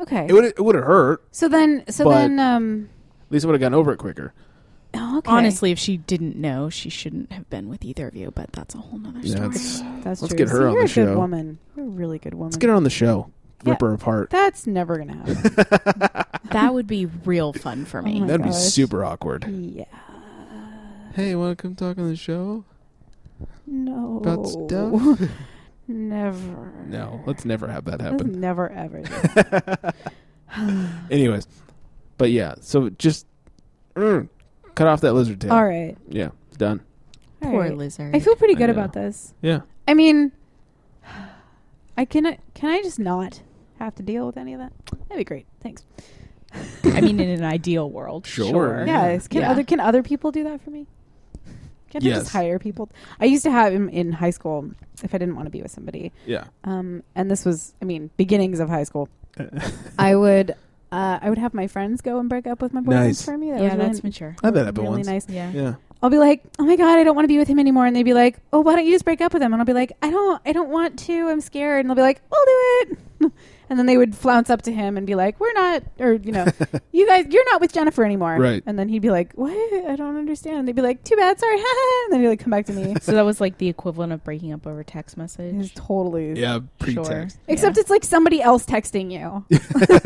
S3: Okay.
S1: It would it would have hurt.
S3: so then, so
S1: but
S3: then, um,
S1: at least I would have gotten over it quicker.
S3: oh, okay.
S9: Honestly, if she didn't know, she shouldn't have been with either of you. But that's a whole nother
S1: Yeah,
S9: story.
S1: that's-
S3: that's
S1: let's
S3: true.
S1: get her
S3: See,
S1: on
S3: you're
S1: the
S3: a good
S1: show.
S3: woman. You're a really good woman.
S1: Let's get her on the show. Rip her apart.
S3: That's never gonna happen.
S9: that would be real fun for me.
S3: Oh my
S1: That'd be
S3: gosh.
S1: super awkward.
S3: Yeah.
S1: Hey, want to come talk on the show?
S3: No.
S1: About stuff?
S3: never.
S1: No, let's never have that
S3: That's
S1: happen.
S3: never ever.
S1: Anyways, but yeah, so just mm, cut off that lizard tail.
S3: All right.
S1: Yeah, done.
S3: All
S9: Poor
S3: right.
S9: lizard.
S3: I feel pretty
S1: I
S3: good
S1: know.
S3: about this.
S1: Yeah.
S3: I mean, I can. Can I just not have to deal with any of that? That'd be great. Thanks.
S9: I mean, in an ideal world,
S1: Sure.
S9: sure.
S3: Yes. Can
S9: Yeah.
S3: other can other people do that for me? Can I
S1: Yes.
S3: just hire people? I used to have him in high school if I didn't want to be with somebody.
S1: Yeah.
S3: Um, and this was, I mean, beginnings of high school. I would, uh, I would have my friends go and break up with my boyfriends
S1: Nice.
S3: for me. That
S9: Yeah,
S3: was
S9: that's
S3: really-
S9: mature.
S1: I had that happen
S3: really
S1: once.
S3: nice.
S9: Yeah.
S1: Yeah.
S3: I'll be like, oh my god, I don't want to be with him anymore, and they'd be like, oh, why don't you just break up with him? And I'll be like, I don't, I don't want to. I'm scared. And they'll be like, we'll do it. and then they would flounce up to him and be like, we're not, or you know, you guys, you're not with Jennifer anymore.
S1: Right.
S3: And then he'd be like, what? I don't understand. And they'd be like, too bad, sorry. and then he'd like come back to me.
S9: So that was like the equivalent of breaking up over text message.
S3: It's totally.
S1: Yeah, pretext.
S9: Sure.
S3: Except it's like somebody else texting you.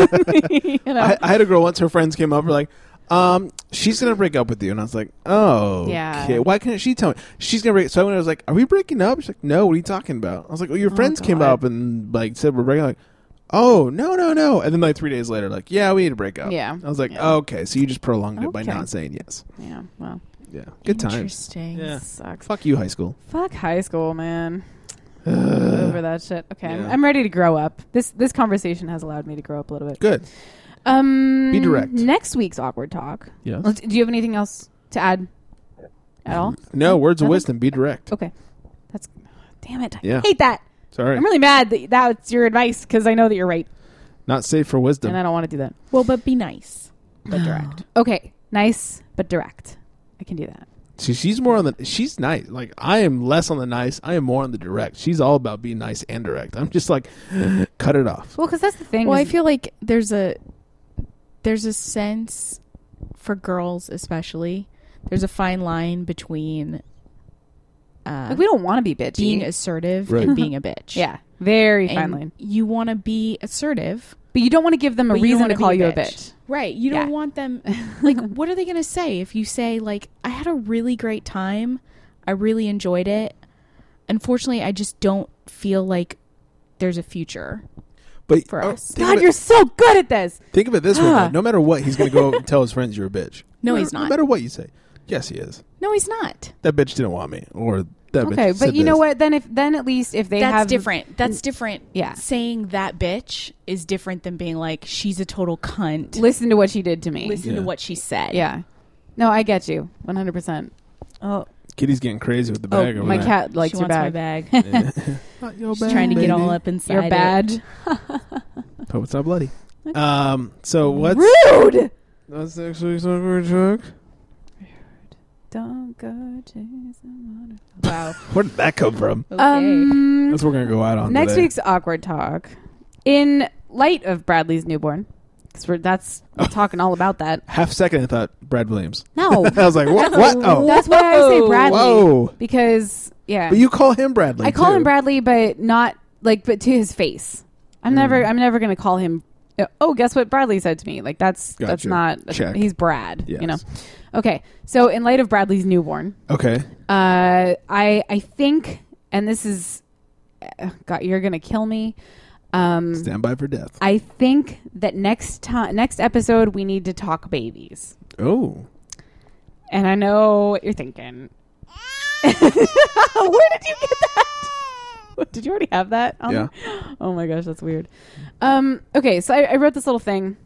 S3: you know?
S1: I, I had a girl once. Her friends came up. Were like, um, she's gonna break up with you, and I was like, oh,
S9: Yeah.
S1: okay. Why couldn't she tell me? She's gonna break. So I went. I was like, are we breaking up? She's like, no. What are you talking about? I was like, well, your
S3: Oh,
S1: friends came
S9: God.
S1: up and like said we're breaking. up. Like, oh no, no, no. And then like three days later, like, yeah, we need to break up.
S3: Yeah.
S1: I was like,
S3: Yeah.
S1: okay, so you just prolonged it by
S3: Okay.
S1: not saying yes.
S3: yeah. Well,
S1: Yeah, good times.
S9: Interesting.
S1: Yeah.
S3: sucks.
S1: Fuck you, high school.
S3: Fuck high school, man. Over that shit. Okay, I'm,
S1: Yeah.
S3: I'm ready to grow up. This this conversation has allowed me to grow up a little bit.
S1: Good.
S3: Um,
S1: Be direct.
S3: Next week's awkward talk.
S1: Yes.
S3: Let's- do you have anything else to add at all?
S1: No words of
S3: Nothing?
S1: wisdom. Be direct.
S3: Okay, that's. Damn it! I
S1: Yeah.
S3: hate that.
S1: Sorry,
S3: I'm really mad that that's your advice because I know that you're right,
S1: not safe for wisdom.
S3: and I don't want to do that.
S9: Well, but be nice, but direct.
S3: Okay, nice but direct. I can do that.
S1: See, she's more on the. She's nice. Like I am less on the nice. I am more on the direct. She's all about being nice and direct. I'm just like, cut it off.
S3: Well, because that's the thing.
S9: Well, I
S3: is-
S9: feel like there's a there's a sense for girls especially. There's a fine line between uh,
S3: like we don't want to be bitchy.
S9: being assertive
S1: Right.
S9: and being a bitch.
S3: yeah, very fine
S9: and
S3: line.
S9: you want to be assertive.
S3: But you don't want to give them a
S9: but don't
S3: reason
S9: wanna
S3: to call
S9: be
S3: you a bitch.
S9: Right. You
S3: Yeah.
S9: don't want them like what are they going to say if you say like I had a really great time. I really enjoyed it. Unfortunately, I just don't feel like there's a future.
S1: But oh,
S9: for us.
S1: think God, of it- you're
S3: so good at this.
S1: Think of it this way:
S9: Ah.
S1: though. no matter what, he's going to go and tell his friends you're a bitch.
S9: No,
S1: matter-
S9: he's not.
S1: No matter what you say, yes, he is.
S9: No, he's not.
S1: That bitch didn't want me, or that bitch.
S3: okay, but
S1: said
S3: you know
S1: this.
S3: what? Then if then at least if they
S9: That's
S3: have
S9: different. That's different.
S3: Yeah.
S9: Saying that bitch is different than being like, she's a total cunt.
S3: Listen to what she did to me.
S9: Listen to what she said.
S3: Yeah. No, I get you. 100%. Oh,
S1: Kitty's getting crazy with the
S3: Oh,
S1: bag. over
S3: my
S1: there.
S3: cat likes
S9: She
S3: your
S9: wants my
S3: bag.
S9: bag.
S1: She's
S9: trying to get all
S1: baby.
S9: up inside
S3: Your
S9: it.
S3: badge.
S1: Hope it's not bloody. Um. So what's
S3: Rude!
S1: That's actually so good, joke.
S3: Don't go chasing
S9: Wow.
S1: Where did that come from?
S3: Okay. Um,
S1: That's what we're gonna go out on.
S3: Next
S1: today.
S3: week's awkward talk, in light of Bradley's newborn, because we're that's we're talking all about that.
S1: half second. I thought Brad Williams.
S3: No.
S1: I was like, what? What? Oh,
S3: That's why I say Bradley
S1: Whoa.
S3: because yeah,
S1: But you call him Bradley.
S3: I call
S1: too.
S3: him Bradley, but not like but to his face. I'm never
S1: Mm.
S3: I'm never gonna call him. uh, Oh, guess what Bradley said to me? Like that's that's
S1: Gotcha.
S3: not that's-
S1: Check.
S3: he's Brad. You know.
S1: Yes.
S3: Okay, so in light of Bradley's newborn,
S1: Okay.
S3: uh, I I think, and this is, uh, God, you're gonna kill me. Um,
S1: Stand by for death.
S3: I think that next time, next episode, we need to talk babies.
S1: Oh.
S3: And I know what you're thinking. Where did you get that? Did you already have that? on
S1: Yeah.
S3: there? Oh my gosh, that's weird. Um, okay, so I, I wrote this little thing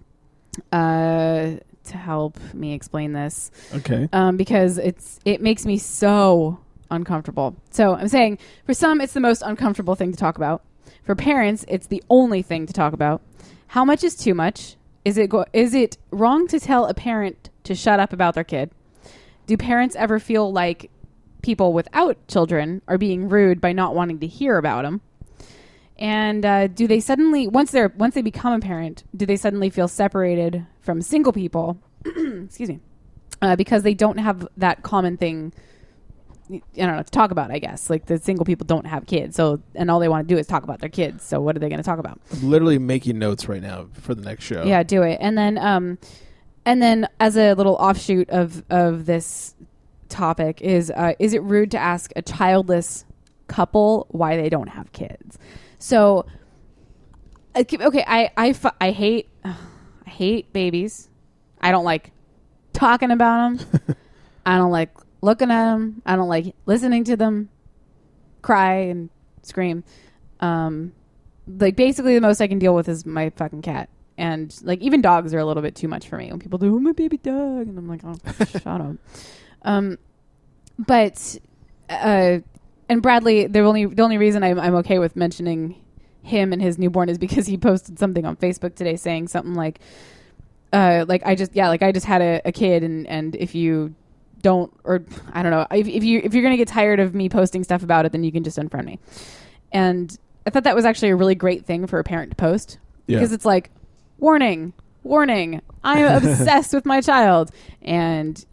S3: uh, to help me explain this.
S1: Okay.
S3: Um, because it's it makes me so uncomfortable. So I'm saying for some, it's the most uncomfortable thing to talk about. For parents, it's the only thing to talk about. How much is too much? Is it go- is it wrong to tell a parent to shut up about their kid? Do parents ever feel like people without children are being rude by not wanting to hear about them? And uh, do they suddenly once they're once they become a parent, do they suddenly feel separated from single people? excuse me, uh, because they don't have that common thing. I don't know to talk about. I guess like the single people don't have kids, so and all they want to do is talk about their kids. So what are they going to talk about?
S1: I'm literally making notes right now for the next show.
S3: Yeah, do it. And then um and then as a little offshoot of of this topic is uh is it rude to ask a childless couple why they don't have kids? So I keep- okay, I I fu- I hate I hate babies. I don't like talking about them. I don't like looking at them. I don't like listening to them cry and scream. Um, like basically the most I can deal with is my fucking cat. And like even dogs are a little bit too much for me. When people do, oh my baby dog, and I'm like, oh, shut up. Um, but uh, and Bradley, the only the only reason I'm I'm okay with mentioning him and his newborn is because he posted something on Facebook today saying something like, uh, like I just yeah, like I just had a, a kid, and and if you don't or I don't know if, if you if you're gonna get tired of me posting stuff about it, then you can just unfriend me. And I thought that was actually a really great thing for a parent to post
S12: Yeah.
S3: because it's like warning, warning, I'm obsessed with my child, and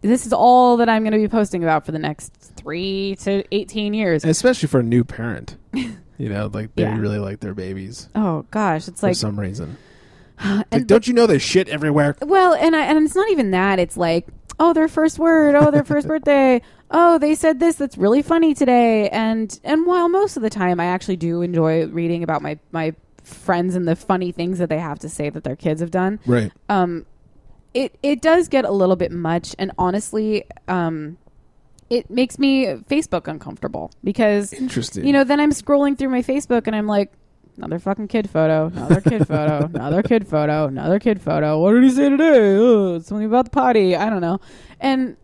S3: this is all that I'm going to be posting about for the next three to eighteen years.
S1: Especially for a new parent. you know, like they
S3: Yeah.
S1: really like their babies
S3: Oh gosh, it's
S1: for
S3: like
S1: some reason.
S3: and Oh.
S1: Like, don't you know there's shit everywhere?
S3: Well, and I, and it's not even that. It's like, oh, their first word. Oh, their first birthday. Oh, they said this. That's really funny today. And and while most of the time I actually do enjoy reading about my my friends and the funny things that they have to say that their kids have done.
S1: Right.
S3: Um, it it does get a little bit much, and honestly, um. It makes me Facebook uncomfortable because
S1: Interesting.
S3: You know, then I'm scrolling through my Facebook and I'm like, another fucking kid photo, another kid photo, another kid photo, another kid photo. What did he say today? Oh, something about the potty. I don't know. And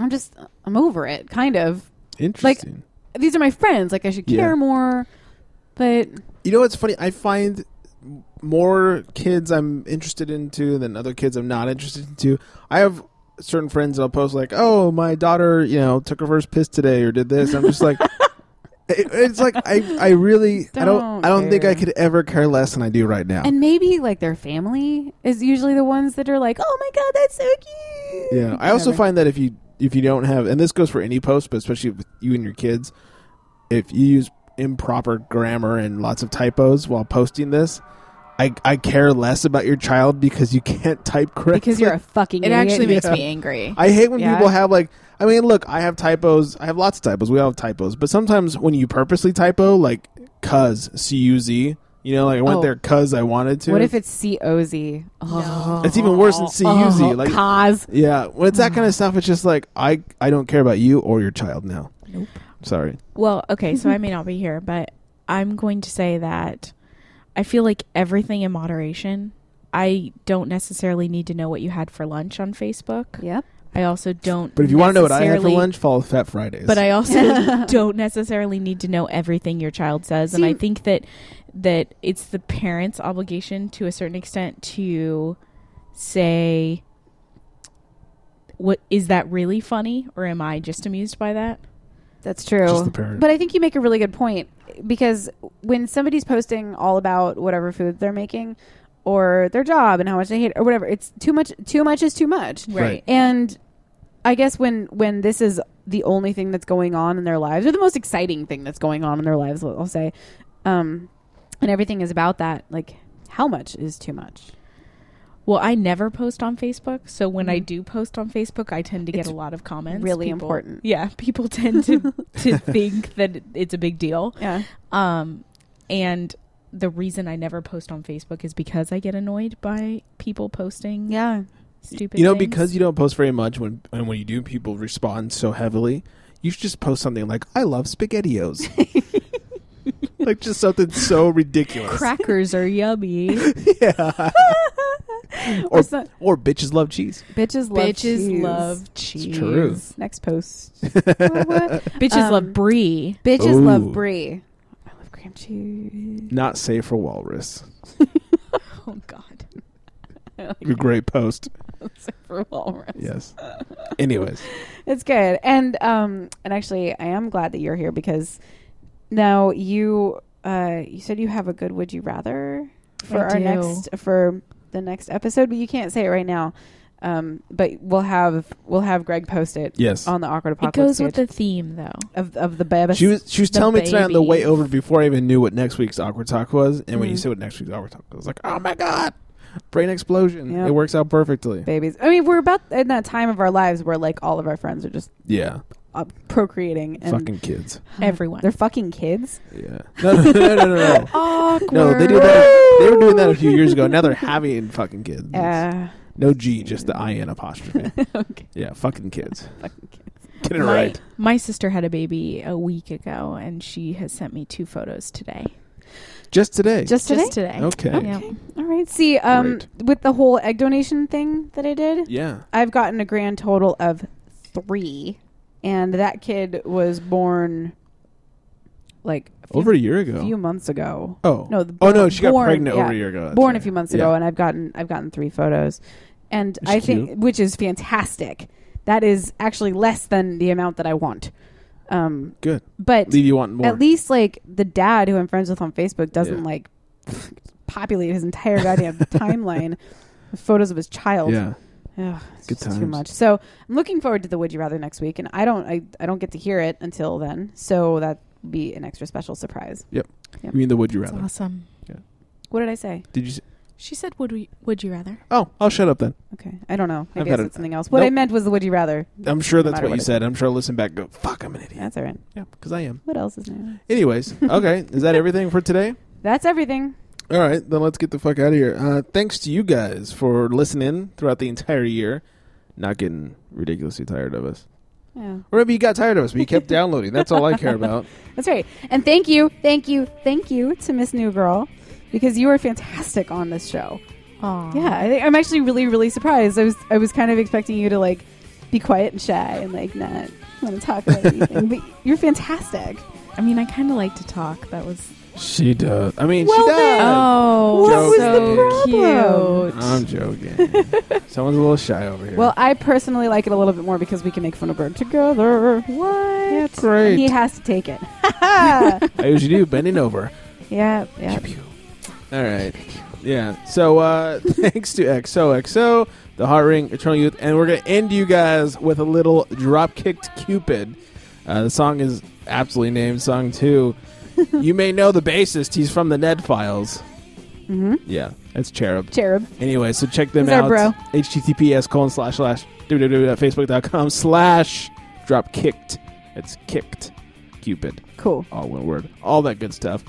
S3: I'm just, I'm over it, kind of.
S1: Interesting.
S3: Like, these are my friends. Like, I should care
S1: Yeah.
S3: more. But
S1: You know what's funny? I find more kids I'm interested into than other kids I'm not interested into. I have certain friends I'll post like, "Oh, my daughter, you know, took her first piss today or did this." I'm just like it, it's like I I really I don't I don't think I
S3: care.
S1: could ever care less than I do right now.
S3: And maybe like their family is usually the ones that are like, "Oh my god, that's so cute."
S1: Yeah, I also
S3: Whatever.
S1: find that if you if you don't have, and this goes for any post, but especially with you and your kids, if you use improper grammar and lots of typos while posting this, I I care less about your child because you can't type correctly.
S3: Because you're a fucking
S9: It
S3: idiot.
S9: actually makes me angry.
S1: I hate when
S9: Yeah.
S1: people have like. I mean, look, I have typos. I have lots of typos. We all have typos, but sometimes when you purposely typo, like "cuz" c u z, You know, like I went
S3: Oh.
S1: there because I wanted to.
S3: What if it's Uh-huh. C O Z? Oh.
S1: It's even worse than CUZ. like
S3: cause.
S1: Yeah, when it's that kind
S9: Mm.
S1: of stuff, it's just like I I don't care about you or your child now. Nope. Sorry.
S9: Well, okay, so I may not be here, but I'm going to say that I feel like everything in moderation. I don't necessarily need to know what you had for lunch on Facebook.
S3: Yep.
S9: I also don't.
S1: But if you want to know what I had for
S9: necessarily-
S1: lunch, follow Fat Fridays.
S9: But I also don't necessarily need to know everything your child says, and I
S3: See-
S9: think that that it's the parents' obligation to a certain extent to say, "What is that really funny, or am I just amused by that?"
S3: That's true.
S9: Just the parent.
S3: But I think you make a really good point because when somebody's posting all about whatever food they're making or their job and how much they hate it or whatever, it's too much. Too much is too much.
S9: Right.
S3: And I guess when when this is the only thing that's going on in their lives or the most exciting thing that's going on in their lives, I'll say, um, and everything is about that, like how much is too much?
S9: Well, I never post on Facebook, so when I do post on Facebook, I tend to get
S3: Mm-hmm. It's
S9: a lot of comments.
S3: really
S9: People-
S3: important.
S9: Yeah, people tend to to think that it's a big deal.
S3: Yeah.
S9: Um, and the reason I never post on Facebook is because I get annoyed by people posting.
S3: Yeah.
S9: Stupid.
S1: you know,
S9: things.
S1: because you don't post very much, when and when you do, people respond so heavily. You should just post something like "I love spaghettios," like just something so ridiculous,
S9: crackers are yummy.
S1: yeah. or, or bitches love cheese.
S3: Bitches love
S9: Bitches
S3: cheese.
S9: love cheese.
S1: It's true.
S3: Next post. Or what?
S9: Bitches love brie.
S3: Bitches
S1: Ooh.
S3: love brie. I love cream cheese.
S1: Not safe for walrus.
S9: Oh God. Oh,
S1: A great post.
S3: Except for walrus.
S1: Yes. Anyways,
S3: It's good. And um and actually I am glad that you're here because now you uh you said you have a good would you rather for
S9: I
S3: our
S9: do.
S3: next for the next episode, but you can't say it right now. Um but we'll have we'll have Greg post it
S1: Yes.
S3: on the awkward
S9: It
S3: apocalypse.
S9: goes with
S3: page
S9: the theme, though.
S3: of of the baby.
S1: she was she was
S9: The
S1: telling me tonight on the way
S9: baby.
S1: over before I even knew what next week's awkward talk was, and when you
S3: Mhm.
S1: said what next week's awkward talk was, I was like, oh my god, brain explosion!
S3: Yep.
S1: It works out perfectly.
S3: babies. I mean, we're about in that time of our lives where like all of our friends are just
S1: Yeah,
S3: uh, procreating and
S1: fucking kids.
S9: Everyone.
S3: They're fucking kids.
S1: Yeah, no, no, no, no, no.
S3: Awkward.
S1: No, they do that. They were doing that a few years ago. Now they're having fucking kids.
S3: Uh,
S1: no G, just the I N apostrophe.
S3: okay.
S1: Yeah, fucking kids.
S3: Fucking kids.
S1: Get it
S9: my,
S1: right.
S9: My sister had a baby a week ago, and she has sent me two photos today.
S1: Just today.
S3: Just today.
S9: Just today.
S1: Okay.
S9: Yeah.
S3: All right. See, um, with the whole egg donation thing that I did,
S1: Yeah.
S3: I've gotten a grand total of three, and that kid was born like a few-
S1: Over a year ago.
S3: few months ago.
S1: Oh.
S3: no, the
S1: Oh, no, she got
S3: born-
S1: pregnant
S3: yeah,
S1: over a year ago, that's
S3: Born a
S1: right.
S3: few months
S1: Yeah.
S3: ago, and I've gotten I've gotten three photos, and
S1: That's
S3: I think
S1: cute.
S3: which is fantastic. That is actually less than the amount that I want. Um,
S1: Good.
S3: but
S1: Leave you wanting more.
S3: At least like the dad who I'm friends with on Facebook doesn't
S1: Yeah.
S3: like populate his entire goddamn timeline with photos of his child.
S1: Yeah.
S3: Ugh, it's
S1: Good
S3: just too
S1: times.
S3: much. So I'm looking forward to the Would You Rather next week, and I don't I, I don't get to hear it until then, so that would be an extra special surprise.
S1: Yep.
S3: Yep.
S1: You mean the would you rather?
S9: That's awesome.
S1: Yeah.
S3: What did I say?
S1: Did you? s-
S9: She said, "Would we? Would you rather?"
S1: Oh, I'll shut up then.
S3: Okay, I don't know.
S1: I've
S3: Maybe I
S1: had
S3: said
S1: it.
S3: something else. What I
S1: Nope.
S3: meant was the Would You Rather.
S1: I'm sure that's
S3: matter
S1: what you
S3: what I
S1: said. I'm sure I'll listen back. and Go. Fuck, I'm an idiot.
S3: That's all right.
S1: Yeah, because I am.
S3: What else is new?
S1: Anyways, okay. Is that everything for today?
S3: That's everything.
S1: All right, then let's get the fuck out of here. Uh, thanks to you guys for listening throughout the entire year, not getting ridiculously tired of us.
S3: Yeah.
S1: Or maybe you got tired of us, but you kept downloading. That's all I care about.
S3: That's right. And thank you, thank you, thank you to Miss New Girl because you are fantastic on this show.
S9: Aww.
S3: Yeah, I think I'm actually really, really surprised. I was, I was kind of expecting you to like be quiet and shy and like not want to talk about anything, but you're fantastic.
S9: I mean, I kind of like to talk. That was
S1: She does. I mean,
S3: Well
S1: she
S3: then,
S1: does.
S9: oh,
S1: what was
S3: the problem?
S1: I'm joking. Someone's a little shy over here.
S3: Well, I personally like it a little bit more because we can make fun of Berg together. What? That's
S1: great.
S3: He has to take it.
S1: I usually do, bending over.
S3: yeah, yeah.
S1: All right. Yeah. So uh thanks to XOXO, the Heart Ring, Eternal Youth, and we're gonna end you guys with a little drop kicked Cupid. Uh, the song is absolutely named Song Two. you may know the bassist; he's from the Ned Files.
S3: hmm
S1: Yeah, that's Cherub.
S3: Cherub.
S1: Anyway, so check them
S3: He's our
S1: out.
S3: bro.
S1: HTTPS colon slash slash www.facebook.com slash drop kicked. It's kicked. Cupid.
S3: Cool.
S1: All one word. All that good stuff.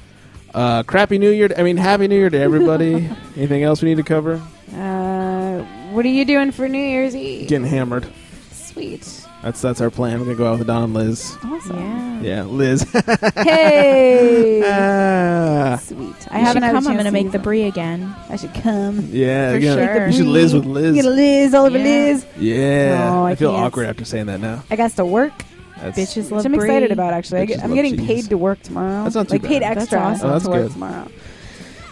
S1: Uh, crappy New Year. To, I mean, Happy New Year to everybody. Anything else we need to cover?
S3: Uh, what are you doing for New Year's Eve?
S1: Getting hammered.
S3: Sweet.
S1: That's that's our plan. We're gonna go out with Don and Liz.
S3: Awesome.
S1: Yeah, Liz.
S3: Hey.
S1: Ah.
S3: Sweet.
S9: I
S3: You should
S9: haven't had a
S3: come. I'm
S9: chance
S3: gonna
S9: to
S3: make
S9: use
S3: the
S9: them. brie again.
S3: I should come.
S1: Yeah,
S9: For
S1: you gotta-
S9: sure.
S1: you should Liz with Liz.
S3: Get a Liz all over
S9: Yeah.
S3: Liz.
S1: Yeah,
S3: No, I
S1: I feel
S3: can't.
S1: awkward after saying that now.
S3: I got to work.
S1: That's,
S3: which I'm excited about actually. I
S1: Bitches
S3: get- I'm
S1: love
S3: getting
S1: cheese.
S3: paid to work tomorrow.
S1: That's not too
S3: like paid
S1: bad. That's
S3: extra
S1: awesome. Oh, that's
S3: to work
S1: good.
S3: tomorrow.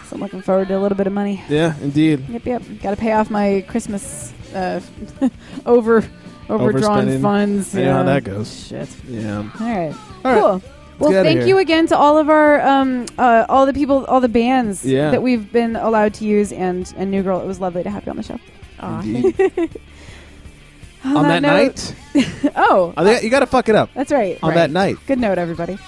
S3: So I'm looking forward to a little bit of money.
S1: Yeah, indeed.
S3: Yep, yep. Got to pay off my Christmas uh, over overdrawn
S1: Overspending.
S3: funds.
S1: I know how that goes.
S3: Shit.
S1: Yeah.
S3: All right.
S1: All right.
S3: Cool. Well,
S1: get outta
S3: thank
S1: here.
S3: you again to all of our, um, uh, all the people, all the bands
S1: Yeah.
S3: that we've been allowed to use, and and New Girl. It was lovely to have you on the show. On,
S1: On that
S3: note- oh,
S1: I think you gotta fuck it up.
S3: that's right.
S1: On
S3: right.
S1: that night.
S3: Good note, everybody.